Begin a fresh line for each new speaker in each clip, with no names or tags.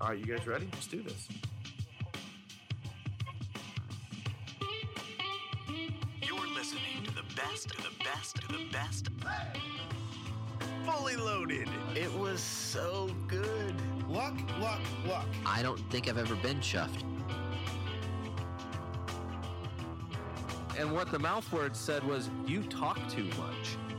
All right, you guys ready? Let's do this.
You're listening to the best of the best of the best. Fully loaded. It was so good.
Luck, luck, luck.
I don't think I've ever been chuffed.
And what the mouthword said was, "You talk too much."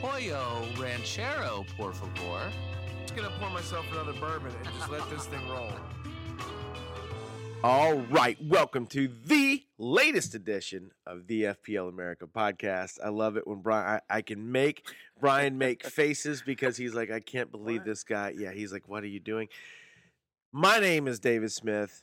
Pollo Ranchero, por favor.
I'm just gonna pour myself another bourbon and just let this thing roll. All right, welcome to the latest edition of the FPL America podcast. I love it when Brian I, I can make Brian make faces because he's like, I can't believe this guy. Yeah, he's like, what are you doing? My name is David Smith.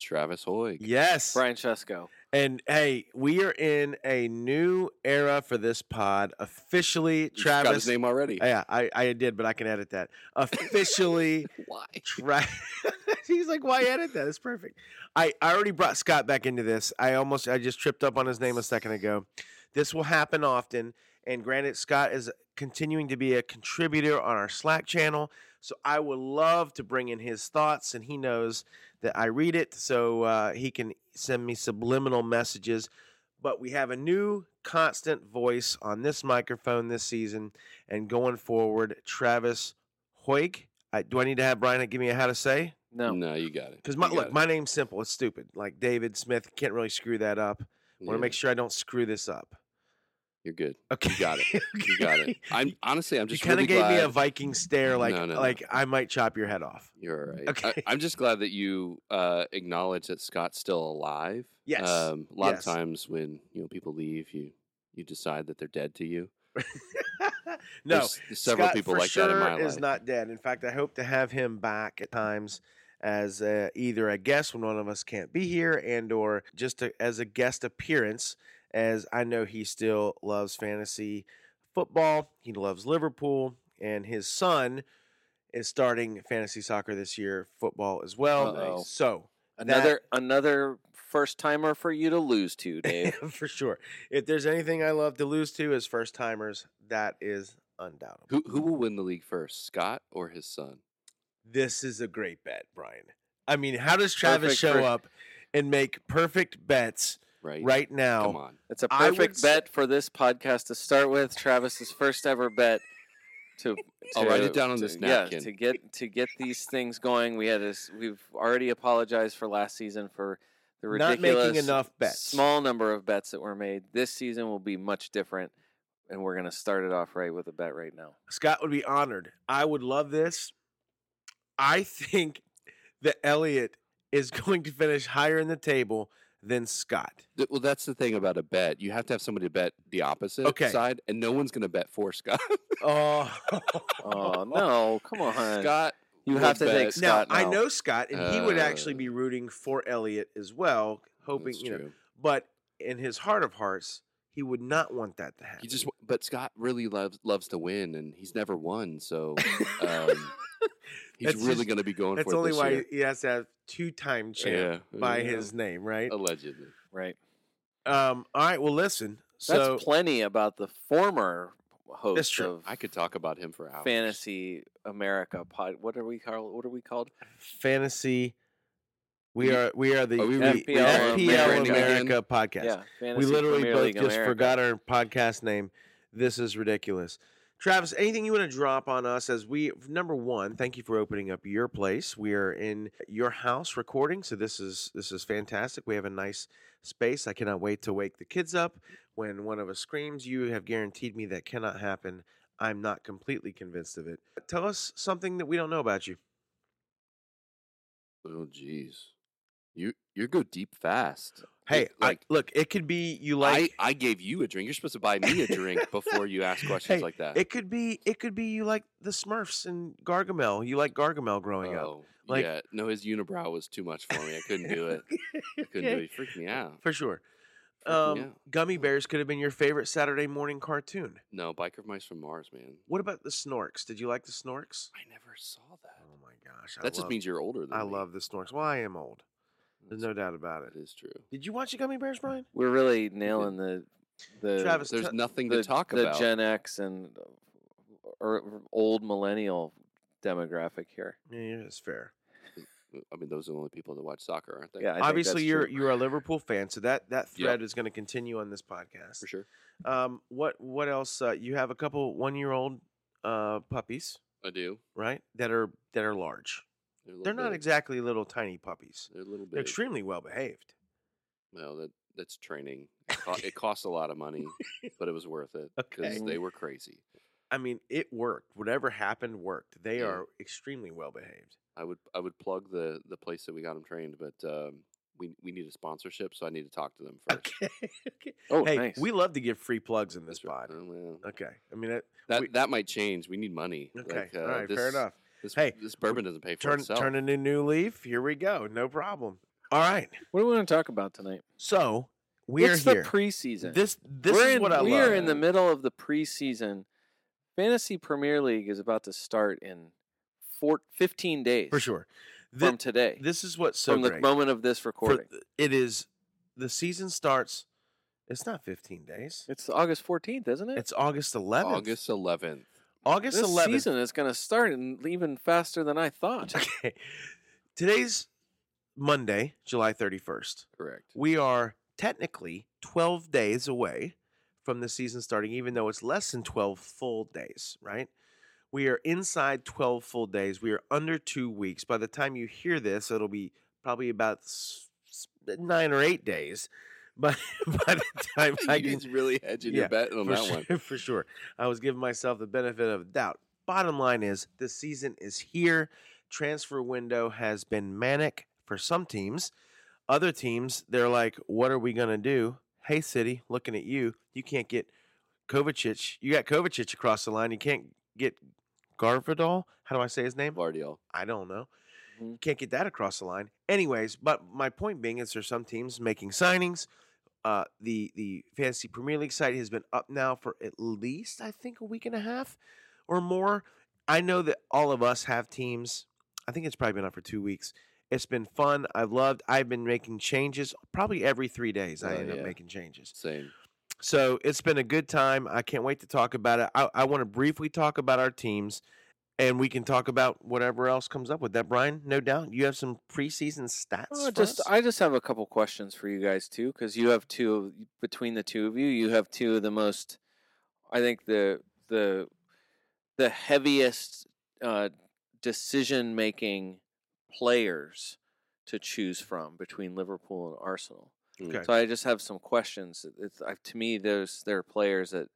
Travis Hoig.
Yes.
Brian Chesko.
And hey, we are in a new era for this pod. Officially,
You
Travis.
got his name already.
Yeah, I, I did, but I can edit that. Officially,
Why?
Tra- he's like, why edit that? It's perfect. I, I already brought Scott back into this. I almost I just tripped up on his name a second ago. This will happen often. And granted, Scott is continuing to be a contributor on our Slack channel. So I would love to bring in his thoughts, and he knows that I read it, so uh, he can send me subliminal messages. But we have a new constant voice on this microphone this season, and going forward, Travis Hoig. I, do I need to have Brian give me a how to say?
No. No, you got it.
Because my
You
look,
got it.
my name's simple. It's stupid. Like David Smith can't really screw that up. Want to
Yeah,
make sure I don't screw this up.
You're good.
Okay,
got it. You got it.
okay.
I'm honestly, I'm
You
just
kind
really
of gave
glad
me a Viking stare, like
No, no, no.
like I might chop your head off.
You're all right.
Okay.
I, am just glad that you uh, acknowledge that Scott's still alive.
Yes.
Um, a lot
Yes.
of times when you know people leave, you you decide that they're dead to you.
no,
There's- there's several
Scott
people
for
like
sure
that in my
is
life.
not dead. In fact, I hope to have him back at times as uh either a guest when one of us can't be here, and or just a, as a guest appearance. As I know he still loves fantasy football. He loves Liverpool, and his son is starting fantasy soccer this year, football as well.
Uh-oh.
So
Another another first timer for you to lose to, Dave.
for sure, if there's anything I love to lose to is first timers. That is undoubtable.
Who who will win the league first, Scott or his son?
this is a great bet, Brian. I mean, how does Travis
Perfect
show
for-
up and make perfect bets
Right.
right now?
Come on.
It's a
I would
perfect
s-
bet for this podcast to start with. Travis's first ever bet to,
I'll write it
to-
down on
to-
this
Yeah,
napkin.
to get to get these things going. We had this we've already apologized for last season for the
Not
ridiculous
making enough bets.
small number of bets that were made. This season will be much different and we're gonna start it off right with a bet right now.
Scott would be honored. I would love this. I think that Elliot is going to finish higher in the table than Scott.
Th- Well, that's the thing about a bet. You have to have somebody to bet the opposite
Okay.
side, and no one's going to bet for Scott.
Oh,
Oh no, come on.
Scott,
You
will
have to
bet.
take
now,
Scott
I
now.
know Scott, and he would actually
Uh,
be rooting for Elliot as well, hoping
That's
you know.
true.
But in his heart of hearts, he would not want that to happen.
He just, w- but Scott really loves loves to win, and he's never won, so um, he's
That's
really
just-
going to be going
That's
for
only
it this
why
year.
he has to have two time champ
Yeah,
by
yeah.
his name, right?
allegedly.
Right.
Um, all right, well, listen.
That's
So
plenty about the former host
true.
of
I could talk about him for hours.
Fantasy America pod. What are we called? What are we called?
fantasy. We
We-
are we are the
are we
the
re-
FPL, America,
rebranding
again?
podcast.
Yeah, Fantasy
we literally
Premier
both
League
just
America.
forgot our podcast name. This is ridiculous. Travis, anything you want to drop on us as we number one, thank you for opening up your place. We are in your house recording, so this is this is fantastic. We have a nice space. I cannot wait to wake the kids up when one of us screams. You have guaranteed me that cannot happen. I'm not completely convinced of it. Tell us something that we don't know about you.
Oh, jeez, you you go deep fast.
Hey, I-
like-
look, it could be you like
I, I gave you a drink. You're supposed to buy me a drink before you ask questions
Hey,
like that.
it could be it could be you like the Smurfs and Gargamel. You like Gargamel growing up.
oh,
like-
yeah. No, his unibrow was too much for me. I couldn't do it. I couldn't do it. He freaked me out.
For sure.
Freaked
Um,
me out.
Gummy Bears could have been your favorite Saturday morning cartoon.
No, Biker Mice from Mars, man.
What about the Snorks? Did you like the Snorks?
I never saw that.
Oh my gosh. I
That just
love-
means you're older than
I
me.
love the Snorks. Well, I am old. There's
That's-
no doubt about it.
That is true.
Did you watch the Gummy Bears, Brian?
We're really nailing the the
Travis,
Uh, There's
tell-
nothing
the,
to talk
the
about.
Gen X and or old millennial demographic here.
Yeah, that's fair.
I mean, those are the only people that watch soccer, aren't they?
Yeah, I think that's
Obviously, you're
true.
you're a Liverpool fan, so that that
Yep.
thread is going to continue on this podcast.
for sure.
Um, what what else? Uh, you have a couple one year old uh, puppies,
I do.
right? That are that are large.
They're, a little
They're not
big.
exactly little tiny puppies.
They're a little bit.
They're extremely well behaved.
No, that that's training. It co- It costs a lot of money, but it was worth it because
Okay.
they were crazy.
I mean, it worked. Whatever happened worked. They
Yeah.
are extremely well behaved.
I would I would plug the the place that we got them trained, but um, we we need a sponsorship, so I need to talk to them first.
Okay. okay.
Oh,
hey,
nice.
we love to give free plugs in this
That's right.
pod.
Oh, well,
uh, Okay. I mean, it,
that
we-
that might change. We need money.
okay.
Like, uh,
All right.
this,
fair enough.
This,
Hey,
this bourbon doesn't pay for
Turn
itself.
turn a new new leaf. Here we go. No problem. All right.
What are we going to talk about tonight?
So we're
it's
here.
the preseason.
this this
we're
is
in,
what I
we
love.
are in the middle of the preseason. Fantasy Premier League is about to start in four, 15 days
for sure. Thi-
from today,
this is what's so
from the
great.
moment of this
For-
recording.
it is the season starts. It's not 15 days.
it's August 14th, isn't it?
It's August 11th.
August 11th.
August
this
11th.
season is going to start in, even faster than I thought.
Okay. Today's Monday, July 31st.
Correct.
We are technically 12 days away from the season starting, even though it's less than 12 full days, right? We are inside 12 full days. We are under two weeks. By the time you hear this, it'll be probably about s- s- nine or eight days. But by the time I
you
get
guys really hedging
yeah,
your bet on
for
that
sure,
one.
for sure. I was giving myself the benefit of the doubt. Bottom line is the season is here. Transfer window has been manic for some teams. Other teams, they're like, "What are we gonna do?" Hey, city, looking at you. You can't get Kovacic. You got Kovacic across the line. You can't get Garvidal. How do I say his name?
Vardiel.
I don't know.
Mm-hmm.
Mhm.
You Can't get that across the line. Anyways, but my point being is there's some teams making signings. Uh, the the fantasy Premier League site has been up now for at least I think a week and a half or more. I know that all of us have teams. I think it's probably been up for two weeks. It's been fun. I've loved. I've been making changes probably every three days. I
Oh,
end up
yeah.
making changes.
Same.
So it's been a good time. I can't wait to talk about it. I, I want to briefly talk about our teams, and we can talk about whatever else comes up with that. Brian, no doubt, you have some preseason stats.
Oh,
for
just
us?
I just have a couple questions for you guys too, because you have two of, between the two of you, you have two of the most, I think the the the heaviest uh, decision making players to choose from between Liverpool and Arsenal.
Okay.
So I just have some questions. It's, I, to me, there's there are players that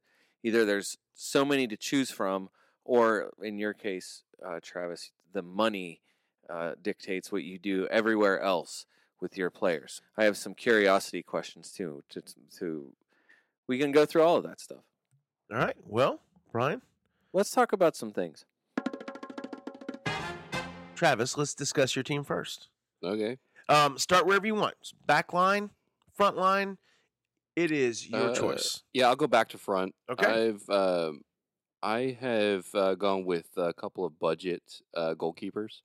either there's so many to choose from, or in your case, uh, Travis, the money uh, dictates what you do everywhere else with your players. I have some curiosity questions too. To, to we can go through all of that stuff.
all right. Well, Brian,
Let's talk about some things.
Travis, let's discuss your team first.
Okay.
Um, start wherever you want. Back line, front line. It is your
Uh,
choice.
Yeah, I'll go back to front.
Okay.
I've um, I have uh, gone with a couple of budget uh, goalkeepers.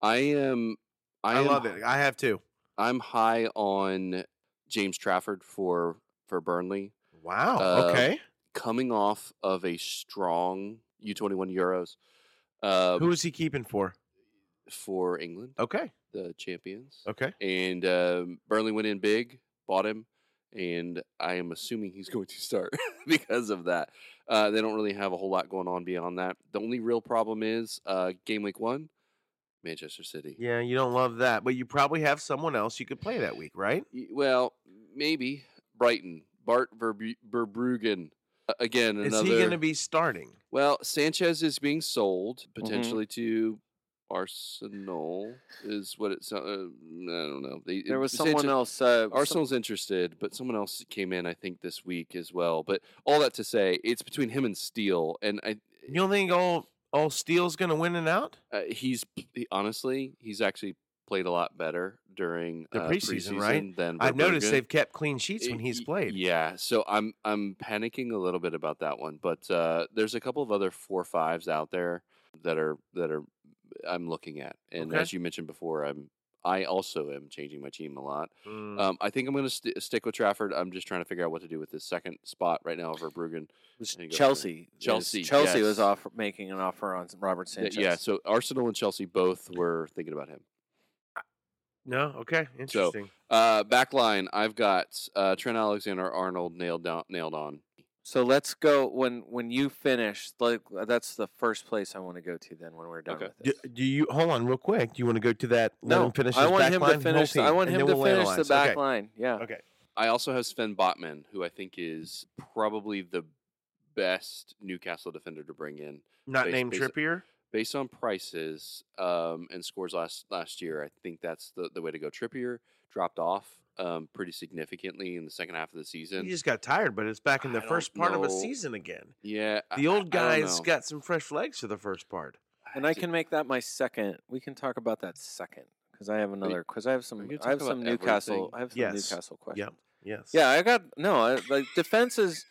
I am. I,
I,
am
love
h-
it. I have two.
I'm high on James Trafford for for Burnley,
Wow.
Uh,
okay.
coming off of a strong U21 Euros um,
Who Oh. is he keeping for?
for England,
Okay.
the champions,
Okay.
and um, Burnley went in big, bought him, and I am assuming he's going to start because of that. Uh, they don't really have a whole lot going on beyond that. The only real problem is uh, game week one, Manchester City.
Yeah, you don't love that, but you probably have someone else you could play that week, right?
Y- Well, maybe Brighton, Bart Verbu- Verbruggen. Uh, Again,
Is
another.
he going to be starting?
Mm-hmm.
Well, Sanchez is being sold potentially to Arsenal is what it sounds. Uh, I don't know. They,
There
it-
was
it's
someone
inter-
else. Uh, some-
Arsenal's interested, but someone else came in, I think, this week as well. But all that to say, it's between him and Steele, and I,
You don't think old old Steele's gonna win it out?
uh, he's he, honestly, he's actually played a lot better during
The
uh,
preseason, right?
preseason Than
I've noticed
Verbruggen.
they've kept clean sheets when
Y-
he's
y-
played.
Yeah, so I'm I'm panicking a little bit about that one, but uh, there's a couple of other four fives out there that are that are I'm looking at, and
Okay.
as you mentioned before, I'm I also am changing my team a lot.
Mm.
Uh,
Um, I think I'm going to st- stick with Trafford. I'm just trying to figure out what to do with this second spot right now over Bruggen.
it was
There you go, sorry.
Chelsea. is-
Chelsea,
Chelsea
yes.
was offer, making an offer on Robert Sanchez.
Yeah, so Arsenal and Chelsea both were thinking about him.
no, okay, interesting.
Uh, back line, I've got uh, Trent Alexander Arnold nailed down, nailed on.
So let's go when when you finish. Like uh, that's the first place I want to go to. Then when we're done
Okay.
with
do,
this.
do you hold on real quick? Do you want to go to that? Let him finish.
I
his
want
back
him
line,
to
whole
finish.
team,
I want
and
him to
then we'll
finish the
analyze.
back
Okay.
line. Yeah.
Okay.
I also have Sven Botman, who I think is probably the best Newcastle defender to bring in
Not
Base-
named
base-
Trippier.
based on prices um, and scores last last year. I think that's the, the way to go. Trippier dropped off um, pretty significantly in the second half of the season.
He just got tired, but it's back in
I
the
don't
first part of a
know.
season again.
yeah, I-
The old
I- I don't
guy's
know.
got some fresh legs for the first part.
And I can make that my second. We can talk about that second because I have another. Because I have some.
gonna
I have
talk about
some Newcastle.
everything?
I have some
Yes.
Newcastle questions.
Yes.
Yeah, I got no. I, like defense is.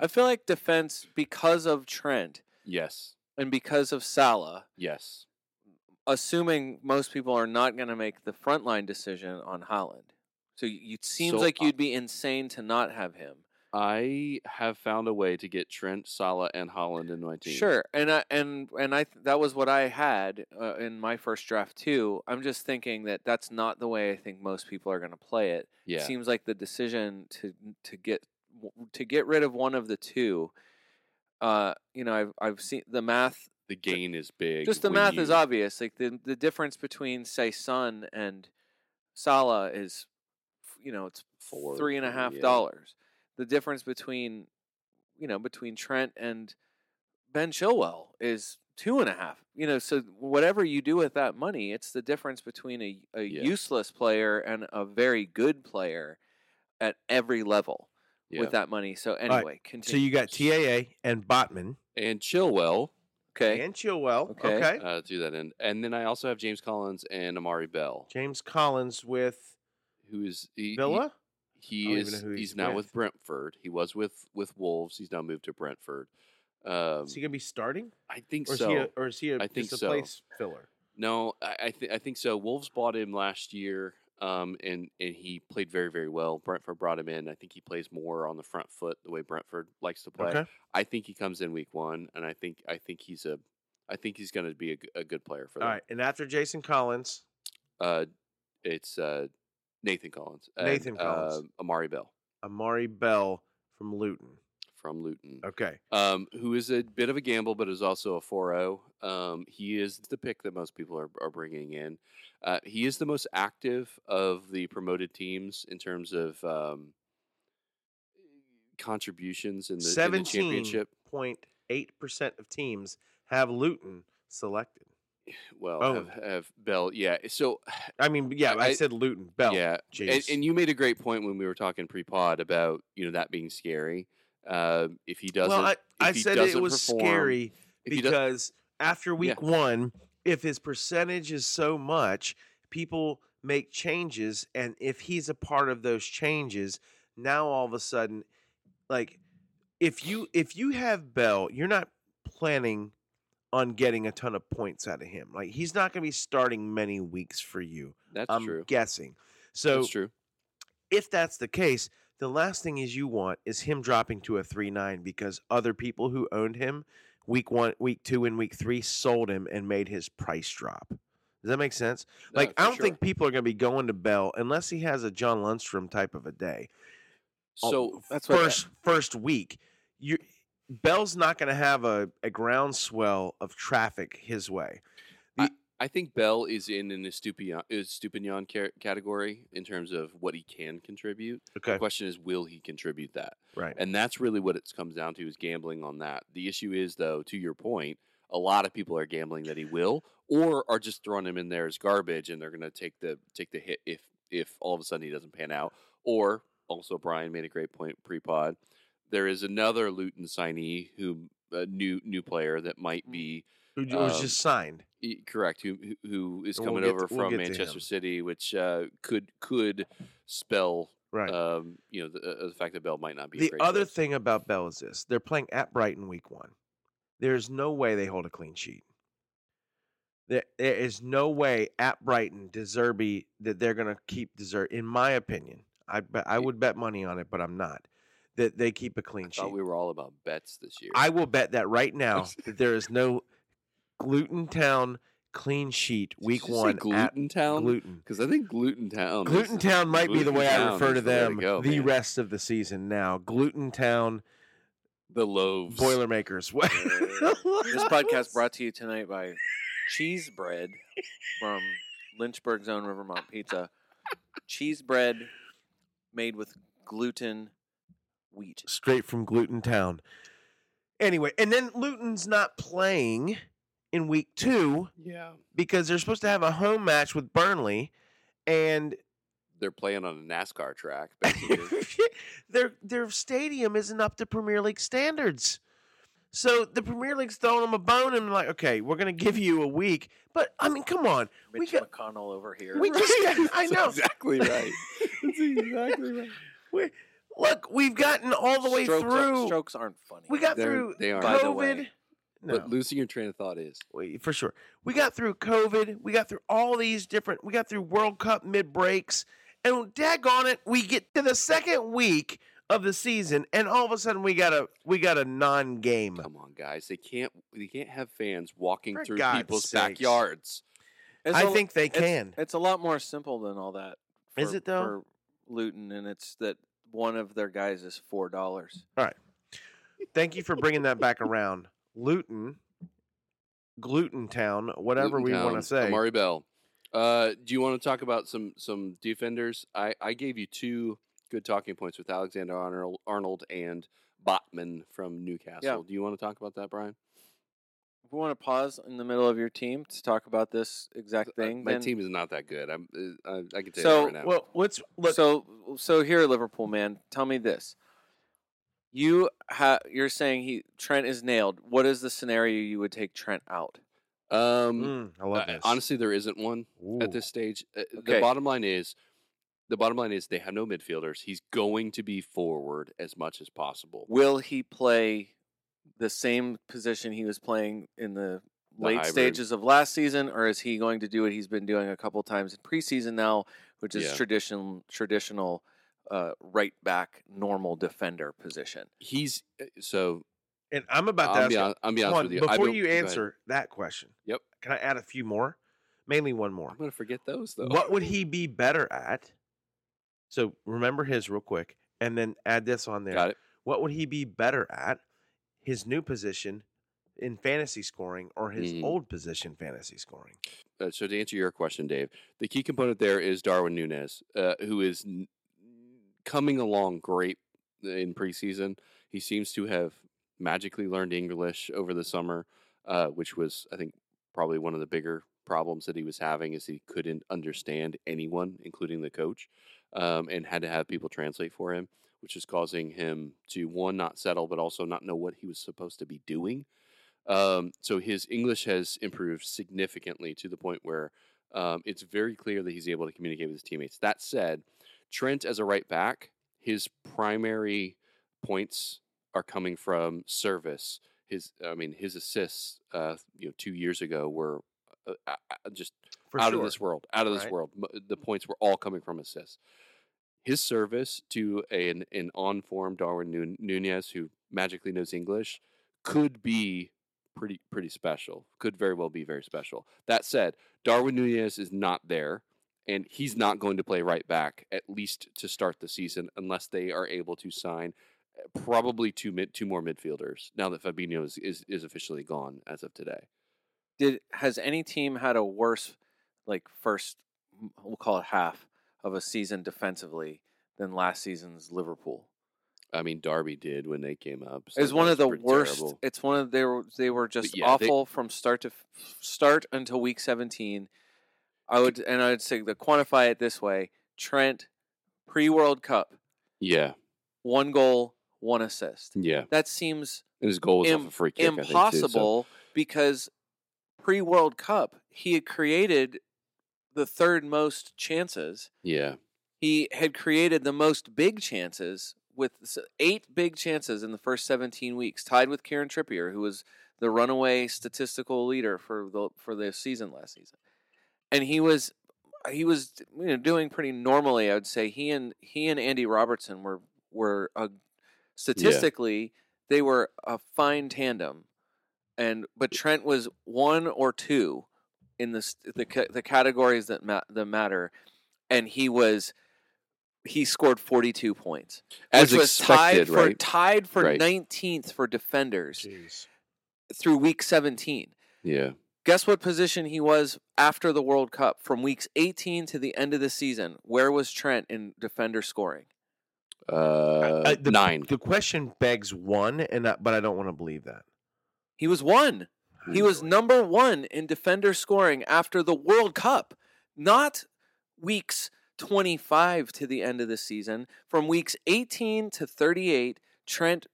I feel like defense because of Trent
yes,
and because of Salah.
yes.
Assuming most people are not going to make the frontline decision on Holland, so y- it seems
So,
like
uh,
you'd be insane to not have him.
I have found a way to get Trent, Salah, and Holland in my team.
Sure, and I and and I th- that was what I had uh, in my first draft too. I'm just thinking that that's not the way I think most people are going to play it.
Yeah.
It seems like the decision to to get w- to get rid of one of the two. Uh, you know, I've I've seen the math.
the gain is big.
Just the
when
math is
you-
obvious. Like the the difference between say Sun and Salah is, f- you know, it's
Four,
three and a half
yeah.
dollars. The difference between, you know, between Trent and Ben Chilwell is two and a half. You know, so whatever you do with that money, it's the difference between a, a
Yeah.
useless player and a very good player at every level
Yeah.
with that money. So
right,
anyway,
So
continue.
you got TAA and Botman
and Chilwell
okay.
and Chilwell.
Okay.
okay.
uh, to that end, and then I also have James Collins and Amari Bell,
James Collins with
who is he, he-
Villa. I
He,
don't even
is.
know who
He's,
he's
now
with.
with Brentford. He was with with Wolves. He's now moved to Brentford. Um,
Is he gonna be starting,
I think
or is
so.
he, a, or is he a,
I think
just a
so.
place filler?
No, I I, th- I think so. Wolves bought him last year, um, and and he played very very well. Brentford brought him in. I think he plays more on the front foot, the way Brentford likes to play.
Okay.
I think he comes in week one, and I think I think he's a, I think he's going to be a, g- a good player for
All
them.
right. And after Jason Collins,
Uh, it's uh, Nathan Collins. and,
Nathan Collins.
um, Amari Bell
Amari Bell from Luton.
from Luton.
Okay.
um, who is a bit of a gamble, but is also a 4 Um, he is the pick that most people are, are bringing in. Uh, he is the most active of the promoted teams in terms of um, contributions in the, in the
Seventeen
championship.
point eight percent of teams have Luton selected.
Well,
Oh.
have, have Bell, yeah. So,
I mean, yeah, I,
I-
said Luton Bell.
yeah, and,
Jeez.
and you made a great point when we were talking pre-pod about you know that being scary. Uh, if he doesn't,
well, I,
if
I
he
said it
doesn't
was
perform,
scary
If he does,
because after week one, if his percentage is so much, people make changes, and if he's a part of those changes, now all of a sudden, like if you if you have Bell, you're not planning on getting a ton of points out of him. Like he's not going to be starting many weeks for you.
that's
I'm
true.
guessing. um, So
That's true.
if that's the case, the last thing is you want is him dropping to a three nine because other people who owned him week one, week two, and week three sold him and made his price drop. Does that make sense?
No,
like
for
I don't
sure.
think people are going to be going to Bell unless he has a John Lundstrom type of a day. Oh,
So
That's what I-
first first week, you Bell's not going to have a, a groundswell of traffic his way.
I think Bell is in an Estupion, Estupinian ca- category in terms of what he can contribute. The
Okay,
question is, will he contribute that?
right.
And that's really what it comes down to is gambling on that. The issue is, though, to your point, a lot of people are gambling that he will or are just throwing him in there as garbage and they're going to take the take the hit if if all of a sudden he doesn't pan out. Or also Brian made a great point pre-pod. There is another Luton signee who a new new player that might be
Who j- was
Um,
just signed?
E- Correct. Who who- who is
And we'll
coming
get
over
to- we'll
from
get to
Manchester
him.
City, which uh, could could spell
Right.
um, you know the, uh, the fact that Bell might not be a
the
great
other
coach.
thing about Bell is this: they're playing at Brighton week one. There's no way they hold a clean sheet. There, there is no way at Brighton, Deserby, that they're going to keep Deserby. In my opinion, I bet, I would bet money on it, but I'm not. That they keep a clean
I
sheet.
thought we were all about bets this year.
I will bet that right now that there is no Gluten Town clean sheet
Did
week
you say
one at
Gluten Town
Gluten.
because I think Gluten Town is-
Gluten Town might be the way I
Glutentown
refer to
is the way
them
go,
the
man.
rest of the season now. Gluten Town
the loaves
Boilermakers.
This podcast brought to you tonight by Cheese Bread from Lynchburg's own Rivermont Pizza. Cheese bread made with gluten wheat.
straight from Gluten Town. Anyway, and then Luton's not playing in week two
Yeah,
because they're supposed to have a home match with Burnley, and
they're playing on a NASCAR track. Basically.
their their stadium isn't up to Premier League standards. So the Premier League's throwing them a bone and like, okay, we're gonna give you a week, but I mean, come on, We
Mitch
got-
McConnell over here.
we just I
That's
know.
exactly right. That's exactly right.
Look, we've gotten all the way
strokes aren't-
through.
strokes aren't funny.
We got
They're-
through
they aren't.
uh, By the
COVID.
way,
no.
But losing your train of thought is
we- for sure. We got through COVID. We got through all these different. We got through World Cup mid breaks, and dag on it, we get to the second week of the season, and all of a sudden we got a we got a non game.
Come on, guys. They can't. They can't have fans walking
For
through
God's
people's
sakes.
backyards.
It's
I
a-
think they
it's-
can.
It's, a lot more simple than all that.
Is it, though?
For Luton, and it's that one of their guys is four dollars.
Thank you for bringing that back around, Luton, Gluten Town, whatever we want to
Lutontown,
say.
Amari Bell. Uh, do you want to talk about some some defenders? I I gave you two good talking points with Alexander Arnold, Arnold and Botman from Newcastle. Do you want to talk about that, Brian?
If you want to pause in the middle of your team to talk about this exact
Uh,
thing,
my
then-
team is not that good. I'm. Uh, I, I can tell
So,
you that right now.
Well, let's look.
So, so here, Liverpool man, tell me this: you ha- you're saying he Trent is nailed. What is the scenario you would take Trent out?
Mm,
um,
I love
uh,
this.
honestly, there isn't one.
Ooh.
at this stage. Uh,
Okay.
The bottom line is, the bottom line is they have no midfielders. He's going to be forward as much as possible.
Will he play the same position he was playing in the,
The
late
hybrid.
stages of last season, or is he going to do what he's been doing a couple times in preseason now, which is
Yeah.
traditional traditional uh, right back normal defender position?
He's uh, so.
and I'm about to
I'll
ask
be,
you-
hon- I'll be honest
Juan,
with you. I've
before
been-
you
go ahead.
answer that question.
Yep.
Can I add a few more? Mainly one more.
I'm gonna forget those though.
What would he be better at? So remember his real quick and then add this on there.
Got it.
What would he be better at? His new position in fantasy scoring or his
Mm.
old position fantasy scoring?
Uh, so to answer your question, Dave, the key component there is Darwin Nunez, uh, who is n- coming along great in preseason. He seems to have magically learned English over the summer, uh, which was, I think, probably one of the bigger problems that he was having is he couldn't understand anyone, including the coach, um, and had to have people translate for him, which is causing him to one not settle, but also not know what he was supposed to be doing. Um, so his English has improved significantly to the point where um, it's very clear that he's able to communicate with his teammates. That said, Trent as a right back, his primary points are coming from service. His, I mean, his assists, uh, you know, two years ago were uh, uh, uh, just
For
out
sure.
of this world. Out of this
Right.
world. M- The points were all coming from assists. His service to an an on form Darwin Nu- Nunez, who magically knows English, could be pretty pretty special. Could very well be very special. That said, Darwin Nunez is not there, and he's not going to play right back at least to start the season, unless they are able to sign uh, probably two mid two more midfielders. Now that Fabinho is is, is officially gone as of today.
did has any team had a worse like first m- we'll call it half of a season defensively than last season's Liverpool?
I mean, Darby did when they came up. so
It's one
that
of the
pretty
worst.
terrible.
It's one of they were they were just
yeah, they-
awful from start to f- start until week seventeen. I would and I'd say to quantify it this way: Trent pre World Cup,
Yeah,
one goal, one assist.
yeah.
That seems
And his goal was off
Im-
a free kick. I think, too, so-
impossible because pre World Cup he had created the third most chances.
yeah,
He had created the most big chances with s- eight big chances in the first 17 weeks, tied with Kieran Trippier, who was the runaway statistical leader for the for the season last season. And he was he was you know doing pretty normally. I would say he and he and Andy Robertson were were a, statistically they were a fine tandem, and but Trent was one or two in the st- the ca- the categories that ma- that matter, and he was he scored forty two points,
as
which
expected,
was tied for
right?
tied for
Right.
nineteenth for defenders
Jeez.
through week seventeen.
yeah,
Guess what position he was after the World Cup from weeks 18 to the end of the season? Where was Trent in defender scoring?
uh,
Uh, the,
nine.
The question begs one, and I, but I don't want to believe that.
He was one. He was number one in defender scoring after the World Cup, not weeks 25 to the end of the season. From weeks 18 to 38, Trent,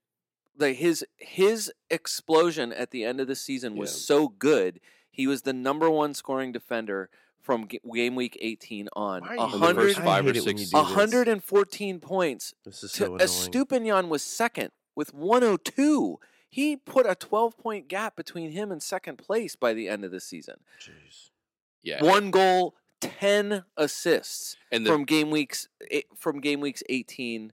the, his his explosion at the end of the season was
Yeah.
so good. He was the number one scoring defender from ga- game week 18 on.
Why are you
A
doing
the
hundred-
first five
I
or
hate it when you
six
do
a
this.
114 points
This is
to,
so
uh,
annoying.
Stupinian was second with 102. He put a 12 point gap between him and second place by the end of the season.
Jeez.
yeah,
One goal, 10 assists
and the,
from game weeks eight, from game weeks 18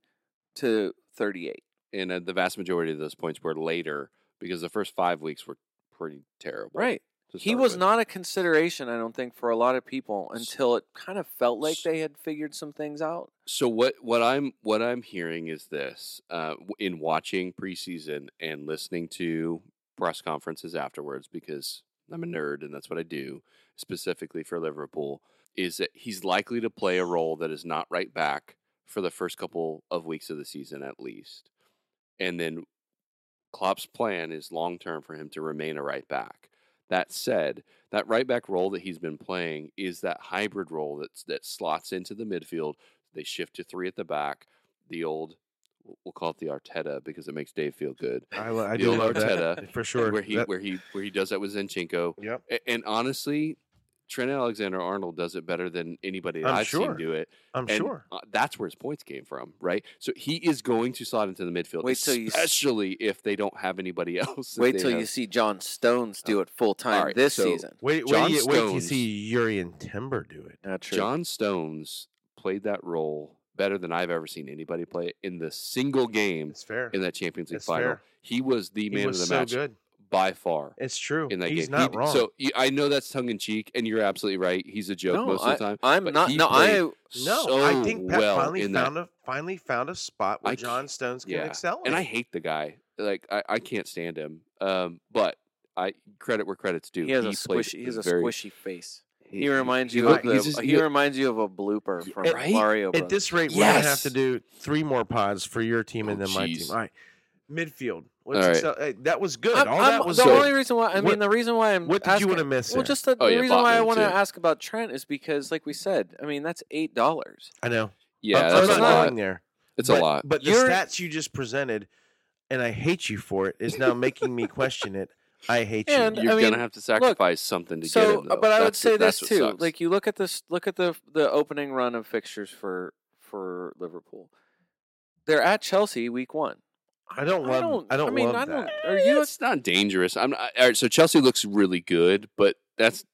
to 38.
and uh, the vast majority of those points were later because the first five weeks were pretty terrible.
Right.
to
He
start
was
with.
not a consideration, I don't think, for a lot of people until it kind of felt like they had figured some things out.
So what what I'm what I'm hearing is this uh, w- in watching preseason and listening to press conferences afterwards because I'm a nerd and that's what I do specifically for Liverpool is that he's likely to play a role that is not right back for the first couple of weeks of the season at least, and then Klopp's plan is long term for him to remain a right back. That said, that right back role that he's been playing is that hybrid role that's that slots into the midfield they shift to three at the back. The old, we'll call it the Arteta because it makes Dave feel good.
I, lo- I
The
do
old
love that
Arteta,
for sure.
Where he
That-
where he where he does that with Zinchenko.
yep.
A- And honestly, Trent Alexander Arnold does it better than anybody that
I'm
I've
sure.
seen do it.
I'm
and
sure.
uh, that's where his points came from, right? So he is going to slot into the midfield,
Wait till you s-
especially if they don't have anybody else. that
Wait
they
till you
have.
see John Stones do it full time
right,
this
so-
season.
Wait, wait,
John
till you- wait till you
Stones-
see Yuri and Timber do it.
Not true.
John Stones played that role better than I've ever seen anybody play it in the single game
It's fair.
in that Champions League
That's
final.
fair.
He was the
He
man
was
of the
so
match
good.
by far
It's true.
in that
He's
game. He
not
d-
wrong.
So y- I know that's tongue in cheek, and you're absolutely right. He's a joke most
I,
of the time.
I'm
but
not.
he
No,
played
I
no,
so
I think Pep
well
finally
in
found
that.
a finally found a spot where
I
John
can't-
Stones can
yeah.
excel.
and
in.
I hate the guy. Like I, I can't stand him. Um, but I credit where credit's due.
he has a
played
squishy. He has a
very-
squishy face. He
he-
reminds
he
you
looked-
of the,
he's just-
he,
he-
reminds you of a blooper from
At- right?
Mario
At
Brothers.
this rate, we're gonna have to
Yes!
do three more pods for your team and
Oh,
then my
jeez.
team. All right, midfield. What's
All right.
excel- hey, that was good.
I'm-
All
I'm-
that was
the
good.
only reason why I mean
What-
the reason why I'm
what did you
asking-
want to miss?
Well,
there?
just the,
Oh,
the
yeah,
reason why I
Botman,
want to
too.
ask about Trent is because, like we said, I mean that's eight dollars.
I know.
Yeah,
I'm
I'm
that's
not
a
not-
going
lot.
there.
It's
but,
a lot.
But the
You're-
stats you just presented, and I hate you for it, is now making me question it. I hate
And-
you.
You're
I mean,
gonna have to sacrifice something to
so,
get him.
uh,
Though.
but I would
That's-
say
that's
this
what
too.
sucks.
Like you look at this, look at the the opening run of fixtures for for Liverpool. They're at Chelsea week one.
I don't love. I don't,
I mean,
love
I
that.
don't. Are you?
It's not dangerous. I'm not, all right. So Chelsea looks really good, but that's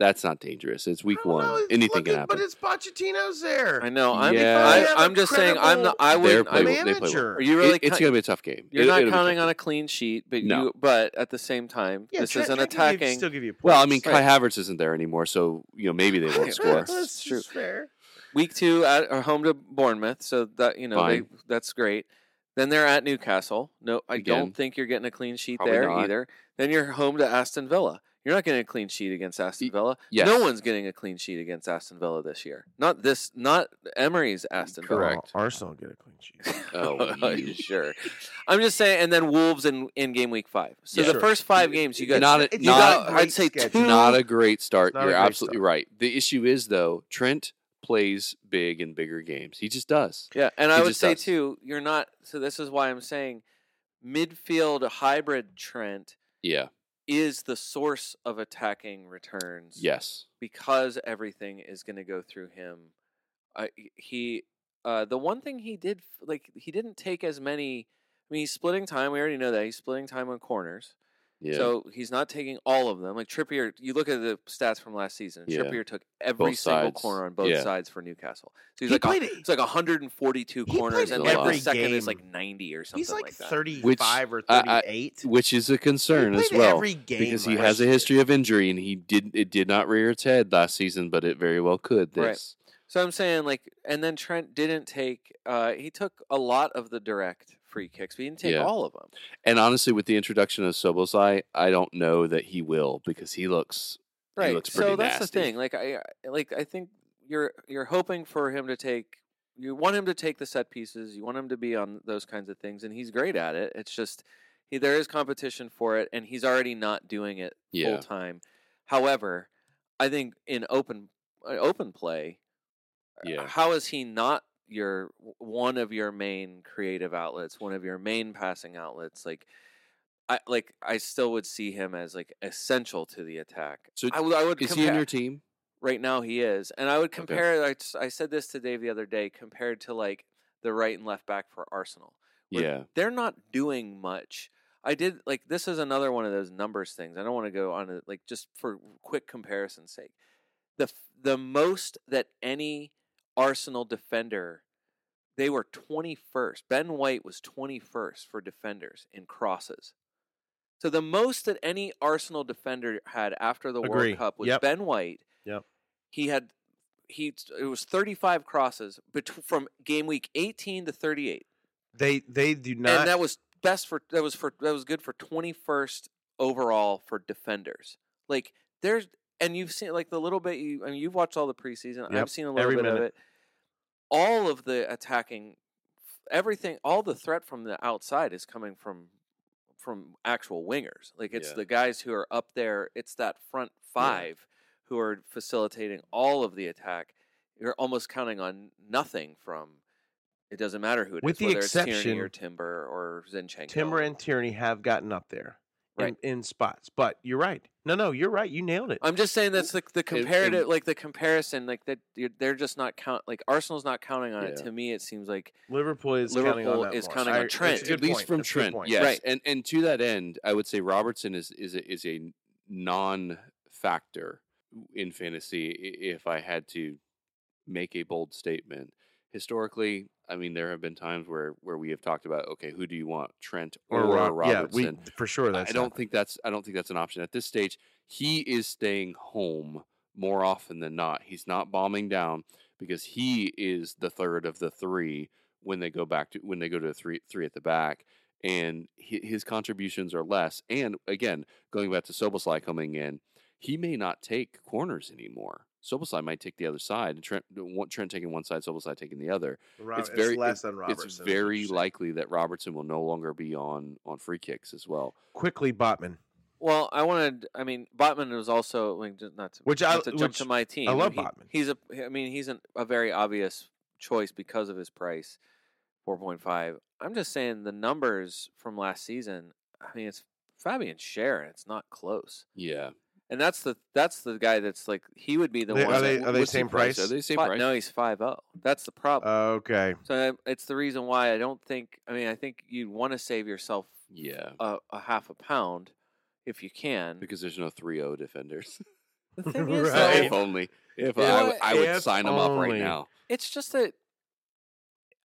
that's not dangerous. It's week
I don't
one.
know,
Anything
look
can
at-
happen.
But it's Pochettino's there.
I know. I'm.
Yeah.
They have
I,
a
I'm just saying. I'm not. I
They're
would.
play- they
I,
play well.
manager.
are you really?
It- it's
cut-
going to be a tough game.
You're
It-
not
it'll be
counting
tough.
on a clean sheet, but
No.
you but at the same time,
Yeah,
this
Trent-
is an
Trent can give-
attacking.
Still give you. Points.
Well, I mean, Kai
Right.
Havertz isn't there anymore, so you know maybe they won't
Yeah,
score.
that's
That's
true.
Fair.
Week two at or home to Bournemouth, so that you know they,
Fine.
that's great. Then they're at Newcastle. No, I
Again.
don't think you're getting a clean sheet
Probably
there
not.
either. Then you're home to Aston Villa. You're not getting a clean sheet against Aston
Y-
Villa.
yes.
No one's getting a clean sheet against Aston Villa this year. Not this. Not Emery's Aston Villa.
Correct.
Arsenal get a clean sheet.
Oh, you-
sure. I'm just saying. And then Wolves in, in game week five. So
Yeah.
the
Sure.
first five games, you got
Not a-
you
not
got,
a
I'd
great
say
schedule.
two.
Not a great start.
Not a
You're
great
absolutely
start.
right. The issue is though, Trent plays big in bigger games. He just does.
yeah, and
He
I would
just
say
does.
too, you're not. So this is why I'm saying midfield hybrid Trent
Yeah.
is the source of attacking returns.
Yes.
because everything is going to go through him. Uh, he- he, uh, the one thing he did, f- like he didn't take as many. I mean, he's splitting time. We already know that he's splitting time on corners,
Yeah.
so he's not taking all of them. Like Trippier, you look at the stats from last season.
Yeah.
Trippier took every
Both
single
sides.
corner on both
Yeah.
sides for Newcastle. So he's
He
like, a-
played-
it's like 142
he
corners,
played
and
in
every
every
second is
game.
like 90 or something
He's like,
that.
35 or
I- I-
38.
Which is a concern
he
as
played
well.
every game
because he
last
has a
year.
history of injury and he did it did not rear its head last season, but it very well could
Right.
this.
So I'm saying like, and then Trent didn't take. Uh, he took a lot of the direct free kicks, but he didn't take
Yeah.
all of them.
And honestly, with the introduction of Sobosai, I don't know that he will because he looks He
right
looks
so
pretty
that's
nasty.
the thing like i I- like i think you're you're hoping for him to take you want him to take the set pieces you want him to be on those kinds of things and he's great at it it's just he there is competition for it and he's already not doing it
Yeah.
full time however i think in open uh, open play
yeah.
how is he not your w- one of your main creative outlets, one of your main passing outlets? Like, I like I still would see him as like essential to the attack.
So
I, would- I would
Is he in
compare-
your team?
right now? He is, and I would compare. I s- I, said this to Dave the other day, compared to like the right and left back for Arsenal. where
Yeah.
they're not doing much. I did like this is another one of those numbers things. I don't want to go on to like just for quick comparison's sake. The f- the most that any Arsenal defender they were 21st. Ben White was 21st for defenders in crosses. So the most that any Arsenal defender had after the
Agree.
World Cup was
Yep.
Ben White.
Yep.
He had he it was 35 crosses betw from game week 18 to 38
They they do
and
not.
that was best for that was for that was good for 21st overall for defenders like there's and you've seen like the little bit you i mean you've watched all the preseason
Yep,
i've seen a little
every
bit of
minute.
it all of the attacking everything all the threat from the outside is coming from from actual wingers like it's
Yeah.
the guys who are up there it's that front five who are facilitating all of the attack you're almost counting on nothing from it doesn't matter who it is,
With the
whether it's Tierney
exception-
or Timber or Zinchenko.
Timber and Tierney have gotten up there
Right.
in, in spots, but you're right. No, no, you're right. You nailed it.
I'm just saying that's the the
and-
comparative, like the comparison, like that you're, they're just not count. Like Arsenal's not counting on it.
Yeah.
To me, it seems like
Liverpool is counting on
Liverpool
that
is
more.
counting
I-
on
that's a
Trent.
good
at least
point.
from
That's a good
Trent.
point.
Yes,
Right.
and and to that end, I would say Robertson is is a, is a non-factor in fantasy. i- If I had to make a bold statement, historically, I mean, there have been times where where we have talked about, okay, who do you want, Trent or,
Rob-
Robertson?
Yeah, we, for sure. That's
I don't
happened.
think that's I don't think that's an option at this stage. He is staying home more often than not. He's not bombing down because he is the third of the three when they go back to when they go to three three at the back, and hi- his contributions are less. And again, going back to Soboslai coming in, he may not take corners anymore. Soboslai might take the other side, and Trent one- Trent taking one side, Soboslai taking the other
Rob-
it's very-
less than Robertson.
it's
is what you're
very
saying.
likely that Robertson will no longer be on on free kicks as well.
quickly Botman.
Well, I wanted. I mean, Botman was also like just not to,
Which
not
I-
to jump to
which
my team.
love
he-
Botman.
He's a. I mean, he's an, a very obvious choice because of his price, four point five. I'm just saying the numbers from last season. I mean, it's Fabian Share. It's not close,
Yeah.
and that's the that's the guy that's like he would be the
They-
one.
are
that
they-
w-
are they
What's the
same
Are
price?
they same
fi-
price?
No, he's five zero. That's the problem.
Uh. Okay.
so I, it's the reason why I don't think. I mean, I think you'd want to save yourself
yeah,
a, a half a pound if you can.
because there's no 3-0 defenders.
The thing is,
So
Right.
though,
if only. If
Yeah.
I, w- I would
If
sign them up right
only.
now.
it's just that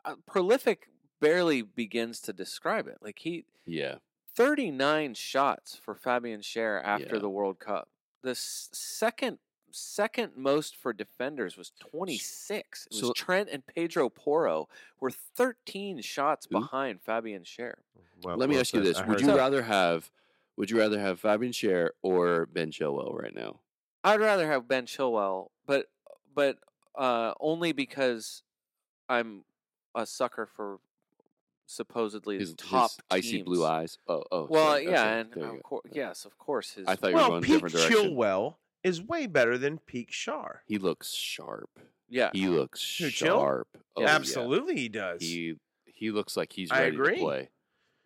uh, prolific barely begins to describe it. Like he
Yeah.
39 shots for Fabian Scher after
Yeah.
the World Cup. The s- second second most for defenders was 26. It was
so-
Trent and Pedro Porro were 13 shots
Who?
behind Fabian Scher.
Well,
Let
Uh,
me
well
ask you
said.
this:
I
Would
heard
you
that.
rather have Would you rather have Fabian Cher or Ben Chilwell right now?
I'd rather have Ben Chilwell, but but uh, only because I'm a sucker for supposedly
His, his
top
icy blue
teams.
eyes. Oh, oh.
Well,
sorry, that's
yeah,
it.
and
There you
of
go.
course, yes, of course. His
I thought you were
Well,
going a
Peak
different direction.
Chilwell is way better than Peak Shar.
He looks sharp.
yeah,
He looks
Who, Chil?
sharp. Oh, yeah.
Absolutely, he does.
He he looks like he's
I
ready
agree.
to play.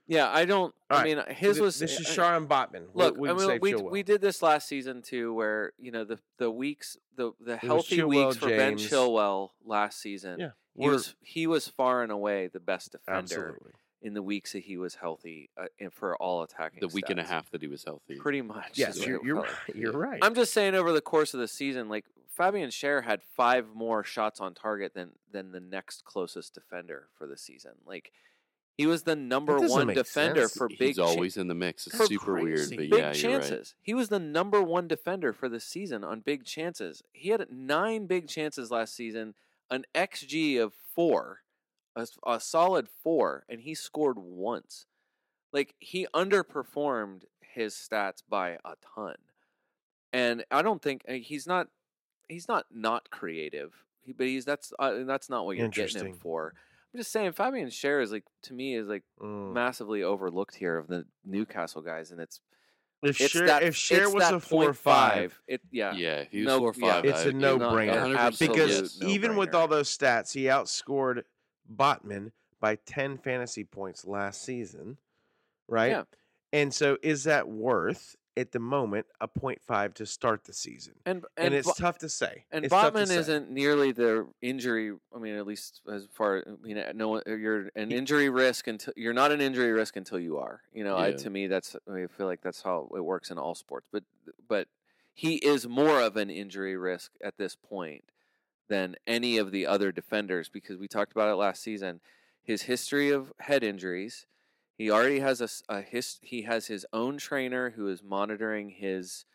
yeah. I don't.
All
I mean, uh, his
Th-
was
this is
I-
Shar and Botman. We-
Look,
we,
I
would
mean,
say
we,
Chilwell.
we did this last season too, where you know the the weeks the the
was
healthy
Chilwell,
weeks for Ben
James.
Chilwell last season.
Yeah,
he
we're-
was he was far and away the best defender
absolutely.
in the weeks that he was healthy uh, and for all attacking.
The week and a
stats.
half that he was healthy.
pretty much.
Yes,
is what
you're
it
you're
felt
right.
like.
You're right.
I'm just saying over the course of the season, like Fabian Scher had five more shots on target than than the next closest defender for the season. Like he was the number
doesn't
one
make
defender
sense.
for
He's
big cha-
always in the mix. It's
For
super
crazy.
weird, but
big
yeah, you're
chances.
right.
He was the number one defender for the season on big chances. He had nine big chances last season, an XG of four, a, s- a solid four, and he scored once. Like he underperformed his stats by a ton, and I don't think uh, he's not he's not not creative. He, but he's that's uh, that's not what you're getting him
Interesting.
for. I'm just saying, Fabian Scher is like to me is like
Hmm.
Mm.
massively overlooked here of the Newcastle guys, and it's
if
it's
Cher,
that
if Cher
it's
was
that
a four or
0.5.
five,
It yeah.
Yeah, if he was
No,
four or
yeah,
five,
it's
I-
a no-brainer.
a hundred percent
because
yes.
even with
no-brainer.
all those stats, he outscored Botman by ten fantasy points last season, right?
Yeah.
And so, is that worth at the moment a point five to start the season?
And
And,
and,
it's
Bo-
tough to say.
and
It's tough to
Botman
say.
isn't nearly the injury. I mean, at least as far you know, no, one- you're an injury risk until you're not an injury risk until you are. You know, I,
Yeah.
to me, that's I, mean, I feel like that's how it works in all sports. But but he is more of an injury risk at this point than any of the other defenders because we talked about it last season. His history of head injuries. He already has a, s- a his, he has his own trainer who is monitoring his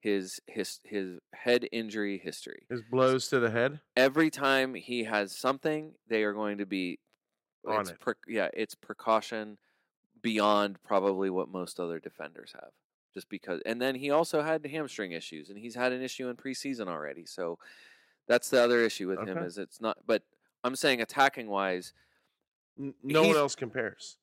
his his his head injury history.
His blows to the head.
Every time he has something, they are going to be
On
it's
it.
pre- yeah, it's precaution beyond probably what most other defenders have. Just because, and then he also had hamstring issues, and he's had an issue in preseason already. So that's the other issue with him
Okay.
is it's not. But I'm saying attacking wise,
N- No one
He's-
else compares.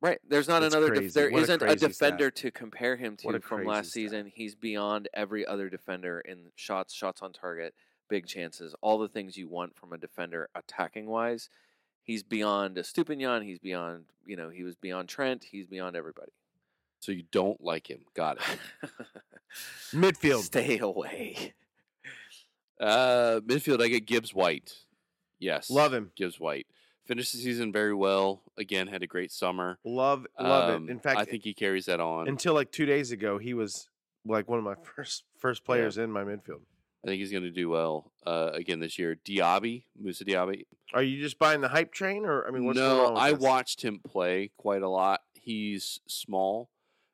right? There's not
It's
another. def-
crazy.
there
What a
isn't a,
crazy stat.
defender to compare him
What
to
a
from
crazy
last
stat.
season. He's beyond every other defender in shots, shots on target, big chances, all the things you want from a defender attacking wise. He's beyond a Stupinian. He's beyond you know he was beyond Trent. He's beyond everybody.
So you don't like him. Got it.
Midfield.
Stay away.
Uh, midfield, I get Gibbs White. Yes.
Love him.
Gibbs White. Finished the season very well. Again, had a great summer.
Love, love
Um,
it. In fact,
I think he carries that on.
until like two days ago, he was like one of my first first players in my midfield.
I think he's going to do well uh, again this year. Diaby, Musa Diaby.
Are you just buying the hype train, or I mean, what's going
no,
on with
I
this?
watched him play quite a lot. He's small,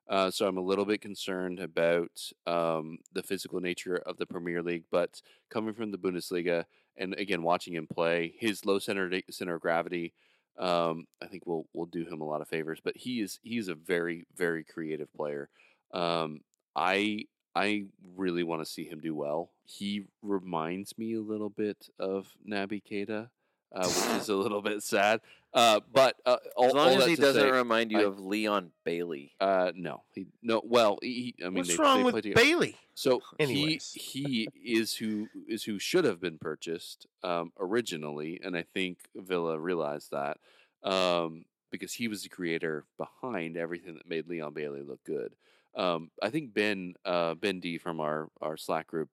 uh, so I'm a little bit concerned about um, the physical nature of the Premier League. But coming from the Bundesliga and again watching him play, his low center da- center of gravity, um, I think will will do him a lot of favors. But he is he's a very very creative player. Um, I I really want to see him do well. He reminds me a little bit of Naby Keita, uh, which is a little bit sad. Uh, but uh, all,
As long
all
as
that
he
to
doesn't
say-
remind you
I-
of Leon Bailey.
uh, no, he no. Well, he, he- I mean,
what's
they,
wrong
they
with
played together.
Bailey?
So
Anyways.
he he is who is who should have been purchased um, originally, and I think Villa realized that um, because he was the creator behind everything that made Leon Bailey look good. Um, I think Ben uh, Ben D from our our Slack group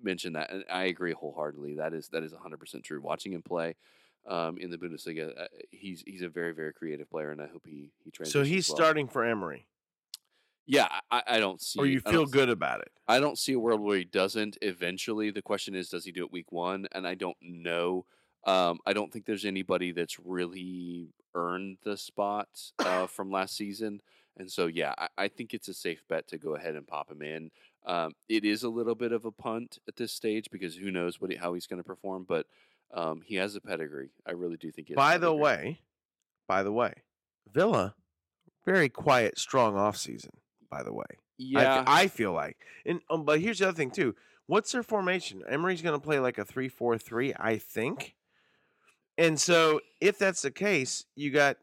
mentioned that, and I agree wholeheartedly. That is that is 100 percent true. Watching him play. Um, in the Bundesliga, uh, he's he's a very very creative player, and I hope he he transitions.
So he's
well.
starting for Emery,
Yeah, I- I, I don't see.
or you
I don't
feel
see-
good about it?
I don't see a world where he doesn't eventually. The question is, does he do it week one? And I don't know. Um, I don't think there's anybody that's really earned the spot uh, from last season. And so, yeah, I, I think it's a safe bet to go ahead and pop him in. Um, it is a little bit of a punt at this stage because who knows what he, how he's going to perform, but um, he has a pedigree. I really do think. He has a
by the
pedigree.
way, by the way, Villa, very quiet, strong off season. by the way. I f-
Yeah,
I, feel like. And um, but here's the other thing too. What's their formation? Emery's going to play like a three-four-three, I think. And so, if that's the case, you got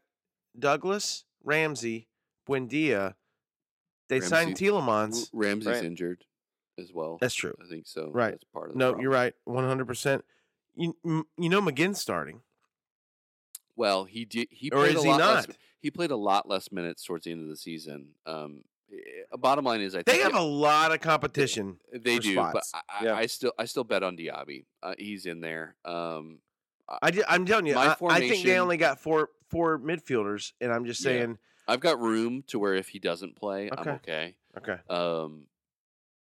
Douglas, Ramsey, Buendia. They signed
Ramsey-
Telemans.
R- Ramsey's
Right.
injured as well.
That's true.
I think so.
Right.
That's part of the
No,
problem.
you're right. 100%. You, m- you know McGinn's starting.
Well, he did. He
Or
played
is
a
he
lot less-
not?
he played a lot less minutes towards the end of the season. Um, eh, bottom line is, I
They
think eh,
have a lot of competition.
they do,
response.
but I, I-
Yeah.
I still I still bet on Diaby. Uh, he's in there. Um,
I am telling you,
My
I, I think they
formation-
only got four four midfielders, and I'm just
Yeah.
saying,
I've got room to where if he doesn't play, I'm okay.
okay,
Um,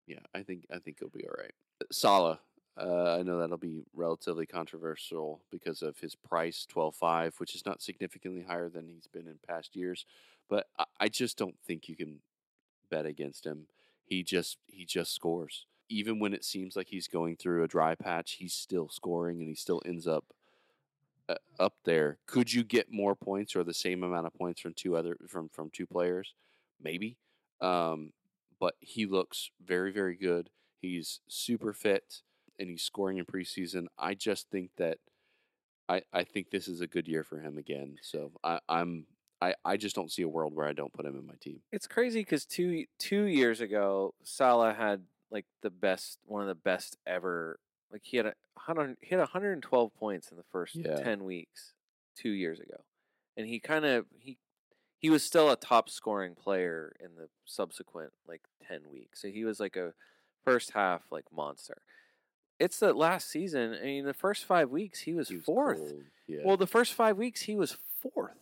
yeah, I think I think he'll be all right. Salah, uh, I know that'll be relatively controversial because of his price, twelve five, which is not significantly higher than he's been in past years. But I, I just don't think you can bet against him. He just he just scores. Even when it seems like he's going through a dry patch, he's still scoring and he still ends up uh, up there. Could you get more points or the same amount of points from two other from from two players? Maybe. Um, but he looks very, very good. He's super fit and he's scoring in preseason. I just think that I, I think this is a good year for him again. So I, I'm I, I just don't see a world where I don't put him in my team.
It's crazy because two two years ago, Salah had like the best, one of the best ever. Like he had a hundred, he had 112 points in the first
Yeah.
10 weeks two years ago, and he kind of he he was still a top scoring player in the subsequent like 10 weeks. So he was like a first half like monster. It's the last season. I mean, the first five weeks he was
He was
fourth.
cold. Yeah.
Well, the first five weeks he was fourth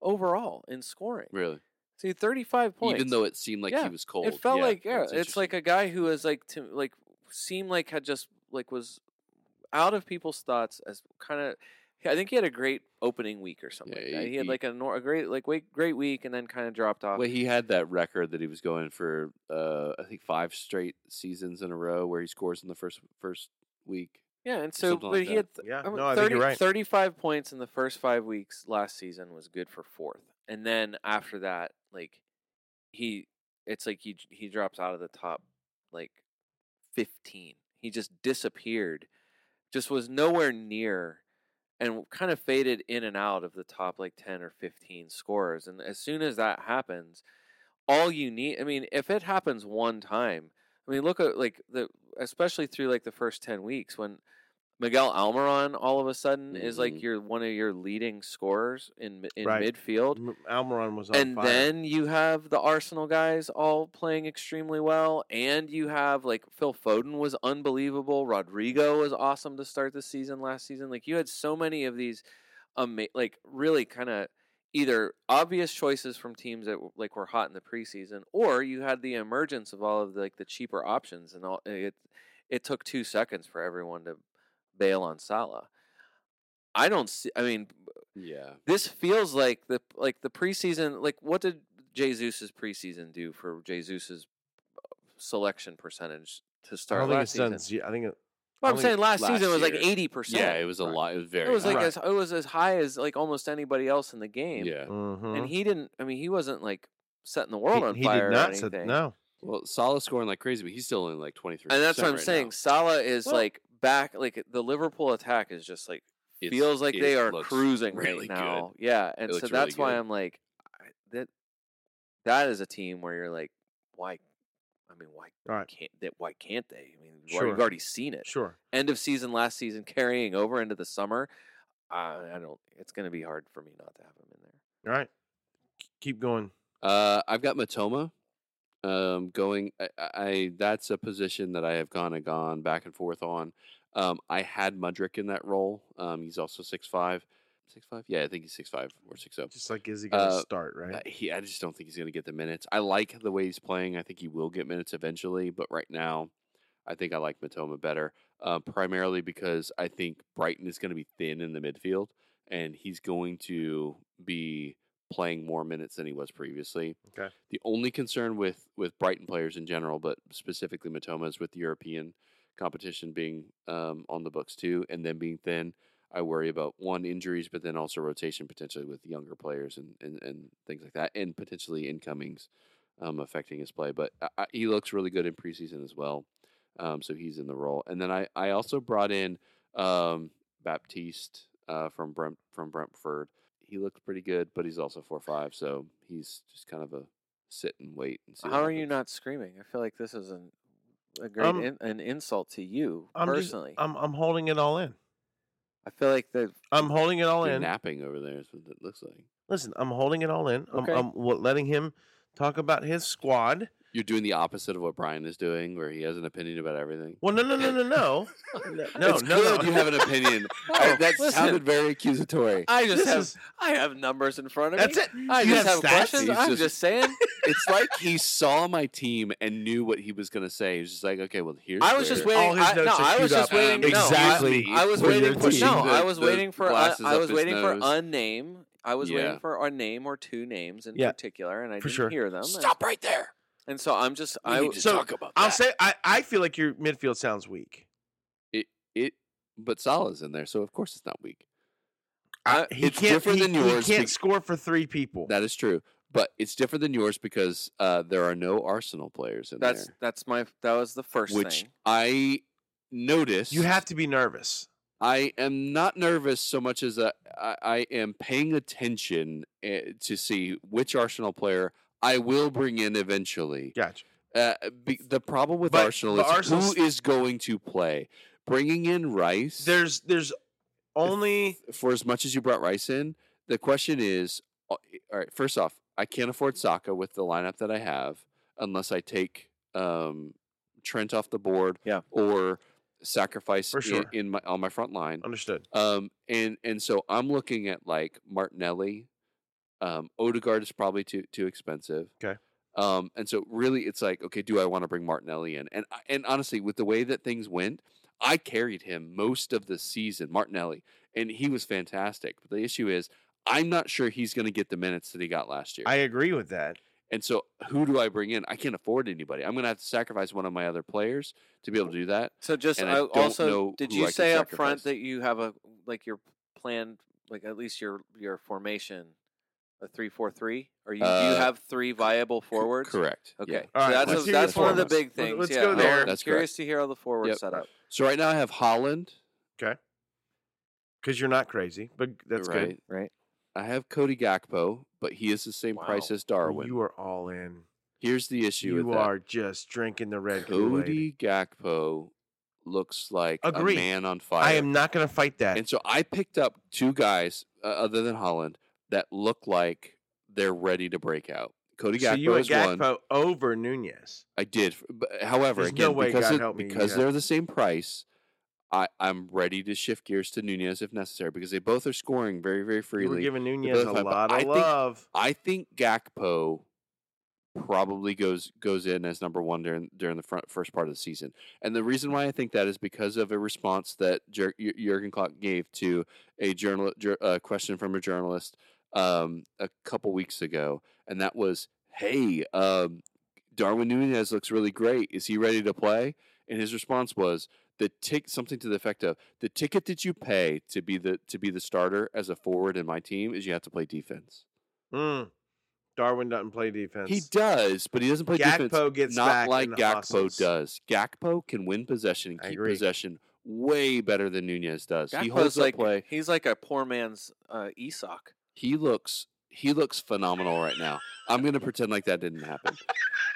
overall in scoring.
really.
So he had 35 points.
Even though it seemed like
Yeah,
he was cold.
It felt like yeah,
that's
it's like
interesting.
a guy who was like to like seemed like had just like was out of people's thoughts as kind of. I think he had a great opening week or something.
Yeah,
like that.
he-
He, had
he-
like a, nor- a great like wait, great week and then kind of dropped off.
well, he had that record that he was going for uh I think five straight seasons in a row where he scores in the first first week.
yeah, and so
something
but
like
he
that.
had th- uh,
yeah,
I mean,
no, I think you're right.
35 points in the first five weeks last season was good for fourth. And then after that, like, he, it's like he, he drops out of the top, like, 15. He just disappeared, just was nowhere near, and kind of faded in and out of the top, like, 10 or 15 scores. And as soon as that happens, all you need, I mean, if it happens one time, I mean, look at, like, the, especially through, like, the first 10 weeks when, Miguel Almiron all of a sudden is
Mhm.
like your one of your leading scorers in mi- in
Right.
midfield,
M- Almiron was on
and
fire.
then you have the Arsenal guys all playing extremely well, and you have like Phil Foden was unbelievable, Rodrigo was awesome to start the season last season. Like you had so many of these, ama- like really kind of either obvious choices from teams that w- like were hot in the preseason, or you had the emergence of all of the, like the cheaper options, and all it it took two seconds for everyone to bail on Salah. I don't see. I mean,
Yeah.
this feels like the like the preseason. Like, what did Jesus's preseason do for Jesus's uh, selection percentage to
I
start
don't think
last
it's done.
season?
z- I think it,
Well, I'm
only
saying last,
last
season was like
year.
eighty percent.
Yeah, it was a lot. It was very
It was like
high.
as it was as high as like almost anybody else in the game.
Yeah.
mhm.
and he didn't. I mean, he wasn't like setting the
He-
world on
he
fire
did not
or
set-
anything.
no.
Well, Salah's scoring like crazy, but he's still in like twenty three.
and that's what I'm saying. Salah is
Well-
like back. Like the Liverpool attack is just like feels like they are cruising
really
right now. Yeah, and so
looks really
that's why
good.
I'm like I- that. That is a team where you're like, why? I mean, why
All right.
can't that? Why can't they? I mean, we
Sure.
have already seen it.
Sure.
End of season last season, carrying over into the summer. I, I don't. It's going to be hard for me not to have them in there.
All right. K- Keep going.
Good. Uh, I've got Matoma um, going. I, I- I that's a position that I have gone and gone back and forth on. Um, I had Mudrick in that role. Um, he's also six five, six five. Yeah, I think he's six five or six zero.
Just like is he going to
Uh,
start right?
Uh, he, I just don't think he's going to get the minutes. I like the way he's playing. I think he will get minutes eventually, but right now, I think I like Matoma better, uh, primarily because I think Brighton is going to be thin in the midfield, and he's going to be playing more minutes than he was previously.
Okay.
The only concern with with Brighton players in general, but specifically Matoma, is with the European competition being um, on the books too, and then being thin. I worry about one injuries, but then also rotation potentially with younger players and, and, and things like that, and potentially incomings um, affecting his play. But I, I, he looks really good in preseason as well. Um, so he's in the role. And then I, I also brought in um, Baptiste uh, from Brent, from Brentford. He looks pretty good, but he's also four five, so he's just kind of a sit and wait and see. what
How are you
happens.
not screaming? I feel like this is an, a great
Um,
in, an insult to you
I'm just- um
personally.
I'm I'm holding it all in.
I feel like the
I'm holding it all
You're
in.
napping over there? Is what it looks like.
Listen, I'm holding it all in.
Okay.
I'm, I'm w- letting him talk about his squad.
You're doing the opposite of what Brian is doing, where he has an opinion about everything.
Well, no, no, no, no, no, no, no,
it's
no,
good
no.
you have an opinion. I, that
Oh, Listen.
sounded very accusatory.
I just
This
have
is-
I have numbers in front of
that's
me.
it.
I
You
just
have
have,
stats?
questions.
He's
I'm
just-
just, saying.
It's like he saw my team and knew what he was going to say. He was just like, okay, well, here's.
I was just
where-
waiting.
All his
I, no,
notes are
I was
queued
just
up.
waiting. no, I-
Exactly.
I was
for your
waiting for
team.
no.
The-
I was
the
waiting for I,
glasses
I
up
was
his
waiting for
nose.
a name. I was
Yeah.
waiting for a name or two names in
Yeah.
particular, and I
For
didn't
sure.
hear them. and-
Stop right there.
And, so I'm just
We
I
need to
so,
talk about.
I'll
that.
say I, I feel like your midfield sounds weak.
it, but Salah's in there, so of course it's not weak.
I,
I-
he
it's
can't,
different
he,
than
he
yours
can't
bec-
score for three people.
That is true, but it's different than yours because uh, there are no Arsenal players in
that's
there,
that's my that was the first
which
thing.
I noticed.
you have to be nervous.
I am not nervous so much as uh, I, I am paying attention uh, to see which Arsenal player I will bring in eventually.
Gotcha.
Uh, be, the problem with
But-
Arsenal
but
is
Arsenal's-
who is going to play. Bringing in Rice,
There's there's only
for as much as you brought Rice in, the question is, uh, all right. First off, I can't afford Saka with the lineup that I have unless I take um, Trent off the board,
Yeah.
or sacrifice
For
in-
sure.
in my on my front line.
understood.
Um, and and so I'm looking at like Martinelli. Um, Odegaard is probably too too expensive.
Okay.
Um, and so really, it's like, okay, do I want to bring Martinelli in? And I- and honestly, with the way that things went, I carried him most of the season, Martinelli, and he was fantastic. But the issue is, I'm not sure he's going to get the minutes that he got last year.
I agree with that.
And so, who do I bring in? I can't afford anybody. I'm going to have to sacrifice one of my other players to be able to do that.
So just
and
I
I don't
also
know
did
who
you
I can
say up
sacrifice.
front that you have a like your planned like at least your your formation a three four three or you do you
Uh,
have three viable forwards?
Correct.
Okay,
Yeah.
so
All right,
that's
let's
a-
hear
that's
your
one of the
forwards.
big
Let-
things.
let's
yeah,
go
I'm
there.
That's
curious to hear how the forward
Yep.
setup.
So right now I have Holland.
Because you're not crazy, but that's
right.
good.
Right.
I have Cody Gakpo, but he is the same price
Wow.
as Darwin.
You are all in.
Here's the issue
you
with
are just drinking the
that.
red Kool-Aid.
Cody Gakpo looks like
Agreed.
a man on fire.
I am not going to fight that.
And so I picked up two guys uh, other than Holland that look like they're ready to break out. Cody
so
Gakpo
you
is
went
one.
Gakpo over Nunez.
I did. But, however,
There's no
again,
way,
because,
God
it-
help me, you
because
got-
they're the same price, I, I'm ready to shift gears to Nunez if necessary because they both are scoring very, very
You were
freely.
giving Nunez a
both have-
lot
I
of
think-
love.
I think Gakpo probably goes goes in as number one during during the front, first part of the season, and the reason why I think that is because of a response that Jer- Ju- Jurgen Klopp gave to a journal jur- uh, question from a journalist um, a couple weeks ago, and that was, "Hey, um, Darwin Nunez looks really great. Is he ready to play?" And his response was. The tick something to the effect of the ticket that you pay to be the to be the starter as a forward in my team is you have to play defense.
Mm. Darwin doesn't play defense.
He does, but he doesn't play defense.
Gakpo gets
Not
back
like
and
Gakpo
hustles.
does. Gakpo can win possession and
I
keep
agree.
possession way better than Nunez does. he
Gakpo's
holds
like
up play.
he's like a poor man's uh, Esoc.
He looks he looks phenomenal right now. I'm gonna pretend like that didn't happen.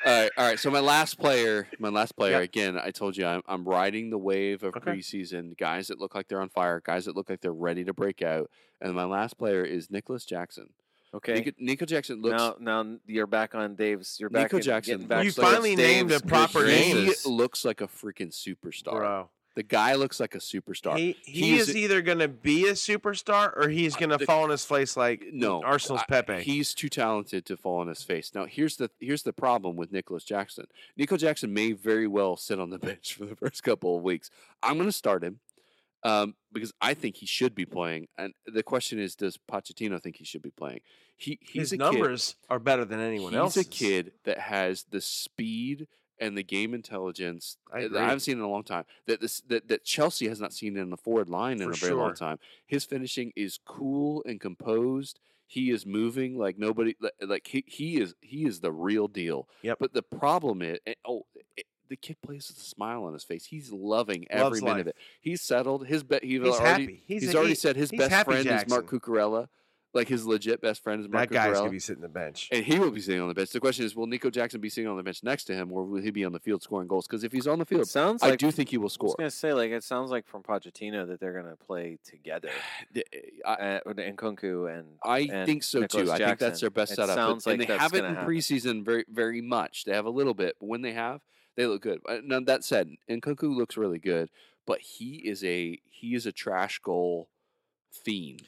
all right, all right. So my last player, my last player.
Yeah.
Again, I told you I'm, I'm riding the wave of
Okay.
preseason. Guys that look like they're on fire. Guys that look like they're ready to break out. And my last player is Nicholas Jackson.
Okay.
Nico, Nico Jackson looks
now, now you're back on Dave's. You're back.
Nico
in-
Jackson.
getting back
You
to what's
finally named
Dave's
a proper
good
name.
He
graces.
looks like a freaking superstar.
Bro.
The guy looks like a superstar.
He, he,
He
is,
is-
either going to be a superstar or he's going to
the-
fall on his face like
no,
Arsenal's
I-
Pepe.
he's too talented to fall on his face. Now, here's the here's the problem with Nicholas Jackson. Nico Jackson may very well sit on the bench for the first couple of weeks. I'm going to start him um, because I think he should be playing. And the question is, does Pochettino think he should be playing? He he's
His
a kid-
numbers are better than anyone
he's
else.
a kid that has the speed and the game intelligence
I
that
agree.
I haven't seen in a long time. That this that, that Chelsea has not seen in the forward line in
For
a very long
sure.
time. His finishing is cool and composed. He is moving like nobody li- like he, he is he is the real deal.
Yep.
But the problem is and- oh it, the kid plays with a smile on his face. He's loving every
Loves
minute
life.
of it. He's settled. His bet he's,
He's
already
happy.
he's,
He's, a-
already
he-
said his
he's
best
Happy
friend is Mark
Jackson.
Cucurella. Like his legit best friend is Mark
That guy's
Cucurella.
gonna be sitting the bench.
And he will be sitting on the bench. The question is, will Nico Jackson be sitting on the bench next to him, or will he be on the field scoring goals? Because if he's on the
It
field,
sounds
I
like
do think he will
I was
score.
gonna say like it sounds like from Pochettino that they're gonna play together.
D- I,
Uh, with Nkunku and
I
and
think so
Nicholas
too. I think that's
Jackson.
their best
It
setup. but-
sounds
and
like
they
that's
haven't
gonna
in
happen.
preseason very very much. They have a little bit, but when they have, they look good. Uh, Now that said, Nkunku looks really good, but he is a he is a trash goal fiend.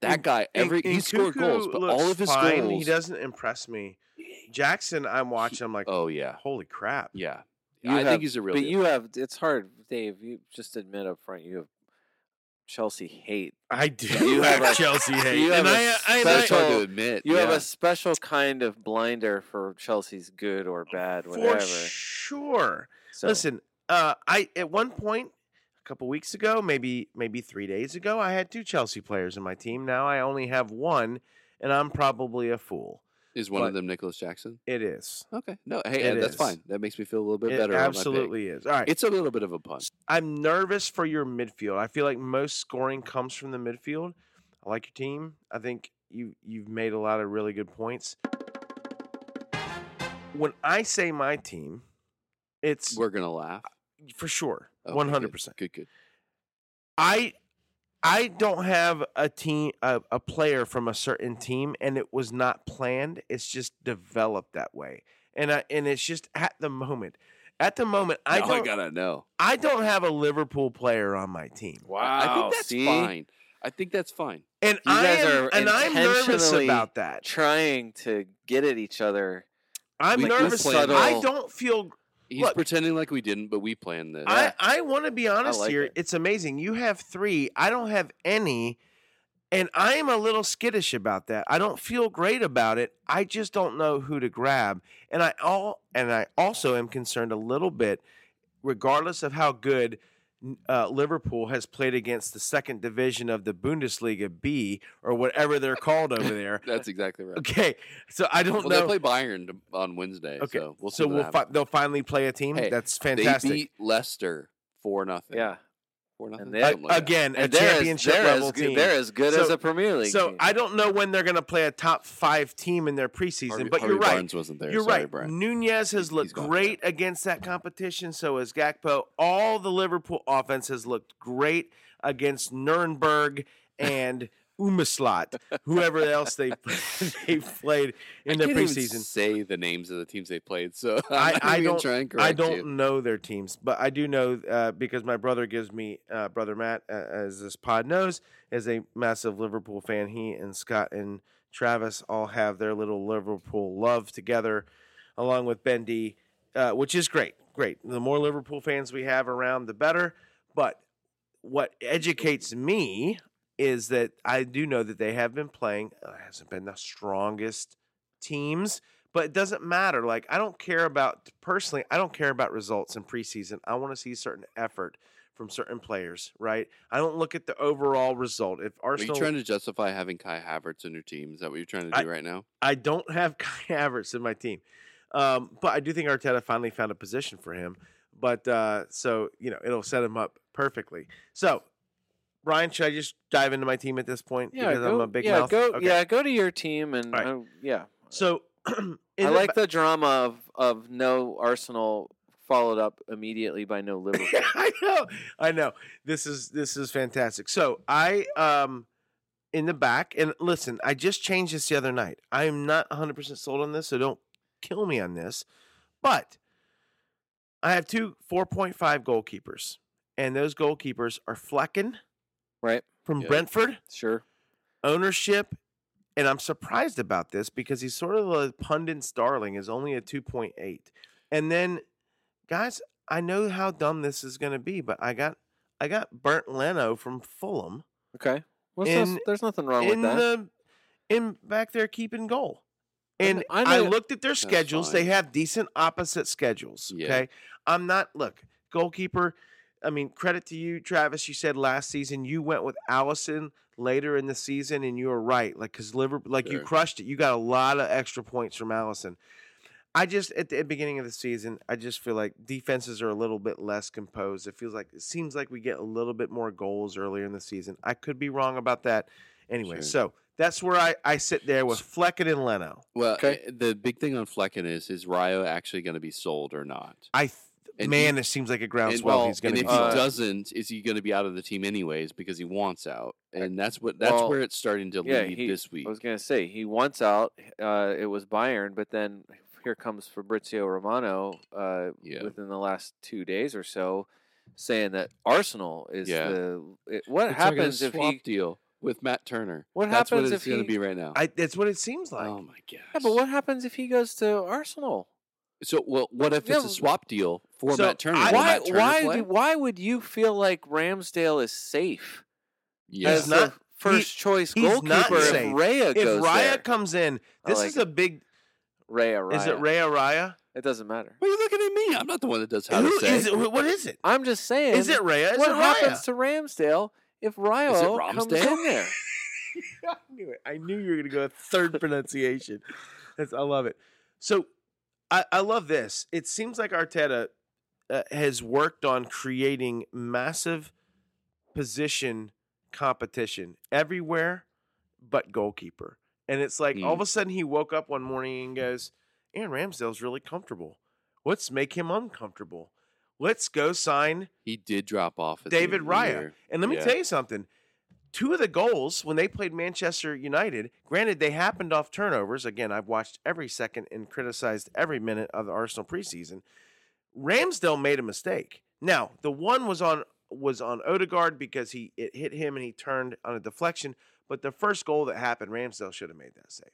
That
Nk-
guy, every
And-
he
and
scored goals,
Cuckoo
but
looks
all of his
fine. He
goals.
doesn't impress me. Jackson, I'm watching. I'm like,
oh yeah,
holy crap.
yeah.
You
I
have-
think he's a real.
But
deal.
you have it's hard, Dave. You just admit up front you have Chelsea hate.
I do.
You have a-
Chelsea
you have
and
a
I- uh, I- and I-
that's hard to
special-
admit.
You have
yeah.
a special kind of blinder for Chelsea's good or bad,
Oh, uh, for
whatever.
sure.
So,
Listen, uh, I at one point a couple weeks ago, maybe maybe three days ago, I had two Chelsea players in my team. Now I only have one, and I'm probably a fool.
Is one of
But-
them Nicholas Jackson?
It is.
Okay. No, hey,
It
uh, that's
is.
fine. That makes me feel a little bit
It
better. on my pick.
absolutely is. All right.
It's a little bit of a pun.
I'm nervous for your midfield. I feel like most scoring comes from the midfield. I like your team. I think you you've made a lot of really good points. When I say my team, it's
We're gonna laugh.
for sure,
Okay, good,
one hundred percent.
Good, good.
I I don't have a team a, a player from a certain team and it was not planned. It's just developed that way. And I and it's just at the moment. At the moment I
Now
don't I,
gotta know.
don't have a Liverpool player on my team.
I
wow,
think that's
see?
fine. Oh, I think that's fine.
And
You
I
guys
am,
are
and I'm nervous
intentionally
about that.
Trying to get at each other.
I'm
like,
nervous.
we're
I
subtle.
don't feel
He's
Look-
pretending like we didn't, but we planned this.
I, I want to be honest
like
here.
it.
It's amazing. You have three. I don't have any. And I'm a little skittish about that. I don't feel great about it. I just don't know who to grab. And I all and I also am concerned a little bit, regardless of how good uh, Liverpool has played against the second division of the Bundesliga B or whatever they're called over there.
that's exactly right.
Okay, so I don't
Well,
know.
they play Bayern t- on Wednesday,
Okay,
so we'll see.
so
what
we'll
happens.
fi- they'll finally play a team.
Hey,
That's
they
fantastic.
beat Leicester four nothing.
Yeah,
four nothing.
they-
something like that.
Again, a
and they're as-
championship
they're
level
as good,
team.
They're as good
So-
as a Premier League.
So
team.
I don't know when they're going to play a top five team in their preseason,
Harvey-
but you're
Harvey
right.
Barnes wasn't there.
You're
Sorry,
right.
Brian.
Nunez has
He's- he's
looked
gone.
great against that competition. So has Gakpo. All the Liverpool offense has looked great against Nuremberg and Umislot, whoever else they they played in
I
their
can't even
preseason.
say the names of the teams they played, so
I-
I'm not
I
even
don't-
try and
I
correct
don't
you.
know their teams, but I do know uh, because my brother gives me uh, brother Matt, uh, as this pod knows, is a massive Liverpool fan. He and Scott and Travis all have their little Liverpool love together, along with Bendy, uh, which is great. Great. The more Liverpool fans we have around, the better. But what educates me is that I do know that they have been playing. uh, hasn't been the strongest teams, but it doesn't matter. Like I don't care about personally. I don't care about results in preseason. I want to see certain effort from certain players. Right. I don't look at the overall result. If
Are you
Arsenal,
trying to justify having Kai Havertz in your team? Is that what you're trying to do
I-
right now?
I don't have Kai Havertz in my team, um, but I do think Arteta finally found a position for him. But uh, so you know, it'll set him up perfectly. So. Brian, should I just dive into my team at this point?
yeah,
because
go,
I'm a big
yeah,
mouth.
go,
Okay.
yeah, go to your team and
Alright.
uh, yeah.
So
I like the drama of of no Arsenal followed up immediately by no Liverpool.
I know. I know. This is this is fantastic. So I um in the back and listen, I just changed this the other night. I am not 100% sold on this, so don't kill me on this. But I have two 4.5 goalkeepers, and those goalkeepers are Flecken,
Right.
from
Yeah.
Brentford,
sure.
ownership, and I'm surprised about this because he's sort of a pundit's darling, is only a 2.8. And then, guys, I know how dumb this is going to be, but I got I got Burnt Leno from Fulham
Okay. Well,
In-
there's nothing wrong with
in
that.
the in back there keeping goal. And
I
I
know-
looked at their schedules. They
fine.
have decent opposite schedules.
Yeah.
Okay. I'm not, look, goalkeeper. I mean, credit to you, Travis. You said last season you went with Allison later in the season, and you were right. Like, because Liverpool, like, you
Sure.
crushed it. You got a lot of extra points from Allison. I just, at the beginning of the season, I just feel like defenses are a little bit less composed. It feels like, it seems like we get a little bit more goals earlier in the season. I could be wrong about that. Anyway,
Sure.
so that's where I, I sit there with Flecken and Leno.
Well,
Okay.
eh, the big thing on Flecken is is Ryo actually going to be sold or not?
I th-
And
man,
he-
it seems like a
And,
groundswell.
well,
he's going to
and if
be.
he
sold.
doesn't, is he going to be out of the team anyways because he wants out? And that's what that's
Well,
where it's starting to
yeah,
lead
he-
this week.
I was gonna say he wants out. Uh, it was Bayern, but then here comes Fabrizio Romano uh,
Yeah.
within the last two days or so, saying that Arsenal is
Yeah.
the. It,
It's like
what
a
happens if
swap
he?
deal with Matt Turner?
What
that's
happens
what
if
it's going
he-
to be right now?
I, that's what it seems like.
oh my gosh!
Yeah, but what happens if he goes to Arsenal?
So well, what if
Yeah,
it's a
but-
swap deal for
So,
Matt Turner?
I-
Will
why?
Matt Turner
Why?
play?
Do, why would you feel like Ramsdale is safe
Yeah.
as
not-
the first choice
he's not
goalkeeper if
safe.
Raya
if
goes
Raya
there?
comes in,
I
this
like
is
it.
a big.
Raya, Raya.
Is it Raya Raya?
It doesn't matter.
What are you looking at me? I'm not the one that does how
Who
to say.
is it? Wh- What is it?
I'm just saying.
Is it Raya? Is
what
it Raya?
happens to Ramsdale if Ryo comes
Ramsdale?
in there?
I knew it. I knew you were going to go with third pronunciation. That's, I love it. So I, I love this. It seems like Arteta uh, has worked on creating massive position competition everywhere but goalkeeper. And it's like all of a sudden he woke up one morning and goes, Aaron Ramsdale's really comfortable. Let's make him uncomfortable. Let's go sign
He did drop off. At the
David
end of the
Raya.
year.
And let me
Yeah.
tell you something. Two of the goals when they played Manchester United, granted they happened off turnovers. Again, I've watched every second and criticized every minute of the Arsenal preseason. Ramsdale made a mistake. Now, the one was on was on Odegaard because he it hit him and he turned on a deflection, but the first goal that happened, Ramsdale should have made that save.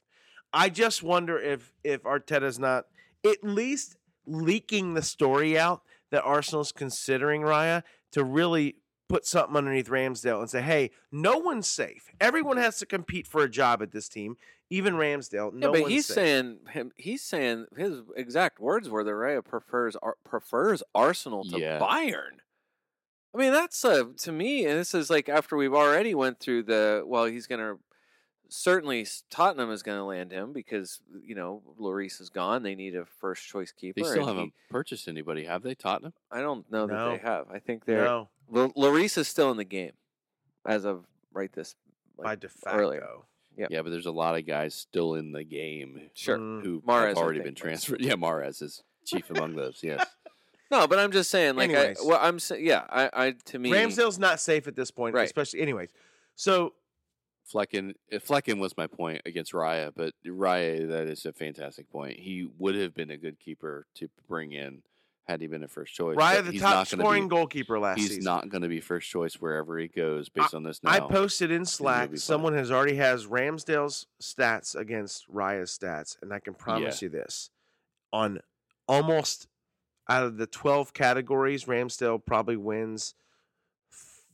I just wonder if if Arteta's not at least leaking the story out that Arsenal's considering Raya to really put something underneath Ramsdale and say, "Hey, no one's safe. Everyone has to compete for a job at this team, even Ramsdale. No
yeah, but
one's
he's
safe."
saying him, he's saying his exact words were that Raya prefers Ar- prefers Arsenal to
Yeah.
Bayern. I mean, that's a to me, and this is like after we've already went through the well, he's gonna certainly s- Tottenham is gonna land him because you know Lloris is gone. They need a first choice keeper.
They still
and he-
haven't purchased anybody, have they? Tottenham.
I don't know that
No.
they have. I think they're
no,
L- Lloris is still in the game as of right this
by
like,
de
earlier.
facto.
Yep.
Yeah, but there's a lot of guys still in the game
Sure.
Mm.
who
Mahrez,
have
I
already
think,
been
was-
transferred. Yeah, Mares is chief among those. Yes.
No, but I'm just saying, like, I,
Anyways.
well, I'm saying, yeah, I, I, to me,
Ramsdale's not safe at this point,
Right.
especially. Anyways, so
Flecken eh, Flecken was my point against Raya, but Raya that is a fantastic point. He would have been a good keeper to bring in had he been a first choice.
Raya,
but
the
he's
top
not gonna be-
scoring goalkeeper last
He's
season.
not going to be first choice wherever he goes based on this now.
I posted in
be
Slack.
fine.
Someone has already has Ramsdale's stats against Raya's stats, and I can promise you this: on almost out of the twelve categories, Ramsdale probably wins f-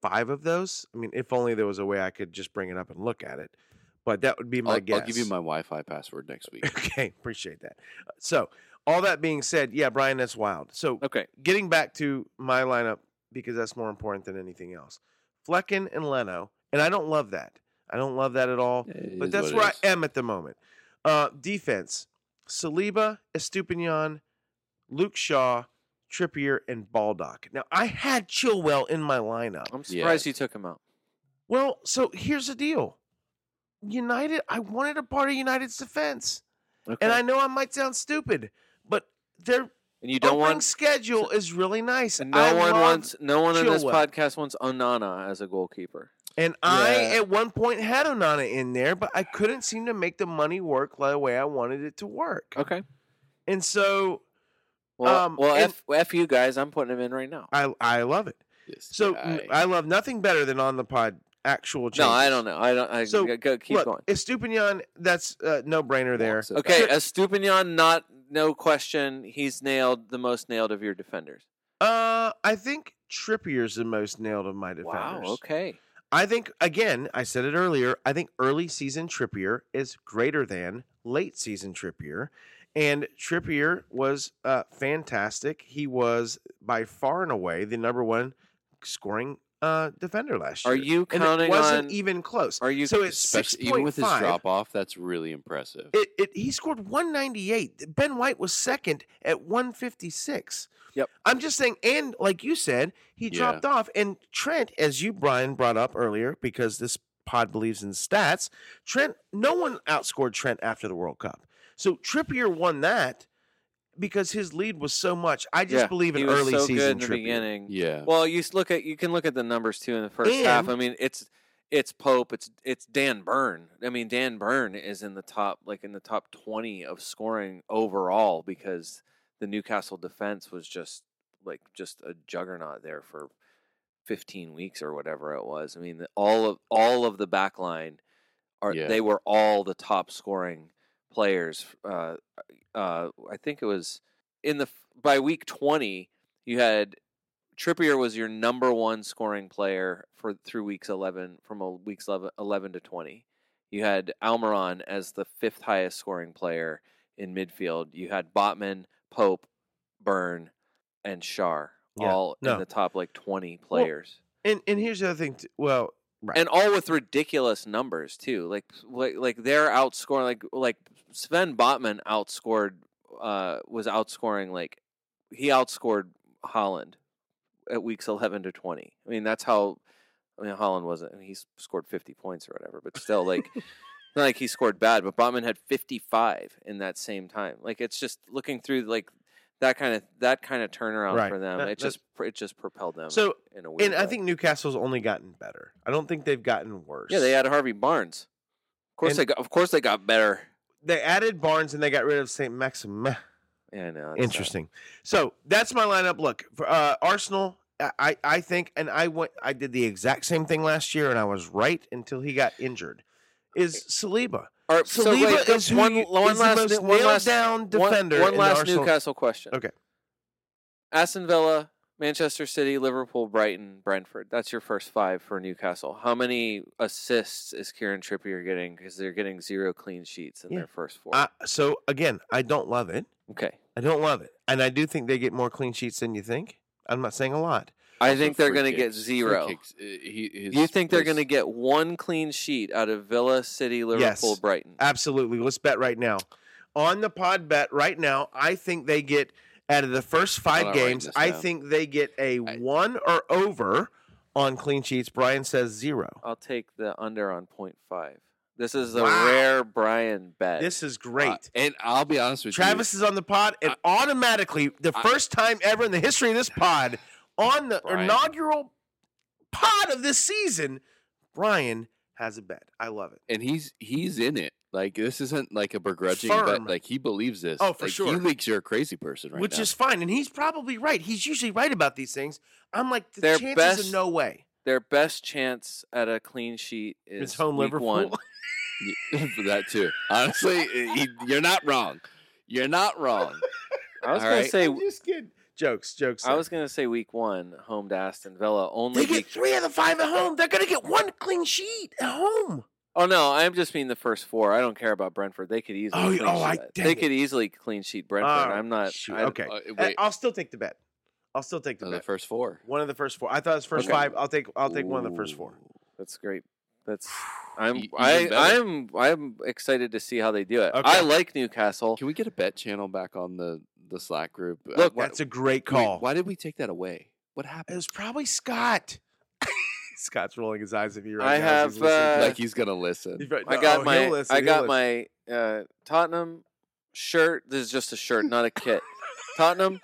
five of those. I mean, if only there was a way I could just bring it up and look at it, but that would be my
I'll,
guess.
I'll give you my Wi-Fi password next week.
Okay, appreciate that. So, all that being said, yeah, Brian, that's wild. So,
okay,
getting back to my lineup because that's more important than anything else. Flecken and Leno, and I don't love that. I don't love that at all. But that's where I am at the moment. Uh, defense: Saliba, Estupinian, Luke Shaw, Trippier, and Baldock. Now I had Chilwell in my lineup.
I'm
Yeah.
surprised you took him out.
Well, so here's the deal. United, I wanted a part of United's defense,
Okay.
and I know I might sound stupid, but their
And you don't
opening
want
schedule is really nice.
no
I
one
love-
wants no one on this
Chilwell.
podcast wants Onana as a goalkeeper.
And I
Yeah.
at one point had Onana in there, but I couldn't seem to make the money work the way I wanted it to work.
Okay.
And so
Well,
Um,
well,
and-
f, f you guys, I'm putting him in right now.
I I love it. So n- I love nothing better than on the pod actual changes.
No, I don't know. I don't. I
So,
go, go- keep
Look,
going.
Estupinian, that's uh, no brainer there.
Okay, Estupinian, not no question. He's nailed the most nailed of your defenders.
Uh, I think Trippier's the most nailed of my defenders.
Wow. Okay.
I think again, I said it earlier. I think early season Trippier is greater than late season Trippier. And Trippier was uh, fantastic. He was by far and away the number one scoring uh, defender last year.
Are you
and
counting
it wasn't
on?
even close.
are you
so it's six
Especially even
point
with his
five.
drop off, that's really impressive.
It, it, he scored 198. Ben White was second at 156.
Yep.
I'm just saying, and like you said, he
Yeah.
dropped off. And Trent, as you, Brian, brought up earlier, because this pod believes in stats, Trent, no one outscored Trent after the World Cup. So Trippier won that because his lead was so much. I just
Yeah,
believe
he
in
was
early
so good
season
in the
Trippier.
beginning.
yeah.
Well, you s- look at you can look at the numbers too in the first half.
And-
I mean, it's it's Pope, it's it's Dan Byrne. I mean, Dan Byrne is in the top like in the top 20 of scoring overall because the Newcastle defense was just like just a juggernaut there for 15 weeks or whatever it was. I mean, the, all of all of the back line are
Yeah.
they were all the top scoring players uh uh I think it was in the f- by week 20 you had Trippier was your number one scoring player for through weeks 11 from a weeks 11, 11 to 20. You had Almiron as the fifth highest scoring player in midfield. You had Botman, Pope, Byrne, and Shar
Yeah,
all
no.
in the top like 20
Well,
players.
And, and here's the other thing. Too, well, right.
and all with ridiculous numbers too. Like like like they're outscoring like like Sven Botman outscored uh was outscoring like he outscored Holland at weeks 11 to 20. I mean, that's how I mean Holland wasn't I mean, he s- scored 50 points or whatever, but still like not like he scored bad, but Botman had 55 in that same time. Like it's just looking through like that kind of that kind of turnaround
Right.
for them.
That-
it
that's-
just it just propelled them
so,
in a weird
and I
way.
think Newcastle's only gotten better. I don't think they've gotten worse.
Yeah, they had Harvey Barnes. Of course
And-
they got. Of course they got better.
they added Barnes and they got rid of St. Maxim.
Yeah, I know. it's sad.
Interesting. So that's my lineup. Look for uh, Arsenal. I- I, I think, and I went. I did the exact same thing last year, and I was right until he got injured. Is Saliba?
All right, Eh, so
Saliba
wait,
is who
one,
you-
one
is the
last,
most
one
nailed
last
down
one-
defender.
One,
in the
last
Arsenal-
Newcastle question.
Okay.
Aston Villa, Manchester City, Liverpool, Brighton, Brentford. That's your first five for Newcastle. How many assists is Kieran Trippier getting? Because they're getting zero clean sheets in
Yeah.
their first four.
Uh, so again, I don't love it.
okay.
I don't love it, and I do think they get more clean sheets than you think. I'm not saying a lot.
I
Also
think they're
free
going to get
kicks. Free
zero.
kicks, uh, he- his
You think they're
place-
going to get one clean sheet out of Villa, City, Liverpool,
Yes.
Brighton?
Absolutely. Let's bet right now. On the pod bet right now, I think they get out of the first
not
five
writing
games,
this
I
down.
think they get a
I-
one or over on clean sheets. Brian says zero.
I'll take the under on point five. This is a
Wow.
rare Brian bet.
This is
Uh,
great.
and I'll be honest with you.
Travis is on the pod, and automatically, the
I-
first time ever in the history of this pod, on the
Brian.
inaugural pod of this season, Brian has a bet. I love it.
and he's he's in it. Like this isn't like a begrudging,
Firm.
but like he believes this.
Oh, for
Like,
sure.
He thinks you're a crazy person, right?
Which
now.
is fine, and he's probably right. He's usually right about these things. I'm like, the
Their
chances
best-
are no way.
Their best chance at a clean sheet is
It's home
week
Liverpool.
one.
Y- for that too. Honestly, i- he, you're not wrong. You're not wrong.
I was
All
gonna
right.
say
I'm just kidding. Jokes, jokes.
I was gonna say week one, home to Aston Villa. Only
They get
be-
three of the five at home. They're gonna get one clean sheet at home.
oh no, I am just mean the first four. I don't care about Brentford. They could easily
Oh,
clean
oh,
sheet
I-
that.
dang
they
it.
could easily clean sheet Brentford.
Oh,
I'm not
shoot,
I,
okay.
Uh,
Uh,
wait,
I'll still take the bet. I'll still take the
uh, the
bet.
first four.
one of the first four. I thought it was first
Okay.
five. I'll take. I'll take one of the first four.
Ooh.
That's great. That's I'm
E- even
I
better.
I'm I'm excited to see how they do it.
Okay.
I like Newcastle.
Can we get a bet channel back on the the Slack group? Uh,
Look,
why-
That's a great
wait,
call.
why did we take that away? What
It
happened?
was probably Scott. Scott's rolling his eyes at me right
I
now. as he's
have,
listening to
uh,
this.
like he's gonna listen.
He's right-
I
no,
got
Oh, he'll
my
listen,
I
he'll
got
listen.
my uh, Tottenham shirt. This is just a shirt, not a kit. Tottenham,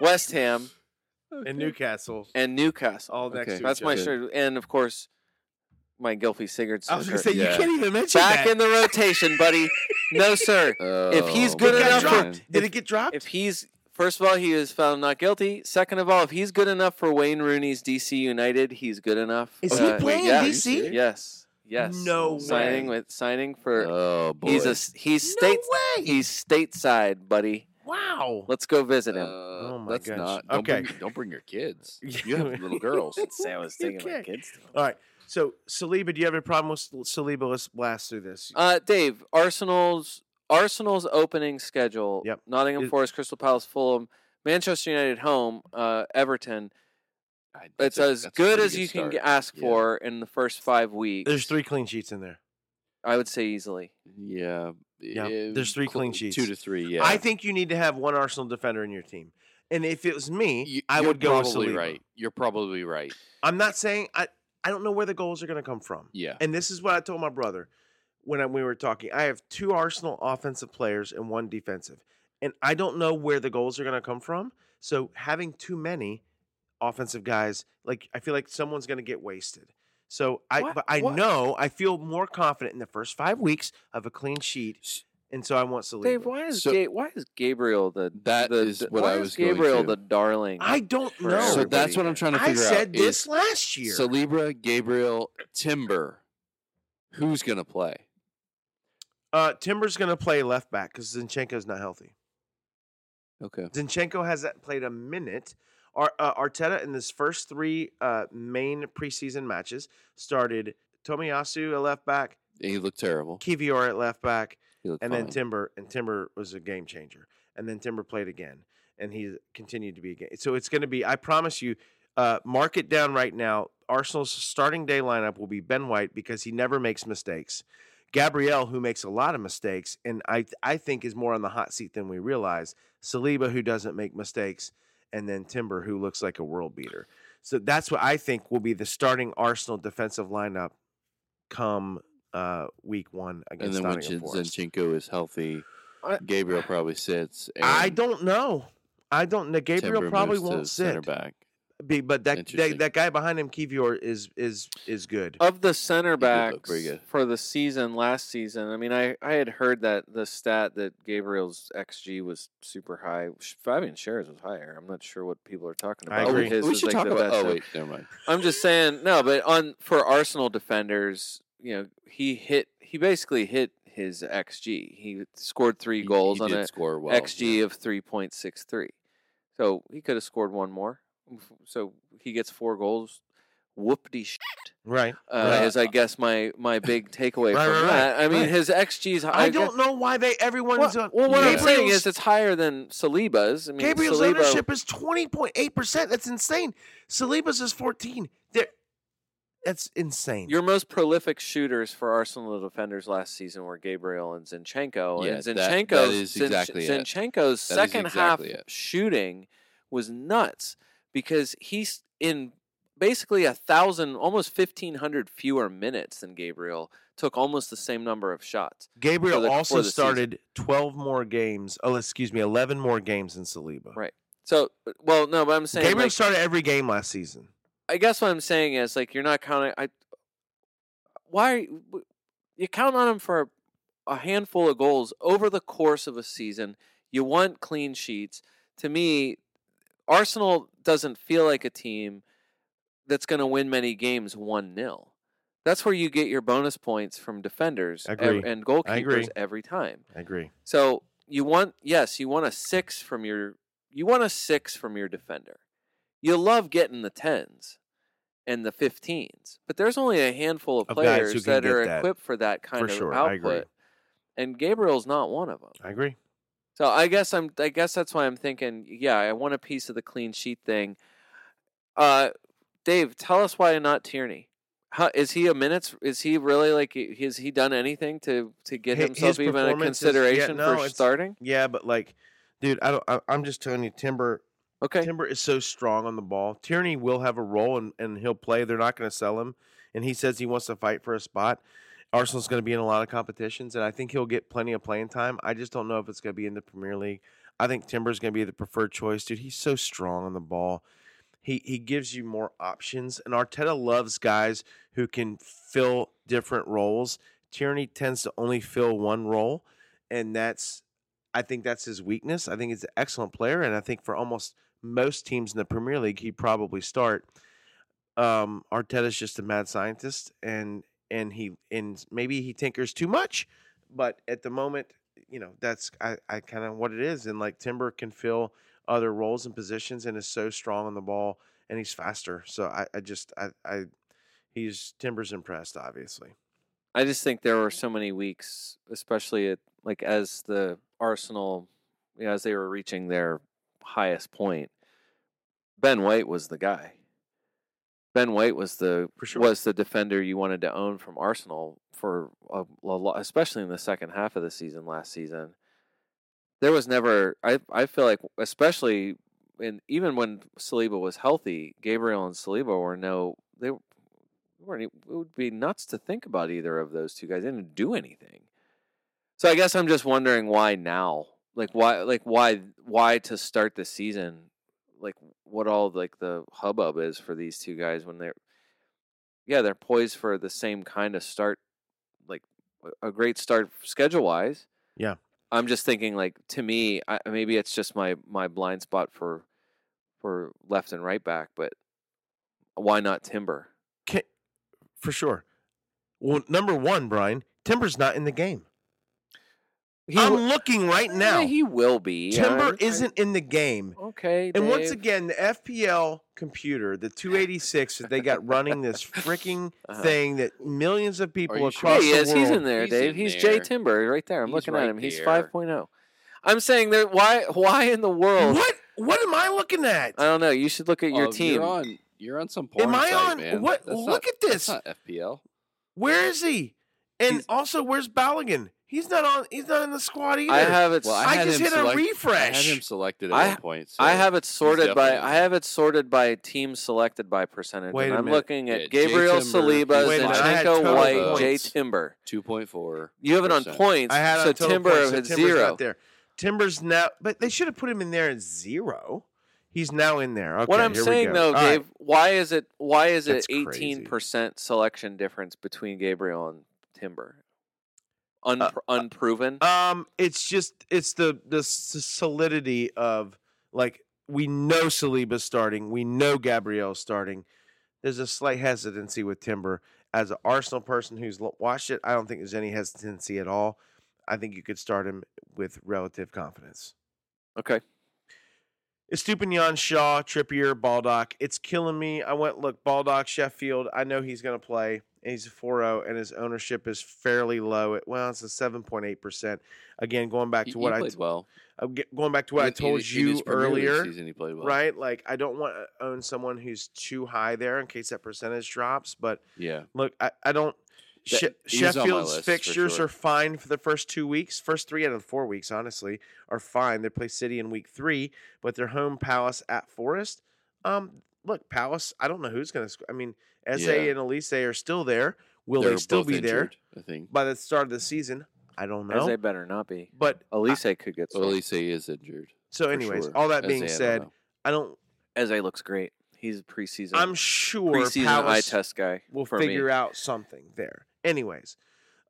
West Ham,
in Newcastle.
and Newcastle.
All next.
Okay.
To
That's
each
my
other.
shirt, and of course, my Gilfy Sigurdsson.
I was gonna say
shirt.
you
Yeah.
can't even mention
Back
that.
in the rotation, buddy. No, sir. If he's
Oh,
good
It got
enough
man.
for-
dropped. Did it get dropped?
If he's first of all, he is found not guilty. Second of all, if he's good enough for Wayne Rooney's DC United, he's good enough.
Is
uh,
he playing
yes,
in DC?
Yes. Yes.
No
Signing
way.
with signing for.
oh boy,
he's a s- he's state
way.
he's stateside, buddy.
Wow.
Let's go visit him.
oh
my
that's
gosh.
not. Don't
Okay.
bring, don't bring your kids.
Yeah.
You have little girls.
Didn't say I was
You
taking my
can't.
kids. to-
All right. So Saliba, do you have a problem with Sal- Saliba? Let's blast through this.
Uh, Dave, Arsenal's Arsenal's opening schedule.
Yep.
Nottingham
Is-
Forest, Crystal Palace, Fulham, Manchester United home, uh, Everton.
I-
It's
that's a-
as
that's a
good
pretty
as you can
start.
g- ask
Yeah.
for in the first five weeks.
There's three clean sheets in there.
I would say easily.
Yeah.
Yeah,
eh,
there's three
cl-
clean sheets.
Two to three. Yeah.
I think you need to have one Arsenal defender in your team. And if it was me,
You-
I
you're
would go with
probably
Saliba.
right. You're probably right.
I'm not saying I. I don't know where the goals are going to come from.
Yeah.
And this is what I told my brother when I, we were talking. I have two Arsenal offensive players and one defensive, and I don't know where the goals are going to come from. So having too many offensive guys, like I feel like someone's going to get wasted. So I,
What-
but I
what-
know I feel more confident in the first five weeks of a clean sheet, and so I want Saliba.
Dave, why is
So-
Ga- why is Gabriel the
That
the,
is
the-
what
why
I
is
was going
Gabriel
to.
the darling?
I don't
for
know.
So that's
everybody
what I'm
here.
trying to
I
figure out.
said
is
this last year.
Saliba, Gabriel, Timber. Who's going to play?
Uh, Timber's going to play left back because Zinchenko's not healthy.
Okay.
Zinchenko has not played a minute. Ar- uh, Arteta in his first three uh, main preseason matches started Tomiyasu at left back,
He looked terrible.
Kivior at left back,
He looked
and then
fine.
Timber. And Timber was a game changer. And then Timber played again, and he continued to be a game. So it's going to be. I promise you, uh, mark it down right now. Arsenal's starting day lineup will be Ben White because he never makes mistakes. Gabrielle, who makes a lot of mistakes, and I I think is more on the hot seat than we realize. Saliba, who doesn't make mistakes, and then Timber, who looks like a world beater. So that's what I think will be the starting Arsenal defensive lineup come uh, week one
And
against
then when
Nottingham
Zin-
Forest.
Zinchenko is healthy,
I-
Gabriel probably sits. And
I don't know. I don't. know. Gabriel
Timber
probably
moves to
won't
center
sit,
back.
be, but that, that
Interesting.
that guy behind him, Kivior, is is is good.
of the center
did look
backs
pretty good.
for the season last season, I mean, I, I had heard that the stat that Gabriel's XG was super high. Sh- Fabian Shares was higher. I'm not sure what people are talking
I
about.
agree.
His
we
is,
should
like,
talk
the
about.
best
Oh
of-
wait, never mind.
I'm just saying no, but on for Arsenal defenders, you know, he hit he basically hit his XG. He scored three
He-
goals
he
on
did
an
score well.
XG of 3.63. So he could have scored one more. So he gets four goals. Whoop de shit
Right.
uh,
Right.
is I guess my my big takeaway
Right,
from
right, right,
that. I mean,
right.
his XG's.
I,
high-
don't know why they everyone's
Well,
on.
well, what I'm
Gabriel's,
saying is, it's higher than Saliba's. I mean,
Gabriel's
Saliba,
ownership is twenty point eight percent. That's insane. Saliba's is fourteen. They're, that's insane.
Your most prolific shooters for Arsenal defenders last season were Gabriel and Zinchenko.
Yeah,
and
that- that
Zinchenko's,
is
Zin-
exactly it.
Zinchenko's
That is
second
exactly
half
it.
shooting was nuts because he's in basically a thousand, almost fifteen hundred fewer minutes than Gabriel. Took almost the same number of shots.
Gabriel
the- for
also
the season.
started twelve more games. Oh, excuse me, eleven more games than Saliba.
Right. So, uh, well, no, but I'm saying
Gabriel
like,
started every game last season.
I guess what I'm saying is like you're not counting. I why are you, w- you count on him for a handful of goals over the course of a season. You want clean sheets. To me, Arsenal doesn't feel like a team that's going to win many games one 0 That's where you get your bonus points from defenders ev-
Agree.
and
I agree.
goalkeepers every time.
I agree.
So you want yes, you want a six from your you want a six from your defender. You love getting the tens and the fifteens, but there's only a handful of
Of guys who
players
can
that
get
are
that.
equipped for that kind
For
of
sure, I agree.
output. And Gabriel's not one of them.
I agree.
So I guess I'm I guess that's why I'm thinking, yeah, I want a piece of the clean sheet thing. Uh Dave, tell us why not Tierney. How, is he a minutes? Is he really like? i- Has he done anything to to get
Hi-
himself
his
even a
performance is- yeah,
consideration
no,
for
it's-
starting?
Yeah, but like, dude, I don't. I, I'm just telling you, Timber.
Okay,
Timber is so strong on the ball. Tierney will have a role and, and he'll play. They're not going to sell him, and he says he wants to fight for a spot. Arsenal's going to be in a lot of competitions, and I think he'll get plenty of playing time. I just don't know if it's going to be in the Premier League. I think Timber's going to be the preferred choice, dude. He's so strong on the ball. He he gives you more options, and Arteta loves guys who can fill different roles. Tierney tends to only fill one role, and that's I think that's his weakness. I think he's an excellent player, and I think for almost most teams in the Premier League, he'd probably start. Um, Arteta's just a mad scientist, and and he and maybe he tinkers too much, but at the moment, you know that's I, I kind of what it is. And like Timber can fill other roles and positions, and is so strong on the ball, and he's faster. So I, I just I I he's Timber's impressed, obviously.
I just think there were so many weeks, especially at like as the Arsenal, you know, as they were reaching their highest point. Ben White was the guy. Ben White was the
For sure.
was the defender you wanted to own from Arsenal for a, a lot, especially in the second half of the season last season. There was never I I feel like especially and even when Saliba was healthy, Gabriel and Saliba were no they weren't. e- It would be nuts to think about either of those two guys. They didn't do anything. So I guess I'm just wondering why now, like why, like why, why to start the season, like what all like the hubbub is for these two guys when they're, yeah, they're poised for the same kind of start, like a a great start schedule wise.
Yeah.
I'm just thinking like to me, I, maybe it's just my my blind spot for for left and right back, but why not Timber?
for sure. Well, number one, Brian Timber's not in the game.
He
I'm
wa-
looking right
Yeah,
now.
Eh, he will be.
Timber
I'm- I-
isn't in the game.
Okay.
And once
Dave.
again, the FPL computer, the 286 that they got running this freaking
Uh-huh.
thing that millions of people
you sure?
across
he
the
is.
world.
He's in there,
He's
Dave.
in
he's Jay
there.
Timber right there. I'm
He's
looking at
right
him. He's
there.
5.0. I'm saying that why why in the world?
What? What am I looking at?
I don't know. You should look at your
Oh,
team.
You're on, you're on some Uh, porn
Am I
site,
on-
man.
what-
That's
look
not-
at
that's
this.
not FPL.
Where is he? And
He's-
also, where's Balligan? He's not on. He's not in the squad either.
I have it.
Well,
I,
I-
I
had
just
him
hit
select-
a
I had him
refresh.
selected at
I-
one point. So
have it sorted by.
definitely-
I have it sorted by team selected by percentage.
Wait
and
a
I'm
minute.
looking at
Yeah, Jay
Gabriel
Timber,
Saliba,
Wait a minute, I had total
Zinchenko, White, Jay
points.
Timber.
2.4.
You have it on
Percent.
points.
I had on
so
total
Timber
points, so
had
Timber's
zero.
Not there. Timber's now, but they should have put him in there at zero. He's now in there. Okay,
what I'm
here we
saying
go.
though,
All right.
Dave, why is it why is it
That's crazy.
18 percent selection difference between Gabriel and Timber? Un-
Uh,
unproven.
Um, it's just it's the the s- solidity of like we know Saliba's starting, we know Gabrielle's starting. There's a slight hesitancy with Timber as an Arsenal person who's l- watched it. I don't think there's any hesitancy at all. I think you could start him with relative confidence.
okay.
Estupinian, Shaw, Trippier, Baldock. It's killing me. I went look Baldock, Sheffield. I know he's going to play. And he's a 4-0, and his ownership is fairly low. At, well, it's a 7.8%. Again, going back
He,
to what
he
I
played well.
I'm ge- going back to what I
In- in-
told
in
you
his Premier League
earlier,
Season, he played well.
right? Like, I don't want to own someone who's too high there in case that percentage drops. But
Yeah.
look, I, I don't.
That-
She-
he was on my
Sheffield's
list, for
fixtures
sure.
are fine for the first two weeks. First three out of the four weeks, honestly, are fine. They play City in week three, but their home Palace at Forest. Um, look, Palace. I don't know who's going to. Sc- I mean, Sa
Yeah.
and Elise are still there. Will they
They're
still
both
be there
injured, I think.
by the start of the season? I don't
As they
know.
better not be.
But
Elise could get
Well, at
well,
least he is injured.
so,
for
anyways,
sure.
all that
As
being
they- I don't
said,
know.
I don't
Eze looks great. He's a preseason.
I'm sure
preseason eye
Palace
test guy.
will
for
figure
me.
out something there. Anyways,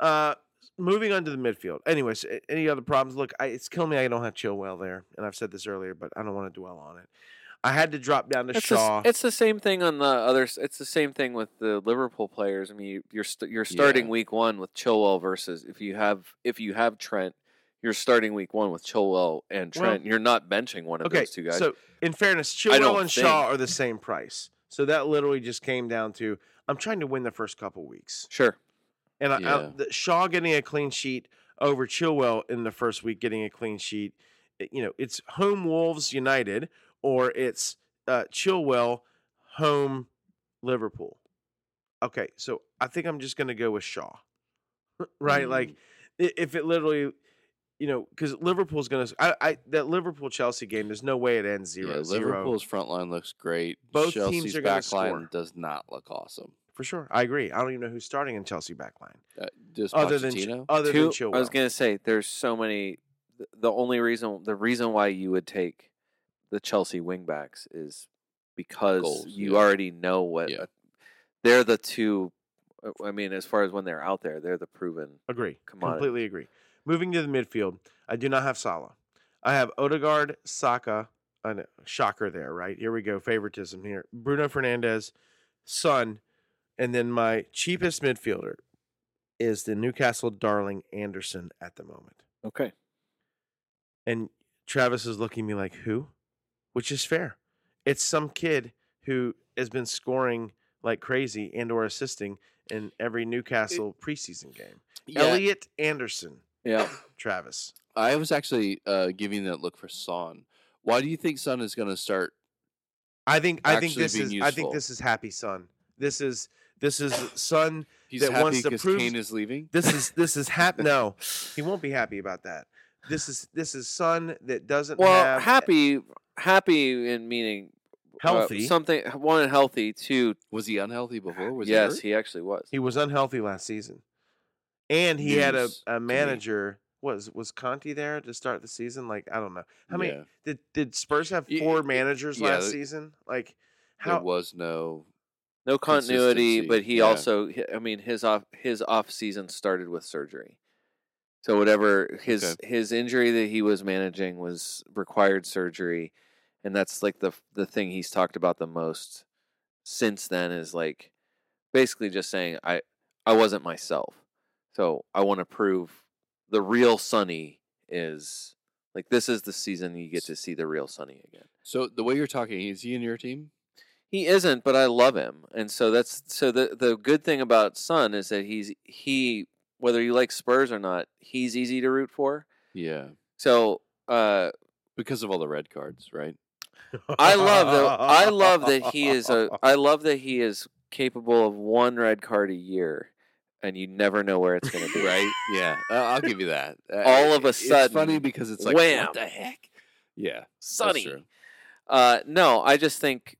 uh, moving on to the midfield. Anyways, a- any other problems? Look, I, it's killing me. I don't have Chilwell there, and I've said this earlier, but I don't want to dwell on it. I had to drop down to
It's the,
Shaw.
s- it's the same thing on the other. s- It's the same thing with the Liverpool players. I mean, you- you're st- you're starting
Yeah.
week one with Chilwell versus if you have if you have Trent, you're starting week one with Chilwell and
Well-
Trent. you're not benching one of
okay,
those two guys.
so in fairness,
I don't
Chilwell and Shaw
think-
are the same price. So that literally just came down to I'm trying to win the first couple weeks,
sure,
and I, I,
Yeah.
the, Shaw getting a clean sheet over Chilwell in the first week getting a clean sheet. it- you know, it's home Wolves United or it's uh, Chilwell home Liverpool. Okay, so I think I'm just going to go with Shaw, right?
Mm.
Like i- if it literally, you know, because Liverpool's going to, I, I that Liverpool Chelsea game, there's no way it ends zero
yeah,
zero.
Liverpool's front line looks great.
Both teams
Chelsea's
are gonna
back line
score.
does not look awesome.
for sure. I agree. I don't even know who's starting in Chelsea backline
Uh, just
other than Ch-
Pochettino.
other than
Two-
Chilwell.
I was gonna say there's so many. th- The only reason the reason why you would take the Chelsea wingbacks is because
Goals,
you
yeah.
already know what
Yeah.
they're the two. uh, I mean, as far as when they're out there, they're the proven.
Agree.
Commodity.
Completely agree. Moving to the midfield, I do not have Salah. I have Odegaard, Saka, I know, shocker there, right? Here we go. Favoritism here. Bruno Fernandez, Son, and then my cheapest midfielder is the Newcastle darling Anderson at the moment.
Okay.
And Travis is looking at me like, who? Which is fair. It's some kid who has been scoring like crazy and or assisting in every Newcastle preseason game.
Yeah,
Elliot Anderson,
yeah.
Travis.
I was actually uh, giving that look for Son. Why do you think Son is going to start?
I think I think
Actually
this is
being
I think
useful.
this is happy son. This is this is son.
He's
That
happy
wants to
because
prove-
Kane is leaving.
This is this is hap no. He won't be happy about that. This is this is son that doesn't
Well,
have
happy, happy in meaning uh,
healthy.
something one healthy. Two,
Was he unhealthy before? Was
yes,
He
he actually was.
He was unhealthy last season, and he had a,
News
a manager. Was was Conti there to start the season? Like I don't know how many
Yeah.
did did Spurs have
Y-
four
y-
managers
yeah,
last
th-
season? Like
hurt?
how
there was no.
No continuity,
Consistency,
but he
yeah.
also, hi- I mean, his off his off season started with surgery. So whatever his
Okay.
his injury that he was managing was required surgery, and that's like the f- the thing he's talked about the most since then is like basically just saying I I wasn't myself. So I want to prove the real Sonny is like this is the season you get to see the real Sonny again.
So the way you're talking, is he in your team?
He isn't, but I love him, and so that's so the the good thing about Son is that he's he whether you like Spurs or not, he's easy to root for.
Yeah,
So uh,
because of all the red cards, right?
I love that I love that he is a I love that he is capable of one red card a year, and you never know where it's going to be.
Right? Yeah, uh, I'll give you that. Uh,
All of a
it's funny
sudden,
because it's like,
wham.
what the heck? Yeah,
Sonny.
true.
Uh, no, I just think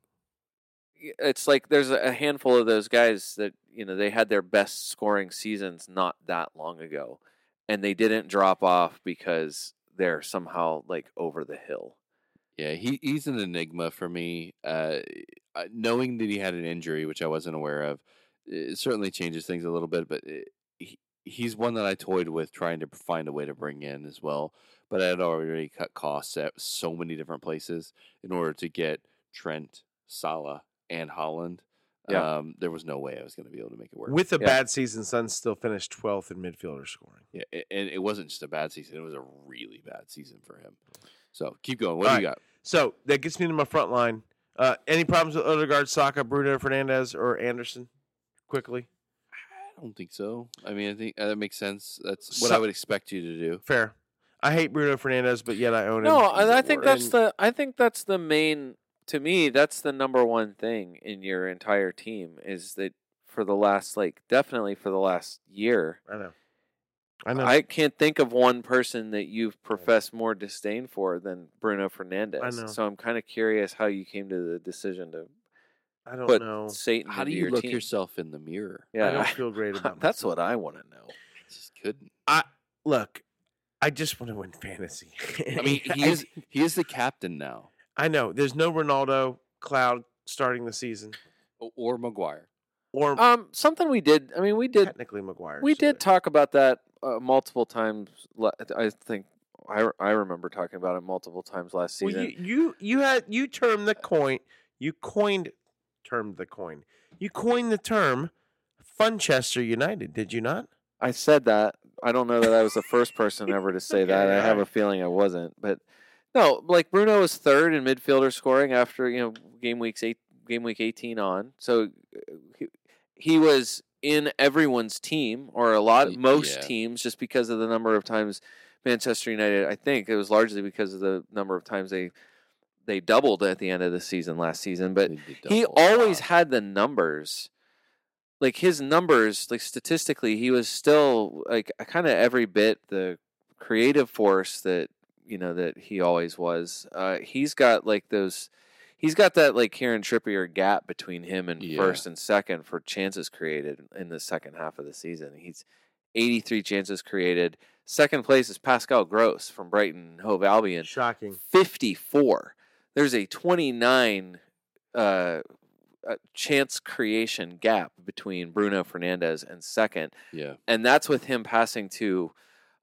y- it's like there's a a handful of those guys that you know they had their best scoring seasons not that long ago, and they didn't drop off because they're somehow like over the hill.
Yeah, he, he's an enigma for me. Uh, I- knowing that he had an injury, which I wasn't aware of, it certainly changes things a little bit. But it, he, he's one that I toyed with trying to find a way to bring in as well. But I had already cut costs at so many different places in order to get Trent, Salah, and Holland.
Yeah.
Um, there was no way I was going to be able to make it work.
with a
Yeah.
bad season. Suns still finished twelfth in midfielder scoring.
yeah, a- and it wasn't just a bad season; it was a really bad season for him. So keep going. What do you got?
So that gets me to my front line. Uh, any problems with Odegaard, Saka, Bruno Fernandez, or Anderson? Quickly,
I don't think so. I mean, I think uh, that makes sense. That's what I
So-
would expect you to do.
fair. I hate Bruno Fernandez, but yet I own him.
No, and I think that's
And-
the I think that's the main to me that's the number one thing in your entire team is that for the last like definitely for the last year
I know. I know.
I can't think of one person that you've professed more disdain for than Bruno Fernandez.
know.
So I'm kind of curious how you came to the decision to
I don't
put
know.
Satan.
How do
into
you
your
look
team.
yourself in the mirror?
Yeah,
I don't feel great about
that's
myself.
what I want to know.
I just couldn't.
Look, I just want to win fantasy.
I mean, he is he is the captain now,
I know. There's no Ronaldo cloud starting the season,
O- or Maguire.
or
Um, something we did. I mean, we did
technically Maguire.
We did talk about that uh, multiple times. la- I think I, I remember talking about it multiple times last
Well,
season.
you, you you had you termed the coin. You coined termed the coin. You coined the term Funchester United. Did you not?
I said that. I don't know that I was the first person ever to say that. I have a feeling I wasn't, but no, like Bruno was third in midfielder scoring after you know game weeks eight, game week eighteen on. So uh, he, he was in everyone's team or a lot
Y-
most
yeah.
teams just because of the number of times Manchester United. I think it was largely because of the number of times they they doubled at the end of the season last season, but
They did
he
double a
always
lot.
had the numbers like his numbers like statistically he was still like kind of every bit the creative force that you know that he always was uh he's got like those he's got that like Kieran Trippier gap between him and
Yeah.
first and second for chances created in the second half of the season he's 83 chances created second place is Pascal Gross from Brighton Hove Albion
Shocking.
54. There's a 29 uh, uh, chance creation gap between Bruno Fernandez and second.
Yeah, Uh,
And that's with him passing to,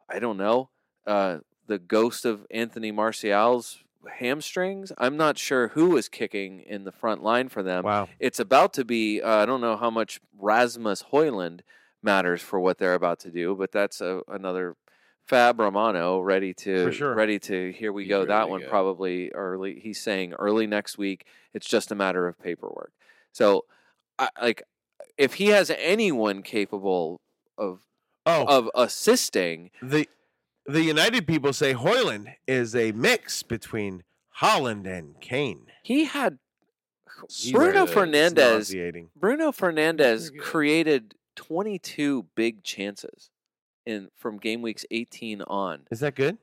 I don't know, uh, the ghost of Anthony Martial's hamstrings. I'm not sure who was kicking in the front line for them.
Wow.
It's about to be, uh, I don't know how much Rasmus Hoyland matters for what they're about to do, but that's a, another Fab Romano ready to
For sure.
ready to here we
He's
go.
ready
That
to
one
go.
probably early. He's saying early next week. It's just a matter of paperwork. So, I, like, if he has anyone capable of
Oh,
of assisting,
the the United people say Hoyland is a mix between Holland and Kane.
he had
He's
Bruno
good. It's
Fernandez.
nauseating.
Bruno Fernandez
good.
created 22 big chances in from game weeks 18 on.
Is that good?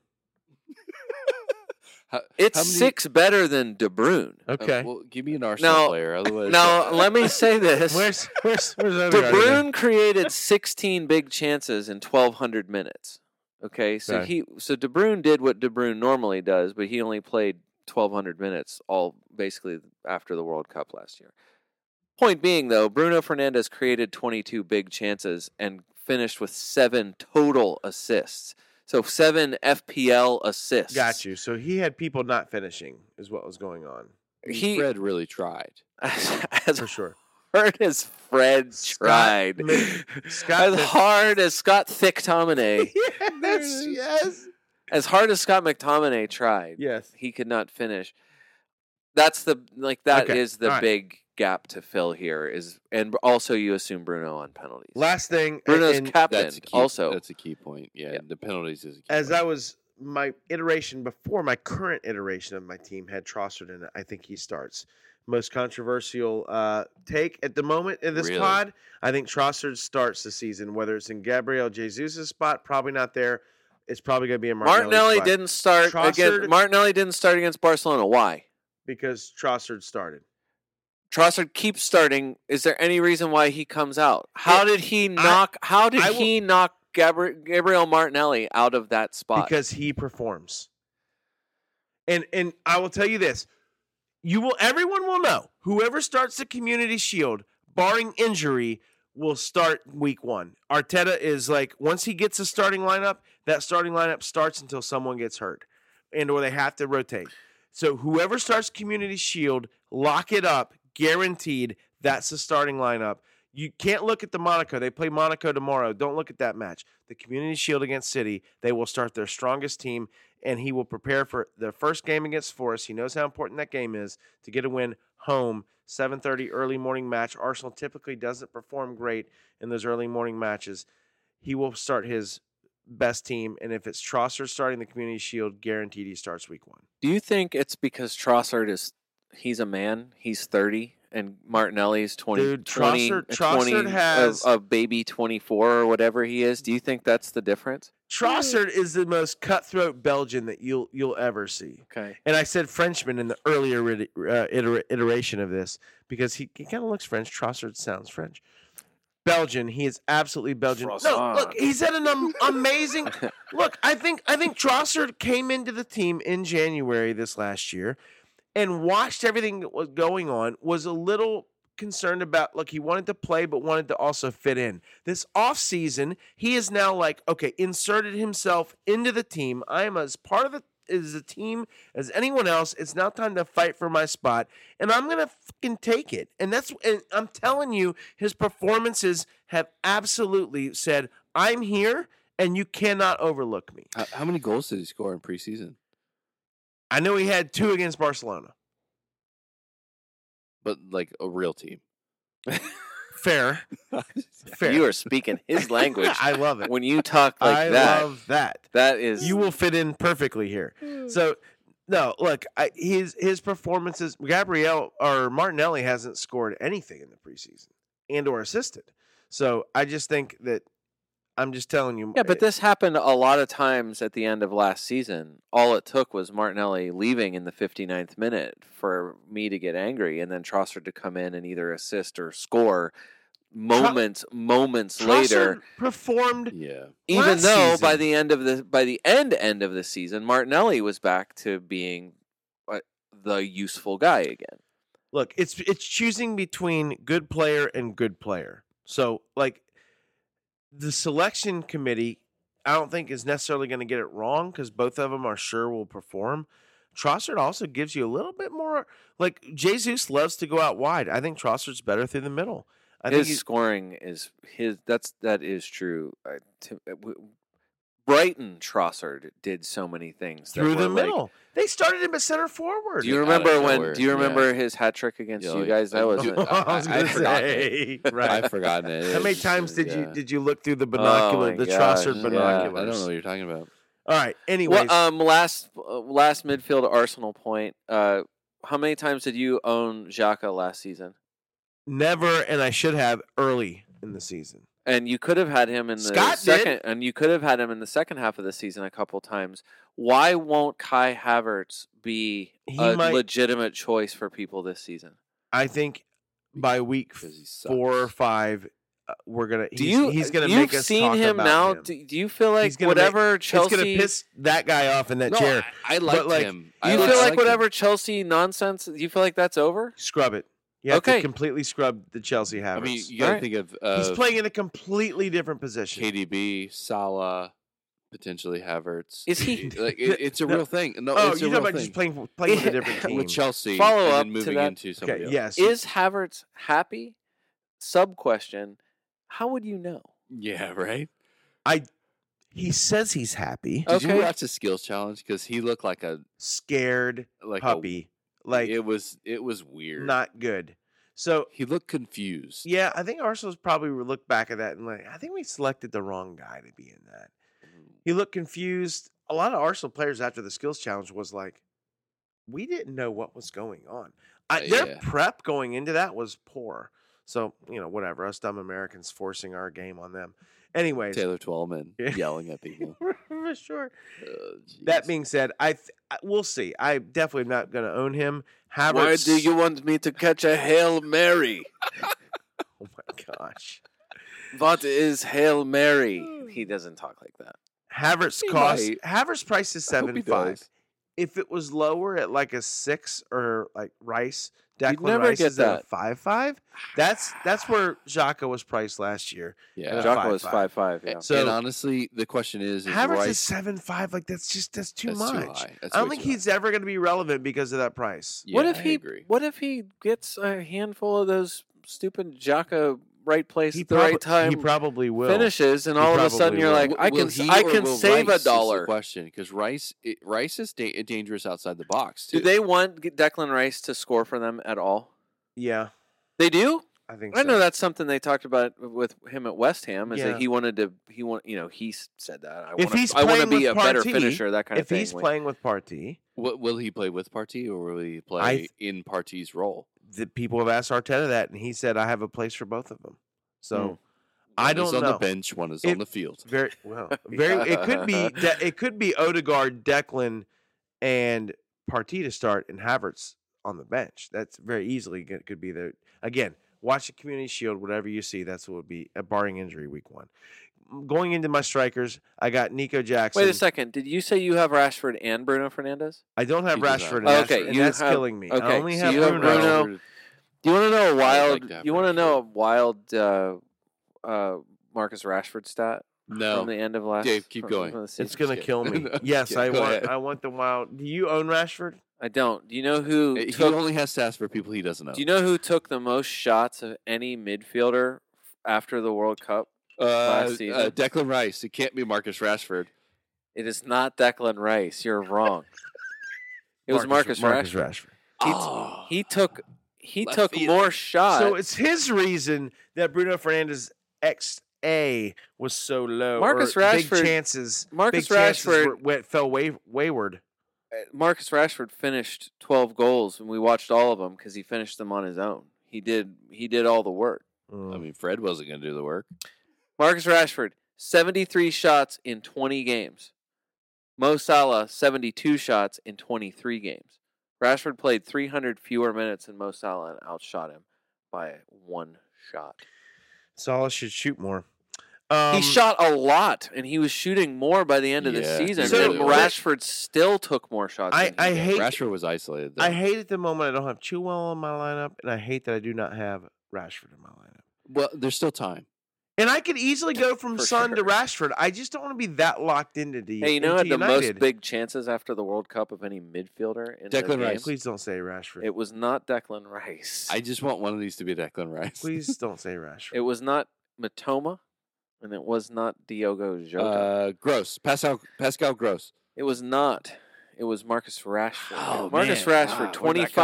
How-
It's
how many-
six better than De Bruyne.
uh,
Okay.
well, give me an Arsenal
Now-
player. Otherwise,
Now, let me say this.
where's where's where's
De
Odegaard again?
Bruyne created 16 big chances in 1,200 minutes. Okay, so
Okay.
he so De Bruyne did what De Bruyne normally does, but he only played 1,200 minutes all basically after the World Cup last year. Point being, though, Bruno Fernandez created 22 big chances and finished with seven total assists. So seven FPL assists.
Got you. So he had people not finishing is what was going on
He,
Fred really tried.
as, as
for sure.
hard as Fred
Scott
tried,
Mc- Scott
as
Mc-
hard as Scott Thicktominay,
yes, yes,
as hard as Scott McTominay tried,
yes.
he could not finish. That's the like that is
Okay,
the
all right.
big gap to fill here is, and also you assume Bruno on penalties.
Last thing, a-
Bruno's
and
captain
That's a key,
also.
that's a key point. Yeah,
Yeah.
the penalties is a key
as
point.
I was my iteration before my current iteration of my team had Trossard in it. I think he starts. Most controversial uh, take at the moment in this
Really?
pod. I think Trossard starts the season, whether it's in Gabriel Jesus' spot, probably not there. It's probably going to be in Martinelli's
Martinelli
spot
didn't start
Trossard-
against Martinelli didn't start against Barcelona. Why?
because Trossard started.
Trossard keeps starting. Is there any reason why he comes out? How did he knock? how did
I will-
he knock Gabri- Gabriel Martinelli out of that spot?
because he performs. And and I will tell you this, you will everyone will know whoever starts the community shield, barring injury, will start week one. Arteta is like once he gets a starting lineup, that starting lineup starts until someone gets hurt, and or they have to rotate. So whoever starts community shield, lock it up, guaranteed. That's the starting lineup. You can't look at the Monaco. They play Monaco tomorrow. Don't look at that match. The Community Shield against City, they will start their strongest team, and he will prepare for their first game against Forest. He knows how important that game is to get a win home. 7:30 early morning match. Arsenal typically doesn't perform great in those early morning matches. He will start his best team, and if it's Trossard starting the Community Shield, guaranteed he starts Week One.
Do you think it's because Trossard is he's a man, he's 30 and Martinelli's 20
Dude,
20
Trossard-
uh,
Trossard
20
has-
a, a baby 24 or whatever he is. Do you think that's the difference?
Trossard is the most cutthroat Belgian that you'll you'll ever see.
Okay.
And I said Frenchman in the earlier rit- uh, itera- iteration of this because he, he kind of looks French. Trossard sounds French. Belgian. He is absolutely Belgian. No, look, he's had an am- amazing. look, I think I think Trossard came into the team in January this last year and watched everything that was going on. Was a little concerned about look he wanted to play but wanted to also fit in this offseason he is now like okay inserted himself into the team i am as part of the is a team as anyone else. It's now time to fight for my spot, and I'm gonna fucking take it. And that's and I'm telling you, his performances have absolutely said, "I'm here, and you cannot overlook me."
How, how many goals did he score in preseason?
I know he had two against Barcelona.
But like a real team.
Fair, fair.
You are speaking his language
I love it.
when you talk like
I
that.
love that.
that is
You will fit in perfectly here. So no, look, I, his his performances. Gabrielle or Martinelli hasn't scored anything in the preseason and or assisted. So I just think that I'm just telling you. eh,
Yeah, but
it-
this happened a lot of times at the end of last season. All it took was Martinelli leaving in the 59th minute for me to get angry and then Trossard to come in and either assist or score moments moments later
Trossard performed.
Yeah.
even
last
though by
season-
the end of the by the end end of the season Martinelli was back to being uh, the useful guy again
Look, it's it's choosing between good player and good player. So like the selection committee, I don't think is necessarily going to get it wrong because both of them are sure will perform. Trossard also gives you a little bit more. Like Jesus loves to go out wide. I think Trossard's better through the middle. I think
his
he's
scoring is his that's that is true I- to- uh, w- Brighton Trossard did so many things that
through
were
the
like-
middle. They started him at center forward.
do you
out of
remember when?
nowhere,
Do you
yeah.
remember his hat trick against
Yeah,
you
like,
guys? That
I
was
do-
a-
I-
was
I
gonna
forgot that.
say,
I've
right.
forgotten it.
How many
It's-
times did you
yeah.
did you look through the binocular,
my
the
gosh,
Trosser
yeah.
I
binoculars?
don't know what you're talking about.
All right. Anyways,
Well, um, last uh, last midfield Arsenal point. Uh, how many times did you own Xhaka last season?
never, and I should have early in the season.
And you could have had him in the
Scott did.
second, and you could have had him in the second half of the season a couple times. Why won't Kai Havertz be
He
a
might-
legitimate choice for people this season?
I think by week
Because he sucks.
four or five, uh, we're gonna.
Do
he's,
you?
He's gonna
You've
make us
seen
talk
him
about
now.
him.
Do, do you feel like
gonna make-
whatever Chelsea?
It's gonna piss that guy off in that
No,
chair.
I, I liked
like,
him.
do
I
you
liked-
feel
I
like
liked him.
whatever Chelsea nonsense? Do you feel like that's over?
Scrub it. You have to
Okay.
completely scrub the Chelsea
I
Havertz.
mean, you got to
Alright.
think of
he's
uh,
playing in a completely different position.
KDB, Salah, potentially Havertz.
Is he-
Like it, it's a
No.
real thing. No,
oh,
it's a
you're talking
real
about
thing.
just playing playing with a different team.
with Chelsea.
Follow
and then
up to
moving
that-
into
okay,
somebody
yes.
else.
Is Havertz happy? Sub question. How would you know?
Yeah, right.
I. He says he's happy,
Oh.
Did you
Okay.
watch the skills challenge? Because he looked like a
scared
like
puppy,
A,
like
it was it was weird.
not good. So
he looked confused.
yeah, I think Arsenal's probably re- looked back at that and like, I think we selected the wrong guy to be in that.
Mm,
He looked confused. A lot of Arsenal players after the skills challenge was like, we didn't know what was going on. I,
Uh,
their
yeah.
prep going into that was poor. So you know, whatever. Us dumb Americans forcing our game on them. Anyways,
Taylor Twellman
Yeah.
yelling at people.
for sure.
Oh,
That
jeez.
being said, I, th- I we'll see. I definitely am not going to own him. Havertz.
want me to catch a hail mary?
Oh my gosh.
What is hail mary? He doesn't talk like that.
Havertz
He
cost
might.
Havertz price is
I hope
seven
he
five.
does.
If it was lower at like a six or like Rice,
You'd
Declan
never
Rice
get
is at a
that.
five five. That's that's where Xhaka was priced last year.
Yeah.
Jock-
Jocko is
Uh, five,
five five. yeah.
And-
so-
and honestly, the question is, is
Havertz is
Rice-
seven five. Like that's just that's too
that's
much.
high. That's
I don't
way
think
too high.
he's ever going to be relevant because of that price.
Yeah,
what if
I
he?
Agree.
What if he gets a handful of those stupid Jocko right place
He,
at the
prob-
right time
he probably will.
finishes, and
He
all of a
probably
sudden you're
will.
like,
W-
I
will
can
he
I
or
can
will
save
Rice
a
is the
dollar.
question because Rice it, Rice is da- dangerous outside the box. Too.
Do they want Declan Rice to score for them at all?
Yeah,
They do.
I think.
I know
so.
that's something they talked about with him at West Ham is
Yeah.
that he wanted to he want you know he s- said that I
If
want
he's
to I want to
playing with
be a better
Partey,
finisher that kind
If
of thing.
he's
Like,
playing with Partey,
What will he play with Partey or will he play
I th-
in Partey's role?
the people have asked Arteta that, and he said, "I have a place for both of them." So
Mm.
I
One is
don't
on
know.
the bench, one is
It-
on the field.
Very well. Very. It could be. De- it could be Odegaard, Declan, and Partey to start, and Havertz on the bench. That's very easily g- could be there. Again, watch the Community Shield. Whatever you see, that's what would be uh, barring injury week one. M- Going into my strikers, I got Nico Jackson.
Wait a second. Did you say you have Rashford and Bruno Fernandez?
I don't have
You do not.
Rashford. And
Oh,
okay,
okay,
and
you
that's
have-
killing me. I
okay,
only
so
have
you have
Bruno.
Bruno. Do you want to know a
I'd
wild?
like to have
you want to
Rashford.
know a wild uh, uh, Marcus Rashford stat from
No,
the end of last?
Dave, keep
from-
going.
from the season?
It's gonna
kidding.
kill me.
No, I'm just
yes,
kidding.
I
Go
want.
ahead.
I want the wild. Do you own Rashford?
I don't. Do you know who?
Eh, he
took-
only has to ask for people he doesn't know.
do you know who took the most shots of any midfielder after the World Cup?
uh,
last
uh,
season?
Declan Rice. It can't be Marcus Rashford.
It is not Declan Rice. You're wrong. It was Marcus, Rashford. He, t-
Oh.
he took he
Left
took
field.
more shots.
So uh, it's his reason that Bruno Fernandez XA was so low. or
Marcus
big
Rashford-
chances.
Marcus
big chances
Rashford- uh,
were- went, fell way, wayward.
Marcus Rashford finished 12 goals, and we watched all of them because he finished them on his own. He did he did all the work.
Um,
I mean, Fred wasn't going to do the work.
Marcus Rashford, 73 shots in 20 games. Mo Salah, 72 shots in 23 games. Rashford played 300 fewer minutes than Mo Salah and outshot him by one shot.
Salah should shoot more. Um,
he shot a lot, and he was shooting more by the end of
Yeah,
the
he
season.
really
and
was.
Rashford still took more shots.
I,
than he
I
did.
hate.
Rashford was isolated. Though.
I hate at the moment I don't have Chilwell in my lineup, and I hate that I do not have Rashford in my lineup.
well, there's still time.
And I could easily go from
For
Son to
sure.
Rashford. I just don't want to be that locked into the.
Hey, you know, had
into
the
United.
most big chances after the World Cup of any midfielder in the
Declan Rice.
game?
Please don't say Rashford.
It was not Declan Rice.
I just want one of these to be Declan Rice.
Please don't say Rashford.
It was not Matoma. and it was not Diogo Jota.
Uh, Gross. Pascal, Pascal Gross.
it was not. It was Marcus Rashford.
Oh,
And Marcus
man.
Rashford,
Ah, where'd that come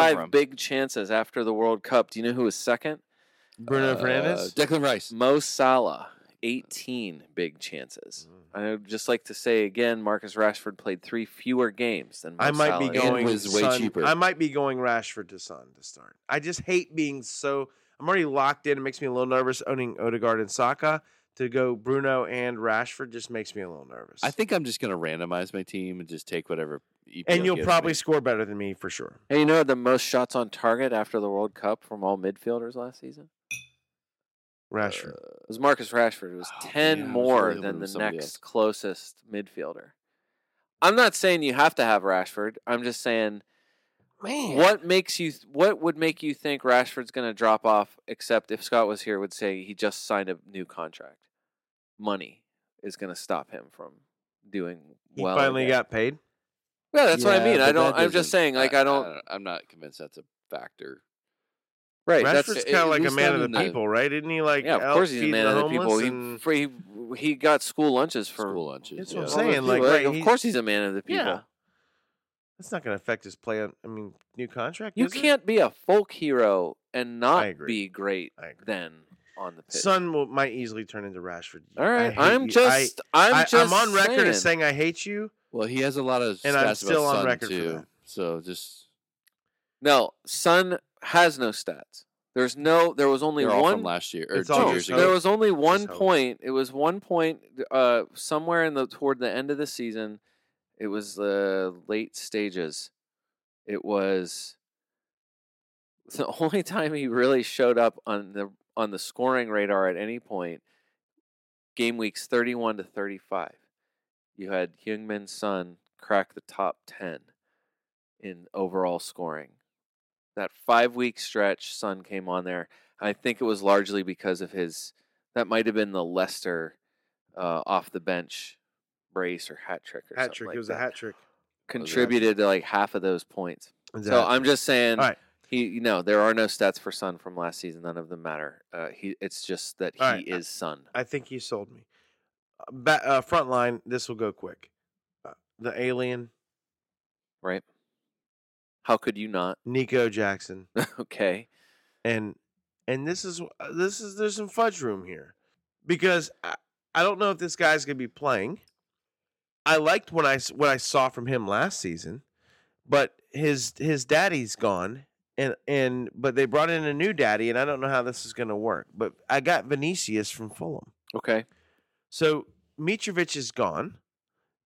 25
from?
big chances after the World Cup. Do you know who was second?
Bruno
Uh,
Fernandez.
Declan Rice.
Mo Salah, 18 big chances.
Mm.
I would just like to say again, Marcus Rashford played three fewer games than Mo
I might be
Salah.
And
going.
was way
Son-
cheaper.
I might be going Rashford to Son to start. I just hate being so. I'm already locked in. It makes me a little nervous owning Odegaard and Saka. To go Bruno and Rashford just makes me a little nervous.
I think I'm just going to randomize my team and just take whatever. EPL
and you'll
gives
probably
me.
score better than me for sure.
Hey, you know the most shots on target after the World Cup from all midfielders last season?
Rashford.
It was Marcus Rashford. It was
Oh,
10
man, I was really
more
hoping it
than the
was somebody
next
else.
closest midfielder. I'm not saying you have to have Rashford. I'm just saying
Man,
what makes you what would make you think Rashford's going to drop off except if Scott was here would say he just signed a new contract. Money is going to stop him from doing
he
well.
finally
again.
got paid.
Yeah, that's what I
Yeah,
mean. I
but that
don't I'm just
doesn't-
saying like I don't
I'm not convinced that's a factor.
right, that's
Rashford's
at
kind of like a
least
man
not
of
in
the
the-
people, right? Isn't he like
yeah, of
out
course he's a
feeding
man
the
of the people.
homeless
He,
and-
fr- he he got school lunches for
School lunches.
That's
yeah.
what I'm
all those
saying, like,
people.
right,
of
he-
course he's a man of the people.
Yeah. that's not going to affect his play. On, I mean, new contract.
You
is it?
can't be a folk hero and not
agree.
be great
I agree.
then on the pitch.
Son will, might easily turn into Rashford.
All right,
hate
I'm
you.
just I, am
I,
just
I'm on record
saying.
as saying I hate you.
Well, he has a lot of
And
stats
I'm still
about
on
Son,
record for
too.
that.
So just
no. Son has no stats. There's no. There was only
they're all from
one.
last year or
It's
two
all
No,
years
just
there
ago.
hope.
was only one
hope.
point. It was one point uh, somewhere in the toward the end of the season. It was the late stages. It was the only time he really showed up on the on the scoring radar at any point. Game weeks thirty one to thirty five. You had Heung-Min Son crack the top ten in overall scoring. That five week stretch, Son came on there. I think it was largely because of his. That might have been the Leicester uh, off the bench brace or hat trick or
Hat
something
trick.
like
it was
that.
a hat trick.
Contributed to like half of those points. So I'm just saying.
All right.
He, you know, there are no stats for Sun from last season. None of them matter. Uh, he, it's just that he
All right, I-
is Sun.
I think you sold me. Uh, Ba uh, front line. This will go quick. Uh, the alien
How could you not?
Nico Jackson
Okay,
and and this is uh, this is there's some fudge room here because I, I don't know if this guy's gonna be playing. I liked what I s- what I saw from him last season, but his his daddy's gone, and and but they brought in a new daddy, and I don't know how this is gonna work. But I got Vinicius from Fulham.
okay.
So Mitrovic is gone.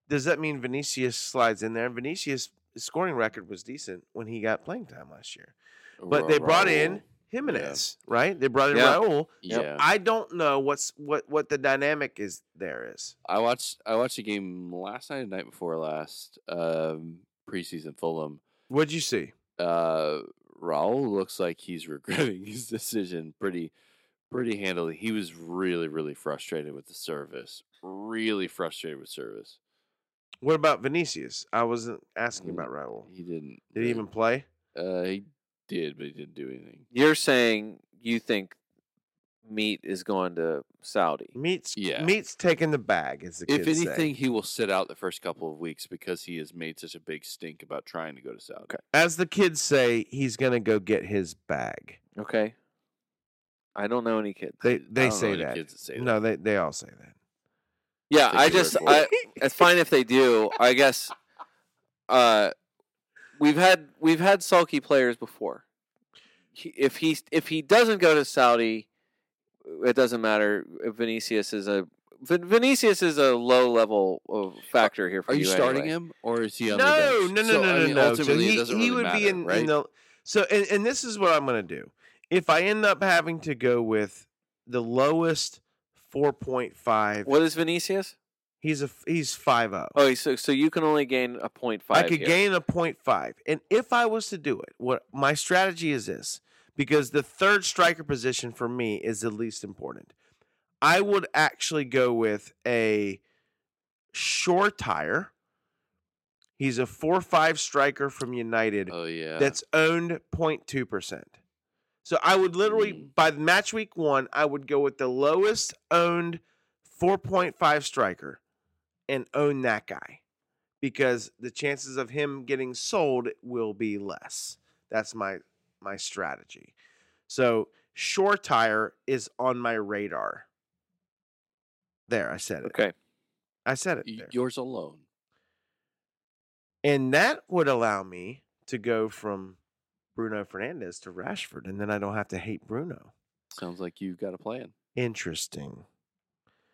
Does that mean Vinicius slides in there? And Vinicius' scoring record was decent when he got playing time last year. But
Ra-
they brought in
Raul.
Jimenez, right? They brought in
Yeah.
Raul.
Yep.
Yeah,
I don't know what's what what the dynamic is there is.
I watched I watched a game last night and night before last um, preseason Fulham.
What'd you see?
Uh, Raul looks like he's regretting his decision pretty pretty handily. He was really really frustrated with the service. Really frustrated with service.
What about Vinicius? I wasn't asking
Mm.
about Raul.
He didn't.
Did he
really-
even play?
Uh, he did, but he didn't do anything.
You're saying you think meat is going to Saudi?
Mm.
Meat's
Yeah.
Meat's taking the bag. As the
If
kids say.
anything, he will sit out the first couple of weeks because he has made such a big stink about trying to go to Saudi.
as the kids say, he's gonna go get his bag.
Okay. I don't know any kids.
They
I
they
don't know
say
any
that.
kids that say that.
no, they they all say that.
Yeah,
Take your
I
word
just
for
I, uh,
it.
it's fine if they do. I guess uh we've had we've had sulky players before. He, if he if he doesn't go to Saudi, uh, it doesn't matter. If Vinicius is a Vin- Vinicius is a low level of factor here for
Are you starting
anyway.
him or is he on the
no,
bench?
no, no,
So,
no,
I
no,
mean,
no. So
Ultimately, it
he,
doesn't
he
really
would
matter,
be in,
right?
in the so and, and this is what I'm gonna do. If I end up having to go with the lowest four point five,
What is Vinicius?
he's a he's five zero.
Oh, so so you can only gain a point five.
I could
here.
gain a point five, and if I was to do it, what my strategy is this because the third striker position for me is the least important. I would actually go with a shore tire. He's a four five striker from United
Oh yeah.
that's owned 0.2 percent. So I would literally by match week one, I would go with the lowest owned 4.5 striker and own that guy because the chances of him getting sold will be less. That's my my strategy. So Shore Tire is on my radar. There, I said it.
Okay.
I said it.
Y-
There.
Yours alone.
And that would allow me to go from Bruno Fernandez to Rashford, and then I don't have to hate Bruno.
Sounds like you've got a plan.
Interesting.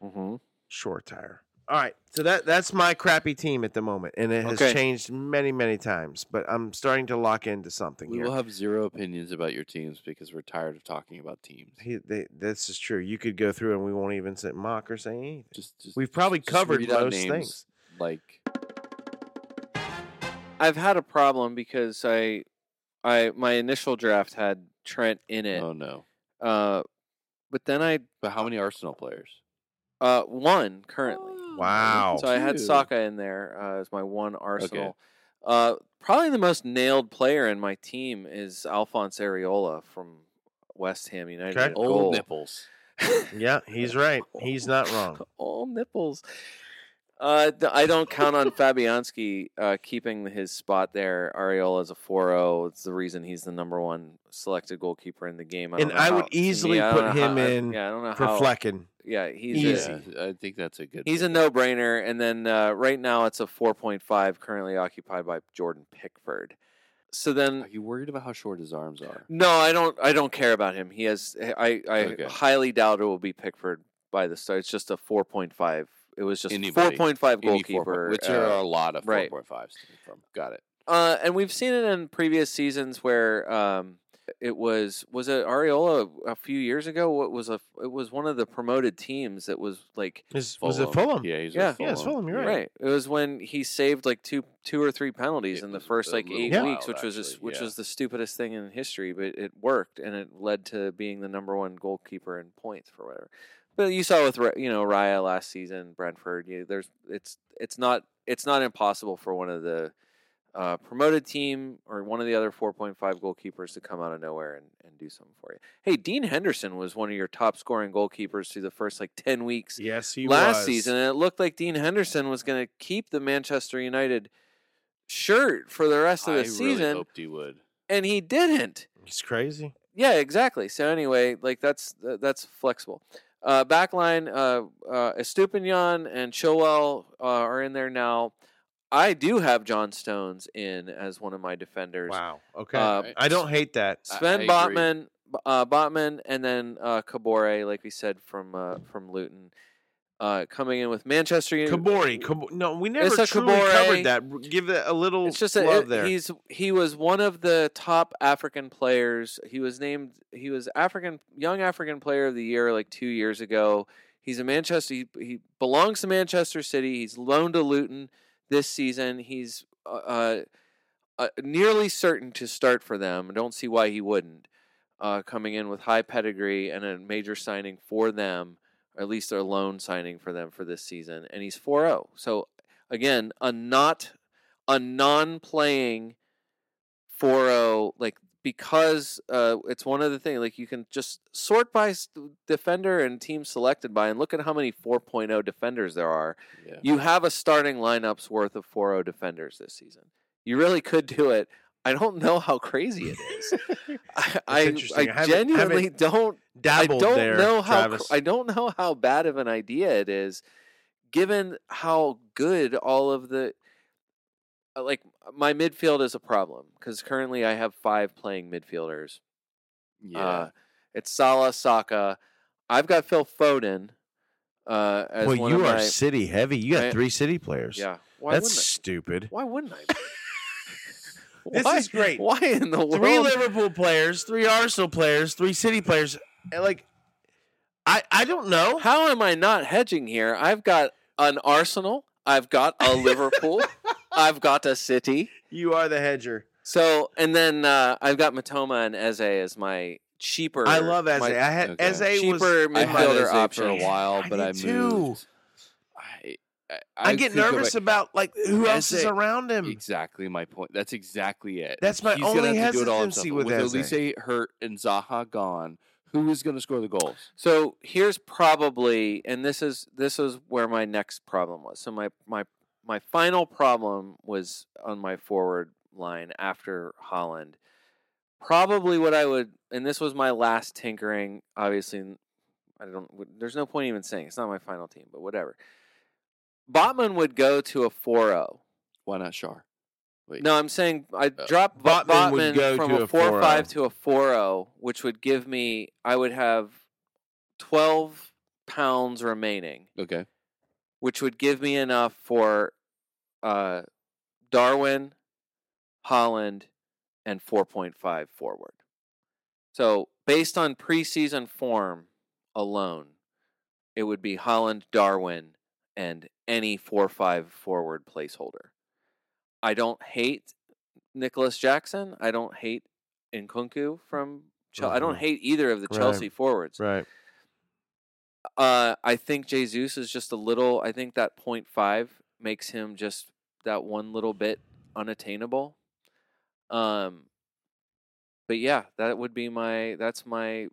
Mm-hmm.
Short tire. All right. So that that's my crappy team at the moment. And it has
Okay.
changed many, many times. But I'm starting to lock into something
We
here.
will have zero opinions about your teams because we're tired of talking about teams.
He, they, this is true. You could go through and we won't even sit mock or say anything.
Just, just
We've probably
just
covered
read out
most
names
things.
Like
I've had a problem because I, I my initial draft had Trent in it,
oh no,
uh, but then I
but how many Arsenal players?
uh, one currently.
Wow.
So I had
Dude.
Saka in there uh, as my one Arsenal. Uh, probably the most nailed player in my team is Alphonse Areola from West Ham United.
Okay.
at
Old
goal.
nipples.
Yeah, he's right. He's not wrong.
All nipples. Uh, th- I don't count on Fabianski uh, keeping his spot there. Areola's a 4-0. It's the reason he's the number one selected goalkeeper in the game. I don't
And
know
I would
how- to me,
easily
I don't
put
know
him
how- I-
in
yeah, I don't know
For
how.
Fleckin.
Yeah, he's a-
Easy.
Yeah, I think that's a good.
He's a
one.
no-brainer, and then uh, right now it's a 4.5, currently occupied by Jordan Pickford. So
Are
then,
you worried about how short his arms are?
no, I don't. I don't care about him. He has. eh, I. I
Okay.
highly doubt it will be Pickford by the start. It's just a 4.5. It was just
Anybody.
4.5
Any four point-
goalkeeper,
which
uh,
there are a lot of
right.
4.5s to pick from. Got it.
Uh, and we've seen it in previous seasons where um, it was was it Areola a few years ago? What was a? It was one of the promoted teams that was like
Is, was it Fulham?
Yeah, he's
Yeah.
With Fulham.
Yeah, it's Fulham. You're
Right.
right.
It was when he saved like two two or three penalties
It
in the
was
first
a
like
little
eight
Yeah.
weeks,
while,
which was just-
actually,
which
yeah.
was the stupidest thing in history, but it worked and it led to being the number one goalkeeper in points for whatever. But you saw with Ra- you know Raya last season, Brentford. You, there's it's it's not it's not impossible for one of the uh, promoted team or one of the other 4.5 goalkeepers to come out of nowhere and, and do something for you. Hey, Dean Henderson was one of your top scoring goalkeepers through the first like 10 weeks
Yes, he
last
was.
season, and it looked like Dean Henderson was going to keep the Manchester United shirt for the rest of
I
the
really
season,
hoped he would.
and he didn't.
It's crazy.
Yeah, exactly. So anyway, like that's th- that's flexible. Uh, backline, uh, uh, Estupinian and Chilwell uh, are in there now. I do have John Stones in as one of my defenders.
Wow. Okay.
Uh,
I don't hate that.
I-
Sven
I agree.
Botman, B- uh, Botman, and then uh, Kabore, like we said from uh, from Luton, uh, coming in with Manchester United.
Kabori. Kab- no, we never
It's a
truly
Kabore.
covered that. R- Give it a little
It's just
love
that it-
there.
he's he was one of the top African players. He was named he was African young African player of the year like two years ago. He's a Manchester. He, he belongs to Manchester City. He's loaned to Luton this season. He's uh, uh, uh, nearly certain to start for them. I don't see why he wouldn't. Uh, coming in with high pedigree and a major signing for them, or at least a loan signing for them for this season, and he's 4-0. So again, a not a non-playing 4-0 like because uh, it's one of the things like you can just sort by s- defender and team selected by and look at how many 4.0 defenders there are
Yeah.
you have a starting lineup's worth of 4-0 defenders this season you really could do it i don't know how crazy it is i I,
interesting.
I
I haven't-
genuinely
haven't
don't I
Dabbled
don't
there,
know how cr-
Travis.
I don't know how bad of an idea it is, given how good all of the uh, like my midfield is a problem because currently I have five playing midfielders.
Yeah.
Uh, it's Salah, Saka. I've got Phil Foden. Uh, as
well,
one
you
of
are
my-
city heavy. You got
I-
three city players.
yeah. Why
That's
wouldn't
stupid.
I? Why wouldn't I?
This
Why-
is great.
Why in the world?
Three Liverpool players, three Arsenal players, three City players. And, Like, I I don't know.
How am I not hedging here? I've got an Arsenal. I've got a Liverpool. I've got a City.
You are the hedger.
So, and then uh, I've got Matoma and Eze as my cheaper.
I love Eze.
my
I had
okay.
Eze
cheaper
was.
I had
midfielder uh,
Eze for
option.
a while,
I
but I,
did too.
moved. I, I,
I get
think of
nervous
it-
about like who else is
Eze-
around him.
Exactly my point. That's exactly it.
That's my
He's gonna
only
have to do it all
hesitancy
himself.
with
With
Eze.
Elise hurt and Zaha gone,
Who is going to score the goals?
So here's probably, and this is this is where my next problem was. So my my my final problem was on my forward line after Holland. Probably what I would, and this was my last tinkering. Obviously, n- I don't. w- There's no point even saying it's not my final team, but whatever. Botman would go to a 4-0.
Why not Shar? Wait.
No, I'm saying I
Uh,
dropped Bo-
Botman would
Botman,
go
from
to
a
a
4 5
4-0.
to a 4 0, which would give me, I would have 12 pounds remaining,
Okay.
which would give me enough for uh, Darwin, Holland, and 4.5 forward. So based on preseason form alone, it would be Holland, Darwin, and any 4 5 forward placeholder. I don't hate Nicholas Jackson. I don't hate Nkunku from. Chel- I don't
Mhm.
hate either of the
Right.
Chelsea forwards.
Right.
Uh, I think Jesus is just a little. I think that point five makes him just that one little bit unattainable. Um, but yeah, that would be my. That's my.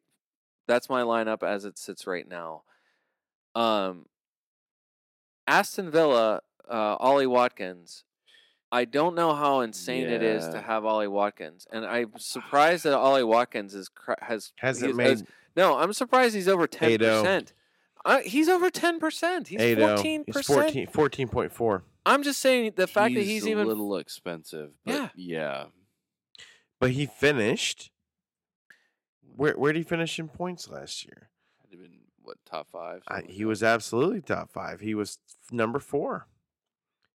That's my lineup as it sits right now. Um, Aston Villa, uh, Ollie Watkins. I don't know how insane it is to
Yeah.
have Ollie Watkins, and I'm surprised that Ollie Watkins is cra- has
Oh, Hasn't
he's-
made
has- no, I'm surprised he's over ten
8-0.
percent. Uh, he's over ten percent. He's
8-0.
fourteen
He's
percent.
14, 14.4.
I'm just saying the fact that he's
a
even
little expensive. But yeah.
Yeah.
Yeah.
But he finished. Where where did he finish in points last year?
Had he been what top five?
I,
something
he
like
was absolutely top five. He was f- number four.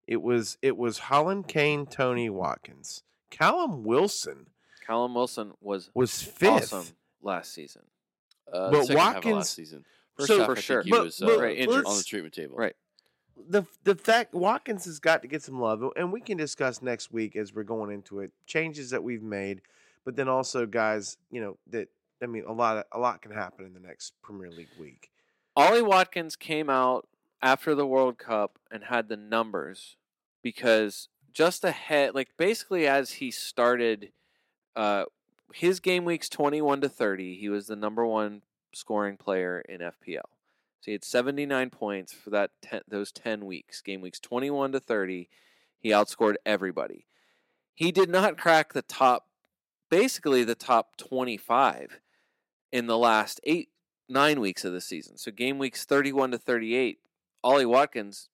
It was it was Holland Kane, Tony Watkins, Callum Wilson
Callum Wilson was
was fifth.
awesome last season.
that. Uh,
but
second half of
Watkins-
last season. First
so-
half,
for
I think
sure.
he
But-
was
but
uh,
Right,
injured.
on the treatment table.
Right.
The the fact Watkins has got to get some love, and we can discuss next week as we're going into it changes that we've made, but then also guys, you know that I mean a lot a lot can happen in the next Premier League week.
Ollie Watkins came out after the World Cup and had the numbers because just ahead, like basically as he started uh, his game weeks 21 to 30, he was the number one scoring player in FPL. So he had 79 points for that 10, those 10 weeks, game weeks 21 to 30. He outscored everybody. He did not crack the top, basically the top 25 in the last eight nine weeks of the season. So game weeks 31 to 38, Ollie Watkins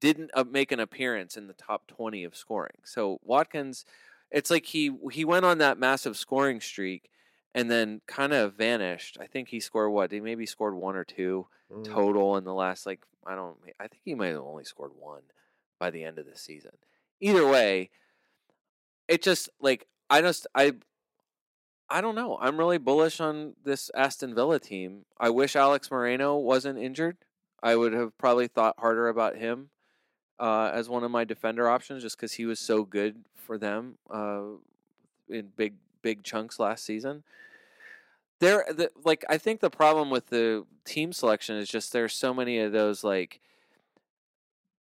didn't uh, make an appearance in the top 20 of scoring. So Watkins, it's like he he went on that massive scoring streak and then kind of vanished. I think he scored what? He maybe scored one or two
Mm.
total in the last like I don't I think he might have only scored one by the end of the season. Either way, it just like I just I I don't know. I'm really bullish on this Aston Villa team. I wish Alex Moreno wasn't injured. I would have probably thought harder about him uh, as one of my defender options, just because he was so good for them uh, in big big chunks last season. There, the, like I think the problem with the team selection is just there's so many of those like.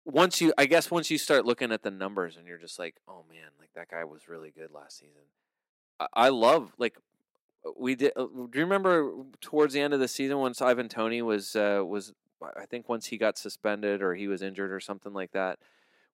Once you, I guess, once you start looking at the numbers and you're just like, oh man, like that guy was really good last season. I, I love like we did. uh, Do you remember towards the end of the season once Ivan Tony was uh, was I I think once he got suspended or he was injured or something like that,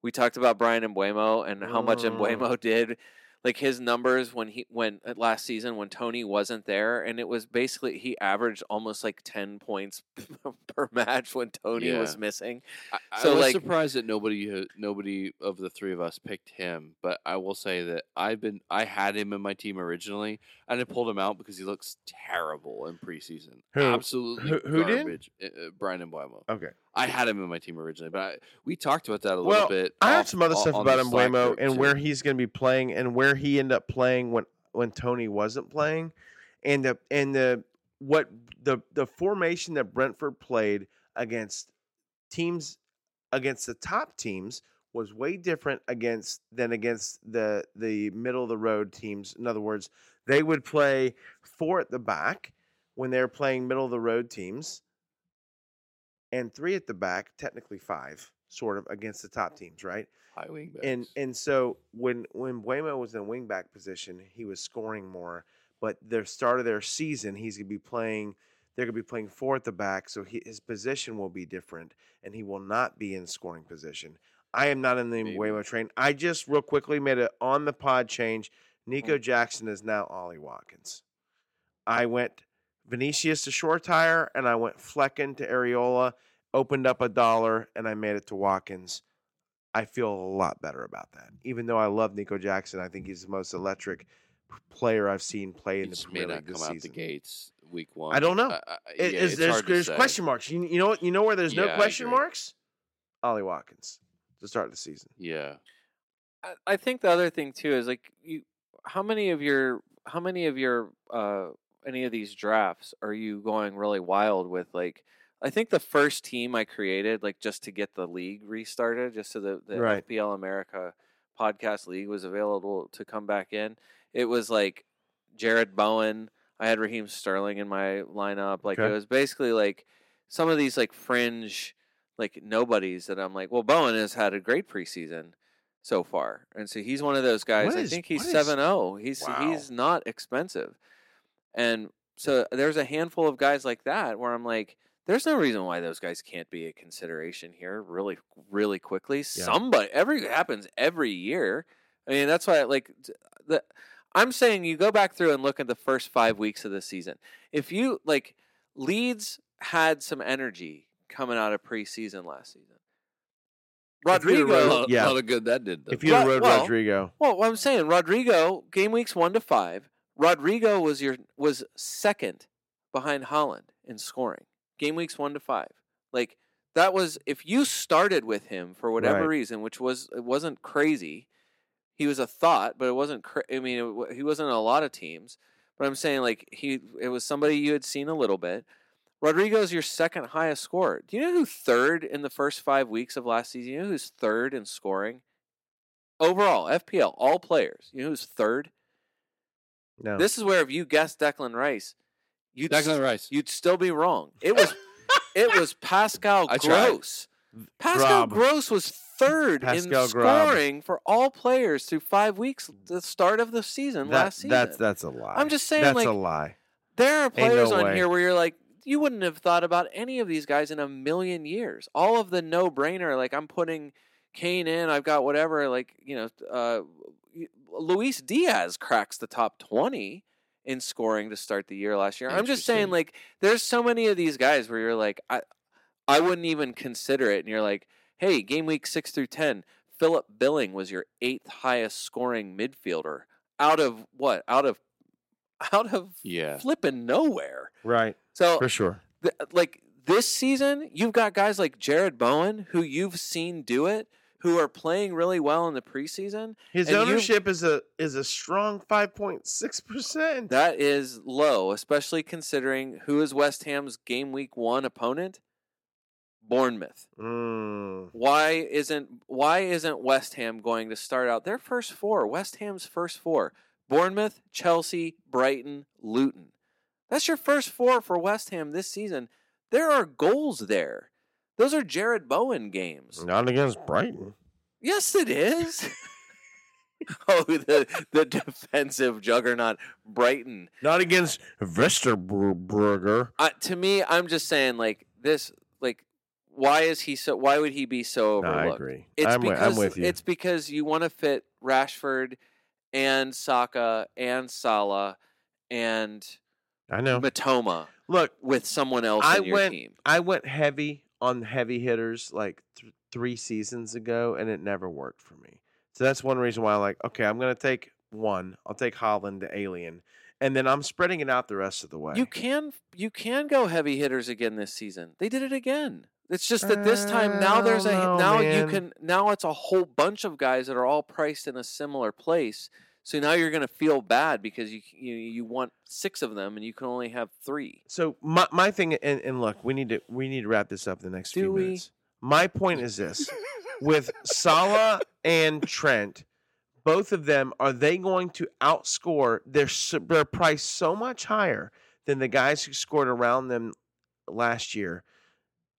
we talked about Brian Embuemo and how much
Mm.
Embuemo did. Like his numbers when he when at last season when Tony wasn't there, and it was basically he averaged almost like ten points per match when Tony was
Yeah.
missing.
I, I
So,
was
like-
surprised that nobody uh, nobody of the three of us picked him, but I will say that I've been I had him in my team originally and I pulled him out because he looks terrible in preseason.
Who?
Absolutely
Who- who did?
garbage. Uh, uh, Brian Embuemo.
Okay.
I had him in my team originally, but I, we talked about that a
Well,
little bit.
I
off-
heard some other
o-
stuff
on the
about
Slack
Embuemo
group,
and
too.
where he's going to be playing and where he ended up playing when when Tony wasn't playing, and the and the what the the formation that Brentford played against teams against the top teams was way different against than against the the middle of the road teams. In other words, they would play four at the back when they're playing middle of the road teams and three at the back, technically five, sort of against the top teams, right?
high wing
And
backs.
and so when when Buemo was in wingback position, he was scoring more. But their start of their season, he's going to be playing. They're going to be playing four at the back, so he, his position will be different, and he will not be in scoring position. I am not in the
Maybe.
Waymo train. I just real quickly made an on the pod change. Nico Jackson is now Ollie Watkins. I went Vinicius to Shore Tire, and I went Flecken to Areola. Opened up a dollar, and I made it to Watkins. I feel a lot better about that. Even though I love Nico Jackson, I think he's the most electric p- player I've seen play
He
in the
just may
Premier
not
League
come
this
out the
season.
gates week one.
don't know.
I- I-
It-
yeah,
is-
it's
there's
hard to
there's
say.
question marks. You, you know what? You know where there's
Yeah,
no
I
question
agree.
marks? Ollie Watkins to start the season.
Yeah,
I, I think the other thing too is like you how many of your how many of your uh any of these drafts are you going really wild with like I think the first team I created like just to get the league restarted just so that the
Right.
FPL America podcast league was available to come back in it was like Jared Bowen I had Raheem Sterling in my lineup like
Okay.
it was basically like some of these like fringe like nobodies that I'm like well Bowen has had a great preseason so far, and so he's one of those guys.
What
I
is-
think he's
what is-
seven zero. He's he's not expensive, and so there's a handful of guys like that where I'm like, there's no reason why those guys can't be a consideration here really really quickly. Somebody every happens every year. I mean that's why like t- the I'm saying you go back through and look at the first five weeks of the season. If you like Leeds had some energy coming out of preseason last season.
If you'd have
Rodrigo,
rode-
Yeah.
lot of good that did. Though.
If you had
Ro-
rode
well,
Rodrigo,
well, what I'm saying, Rodrigo, game weeks one to five, Rodrigo was your was second behind Holland in scoring. Game weeks one to five. Like that was if you started with him for whatever
Right.
reason, which was it wasn't crazy. He was a thought, but it wasn't. Cra- I mean, it, wa- he wasn't on a lot of teams. But I'm saying like he it was somebody you had seen a little bit. Rodrigo's your second highest scorer. Do you know who third in the first five weeks of last season? You know who's third in scoring? Overall, FPL, all players. You know who's third?
no.
This is where if you guessed Declan Rice, you'd s-
Declan Rice.
you'd still be wrong. It was it was Pascal
I tried.
Gross. Pascal
Grob.
Gross was third
Pascal
in
Grob.
scoring for all players through five weeks the start of the season
That-
last season.
That's that's a lie.
I'm just saying,
that's
like,
a lie.
there are
no
players on
way.
here where you're like, you wouldn't have thought about any of these guys in a million years. All of the no brainer, like I'm putting Kane in, I've got whatever, like, you know, uh, Luis Diaz cracks the top 20 in scoring to start the year last year. I'm just saying,
Interesting.
like, there's so many of these guys where you're like, I, I wouldn't even consider it. And you're like, hey, game week six through 10, Philip Billing was your eighth highest scoring midfielder out of what? Out of, out of
yeah,
flipping nowhere.
Right.
So,
For sure.
th- like this season, you've got guys like Jared Bowen, who you've seen do it, who are playing really well in the preseason.
His
and you-
ownership is a is a strong five point six percent.
That is low, especially considering who is West Ham's game week one opponent? Bournemouth.
Mm,
Why isn't why isn't West Ham going to start out their first four? West Ham's first four: Bournemouth, Chelsea, Brighton, Luton. That's your first four for West Ham this season. There are goals there. Those are Jared Bowen games.
not against Brighton.
Yes, it is. oh, the the defensive juggernaut, Brighton.
Not against Westerbrugger.
I, to me, I'm just saying, like this, like why is he so? Why would he be so
No,
overlooked?
I agree.
It's
I'm, wi-
because
I'm with you.
it's because you want to fit Rashford and Saka and Salah and
I know.
Matoma
Look,
with someone else
I
in your
went-
team.
I went heavy on heavy hitters like th- three seasons ago, and it never worked for me. So that's one reason why I like, okay, I'm going to take one. I'll take Holland the Alien, and then I'm spreading it out the rest of the way.
You can you can go heavy hitters again this season. They did it again. It's just that this time now there's a
I don't know,
now you
man.
can now it's a whole bunch of guys that are all priced in a similar place. So now you're going to feel bad because you, you you want six of them and you can only have three.
so my my thing, and, and look, we need to we need to wrap this up in the next
Do
few
we?
minutes. My point is this: with Salah and Trent, both of them are they going to outscore their s- their price so much higher than the guys who scored around them last year?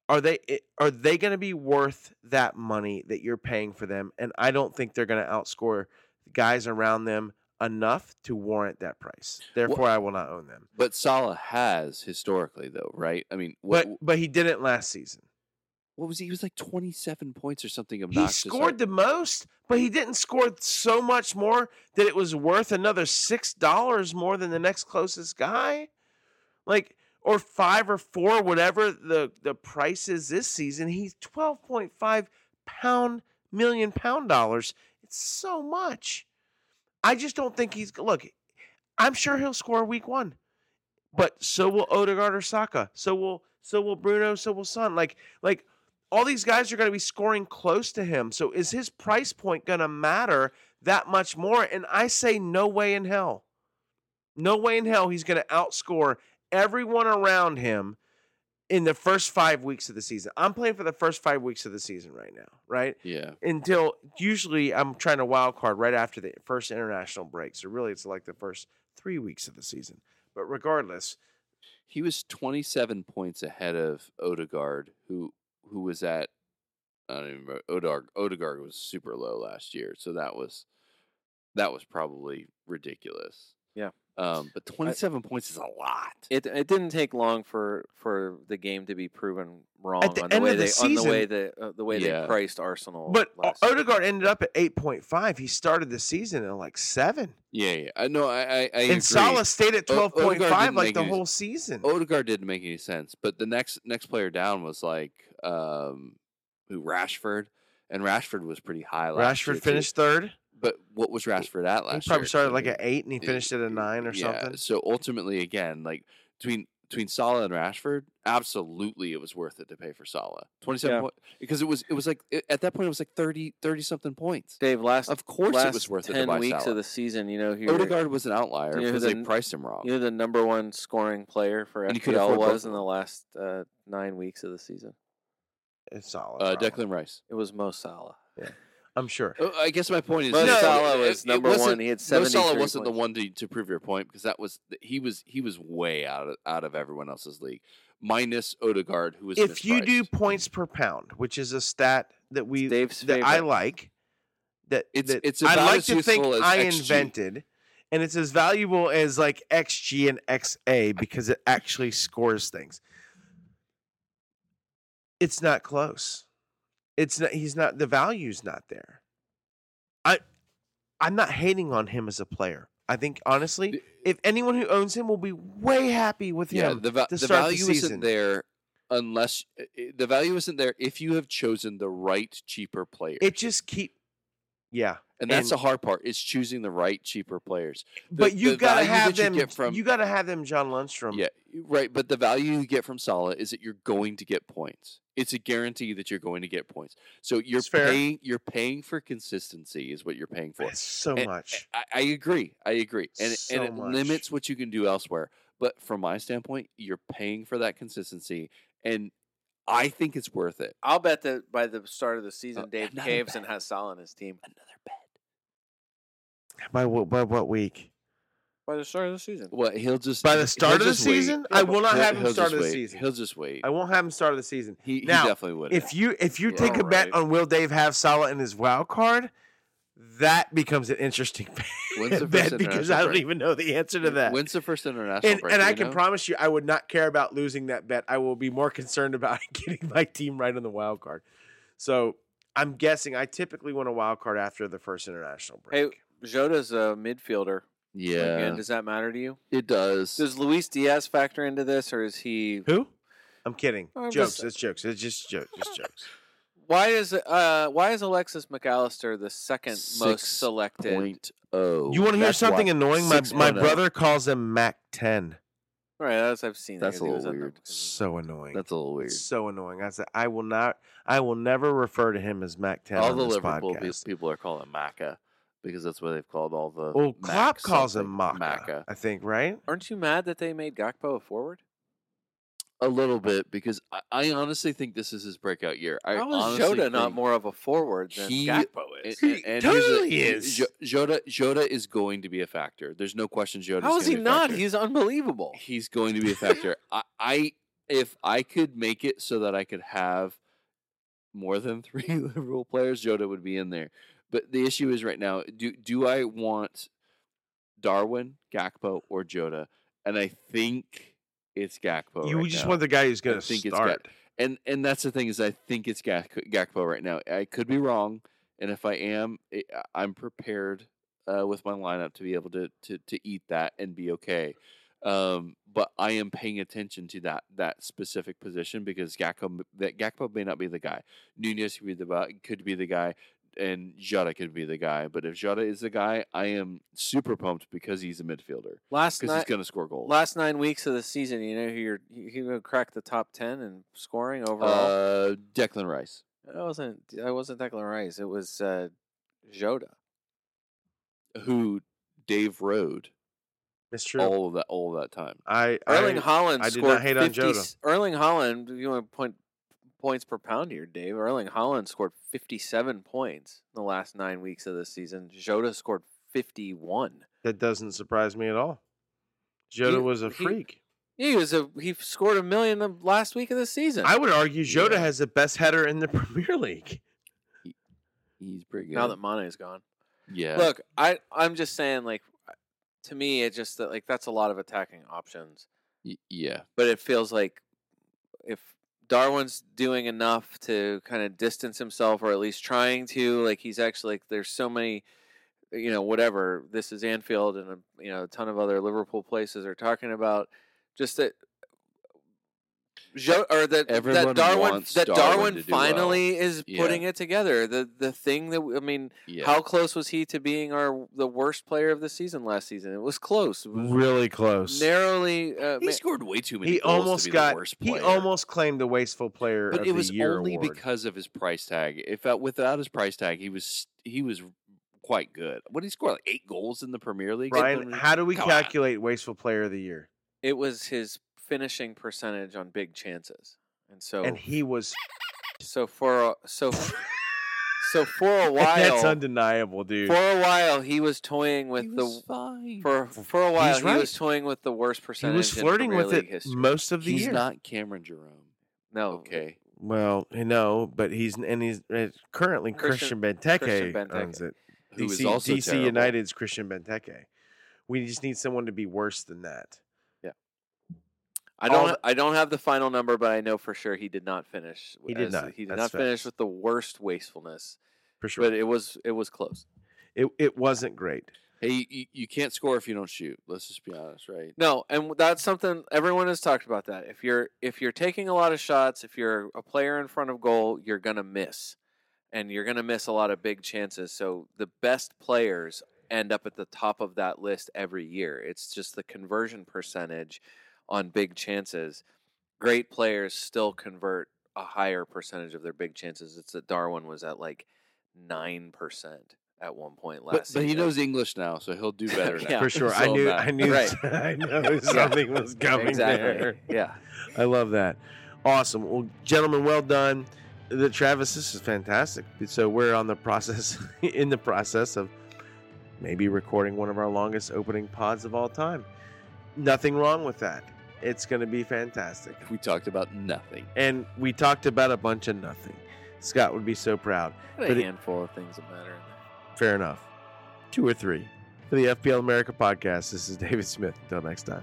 Are they i- are they going to be worth that money that you're paying for them? And I don't think they're going to outscore the guys around them. enough to warrant that price. Therefore, I will not own them.
But Salah has historically, though, right? I mean, what
but but he didn't last season.
what was he? He was like twenty seven points or something
He
obnoxious.
scored the most, but he didn't score so much more that it was worth another six dollars more than the next closest guy, like or five or four, whatever the the price is this season. He's twelve point five pound million pound dollars. It's so much. I just don't think he's look. I'm sure he'll score week one, but so will Odegaard or Saka. So will so will Bruno. So will Son. Like like all these guys are going to be scoring close to him. So is his price point going to matter that much more? And I say no way in hell. No way in hell he's going to outscore everyone around him in the first 5 weeks of the season. I'm playing for the first 5 weeks of the season right now, right?
Yeah,
until usually I'm trying to wild card right after the first international break. So really, it's like the first three weeks of the season. But regardless,
he was twenty seven points ahead of Odegaard, who who was at. I don't even remember. Odegaard, Odegaard was super low last year, so that was that was probably ridiculous.
Yeah.
Um, but twenty seven points is a lot.
It it didn't take long for for the game to be proven wrong
the
on the
end
way
of the
they on the way
season-
that uh, the way
Yeah.
they priced Arsenal.
but O-
last year.
Odegaard ended up at 8.5. He started the season at like seven,
yeah, yeah. I know. I, I, I
and
agree.
Salah stayed at
O-
12.5
Odegaard didn't
like
make
the
any-
whole season.
Odegaard didn't make any sense. But the next next player down was like um who Rashford. And Rashford was pretty high last
Rashford
year. too.
finished third.
but what was Rashford at
He
last year?
probably started
I
like
mean,
at eight, and he
it-
finished at a nine or
yeah,
something.
So ultimately again, like between between Salah and Rashford, absolutely it was worth it to pay for Salah. Twenty seven
Yeah.
point because it was it was like it- at that point it was like 30, 30 something points.
Dave last
Of course
last
it was worth it to
ten
buy
weeks
Salah.
of the season, you know who
Odegaard was an outlier
You know who
because
the
they
n-
priced him wrong.
you know the number one scoring player for
And you could
FPL
afford both
was
of
in the last uh, nine weeks of the season.
It's Salah.
uh,
probably.
Declan Rice.
It was Mo Salah.
I'm sure.
Oh, I guess my point is
Mo
that
Salah
it-
was
it
number
wasn't-
one. He had
Mo
seventy.
Salah wasn't the one to, to prove your point because that was he was he was way out of, out of everyone else's league, minus Odegaard who was.
if you do
mispriced.
points per pound, which is a stat that we
Dave's
that I
favorite.
like, that
It's-
that
it's
I
about
like
as
to think
useful as
I
XG.
invented, and it's as valuable as like xG and xA because it actually scores things. It's not close. It's not. He's not. The value's not there. I, I'm not hating on him as a player. I think honestly,
The-
if anyone who owns him will be way happy with
yeah,
him
the, va-
to
the
start the
value
season.
isn't there unless i- i- the value isn't there if you have chosen the right cheaper player,
It just keep, yeah.
and that's the
and-
hard part is choosing the right cheaper players. The-
but you
the
gotta
value
have
that you
them. You,
get from-
gotta have them, John Lundstrom.
Yeah, right. But the value you get from Salah is that you're going to get points. It's a guarantee that you're going to get points. So you're
It's fair.
paying you're paying for consistency is what you're paying for.
It's so
And-
much.
I, I agree. I agree. And it
So
and it
much.
limits what you can do elsewhere. But from my standpoint, you're paying for that consistency and I think it's worth it.
I'll bet that by the start of the season,
Uh,
Dave
another
Caves and
bet.
has Salah on his team.
Another bet.
By what? By what week?
By the start of the season,
Well, he'll just
By the
he'll
start of the
just wait.
season? I will not
He'll-
have him
he'll
start
just
of the
wait.
season.
He'll just wait.
I won't have him start of the season.
he, he
Now,
definitely would.
If you if you
Yeah.
take a bet
Alright.
on will Dave have Salah in his wild card, that becomes an interesting
When's the
bet
first
because
international
I don't
break?
even know the answer to that.
When's the first international
and
break?
and
Do
I
you
can
know?
promise you, I would not care about losing that bet. I will be more concerned about getting my team right on the wild card. So I'm guessing I typically want a wild card after the first international
Hey,
break.
Jota's a midfielder.
Yeah,
Again, does that matter to you?
it does.
Does Luis Diaz factor into this, or is he?
Who? I'm kidding.
I'm
jokes.
just-
It's jokes. It's just jokes. Just jokes.
Why is uh why is Alexis McAllister the second
Six
most selected?
Point oh.
You want to hear
That's
something
why. oh.
annoying? My my
6.0.
brother calls him Mac Ten.
All right, that's I've seen. that
That's
'cause
a
he was
little
on the-
weird.
So annoying.
That's a little weird.
So annoying. I said I will not. I will never refer to him as Mac Ten
All
on
the
this
Liverpool pe-
podcast.
people are calling him Maca because that's what they've called all the.
Well, Klopp
Mac
calls him
something.
Maca, I think, right?
Aren't you mad that they made Gakpo a forward?
a little bit because I, I honestly think this is his breakout year. I
How is
honestly
Jota not
think-
more of a forward than
he-
Gakpo
And,
is?
and, and here's the-
totally
y-
is.
Jo- Jota Jota is going to be a factor. There's no question. Jota.
How is he not?
He's
He's unbelievable.
he's going to be a factor. I, I if I could make it so that I could have more than three Liverpool players, Jota would be in there. But the issue is right now, do do I want Darwin, Gakpo, or Jota, and I think it's Gakpo.
you
right
just
now.
want the guy who's going to
think
start.
it's got- and and that's the thing is I think it's Gak- Gakpo right now. I could be wrong, and if I am, it, I'm prepared uh, with my lineup to be able to to to eat that and be okay. Um, but I am paying attention to that that specific position because Gakpo that Gakpo may not be the guy. Nunez could be the bu- could be the guy, and Jota could be the guy. But if Jota is the guy, I am super pumped because he's a midfielder
Last
because he's
night,
going to score goals.
last nine weeks of the season, you know who you're who who cracked the top ten in scoring overall.
Uh, Declan Rice.
I wasn't. I wasn't Declan Rice. It was uh, Jota.
who Dave rode
It's true.
all of that all of that time.
I,
Erling
I
Holland
I did not
scored
hate on
50
Jota.
Erling Holland, if you want to point points per pound here, Dave. Erling Holland scored 57 points in the last nine weeks of the season. Jota scored 51.
that doesn't surprise me at all. Jota
He-
was a
he-
freak.
He was a he scored a million the last week of the season.
I would argue Jota
Yeah.
has the best header in the Premier League.
He's pretty good.
now that Mane's gone.
yeah.
Look, I I'm just saying like to me it just like that's a lot of attacking options.
Y- yeah.
but it feels like if Darwin's doing enough to kind of distance himself or at least trying to, like he's actually like there's so many you know, whatever, this is Anfield and a you know, a ton of other Liverpool places are talking about just that Jo- or that,
Everyone
that Darwin
wants
that
Darwin
Darwin,
to do well.
finally is
Yeah.
putting it together. The the thing that I mean,
Yeah.
how close was he to being our the worst player of the season last season? It was close, It was
Really close.
narrowly. Uh,
he
ma-
scored way too many.
He
goals to
almost
be
got.
The worst
He
player.
almost claimed the wasteful player
But
of
it was
the year
only
award.
because of his price tag. If uh, without his price tag, he was he was quite good. What did he score? Like eight goals in the Premier League.
Brian,
Something-
how do we
Come on.
calculate wasteful player of the year?
It was his finishing percentage on big chances, and so
And he was.
so for a, so so for a
That's
while,
undeniable, dude.
for a while he was toying with
He
the
was fine.
for for a while
He's
he
right.
was toying with the worst
He
percentage.
was
in
flirting
Premier
with
League
it
history.
most of the
he's
year.
not Cameron Jerome.
No,
Okay.
Well, I know, but he's and he's uh, currently Christian,
Christian-
Benteke,
Christian Benteke.
owns it.
Who is
DC
also
DC
terrible.
United's Christian Benteke. We just need someone to be worse than that.
I
all
don't
that-
I don't have the final number, but I know for sure he did not finish.
He did
as-
not.
He did
That's
not finish
facts.
with the worst wastefulness,
For sure.
but it was it was close.
it it wasn't great.
Hey, you, you can't score if you don't shoot. Let's just be honest, right?
No, and that's something everyone has talked about that. If you're if you're taking a lot of shots, if you're a player in front of goal, you're going to miss. And you're going to miss a lot of big chances. So the best players end up at the top of that list every year. It's just the conversion percentage on big chances. Great players still convert a higher percentage of their big chances. It's that Darwin was at like 9% at one point last
But, but he
season.
knows English now, so he'll do better.
Yeah.
now.
For sure.
It's
I
all
knew
about-
I knew
Right.
I know something was coming
exactly.
there.
Yeah.
I love that. Awesome. Well, gentlemen, well done. The Travis, this is fantastic. So we're on the process, in the process of maybe recording one of our longest opening pods of all time. Nothing wrong with that. It's going to be fantastic.
We talked about nothing.
And we talked about a bunch of nothing. Scott would be so proud.
A
But it-
handful of things that matter.
Fair enough. Two or three. For the FPL America podcast, this is David Smith. Until next time.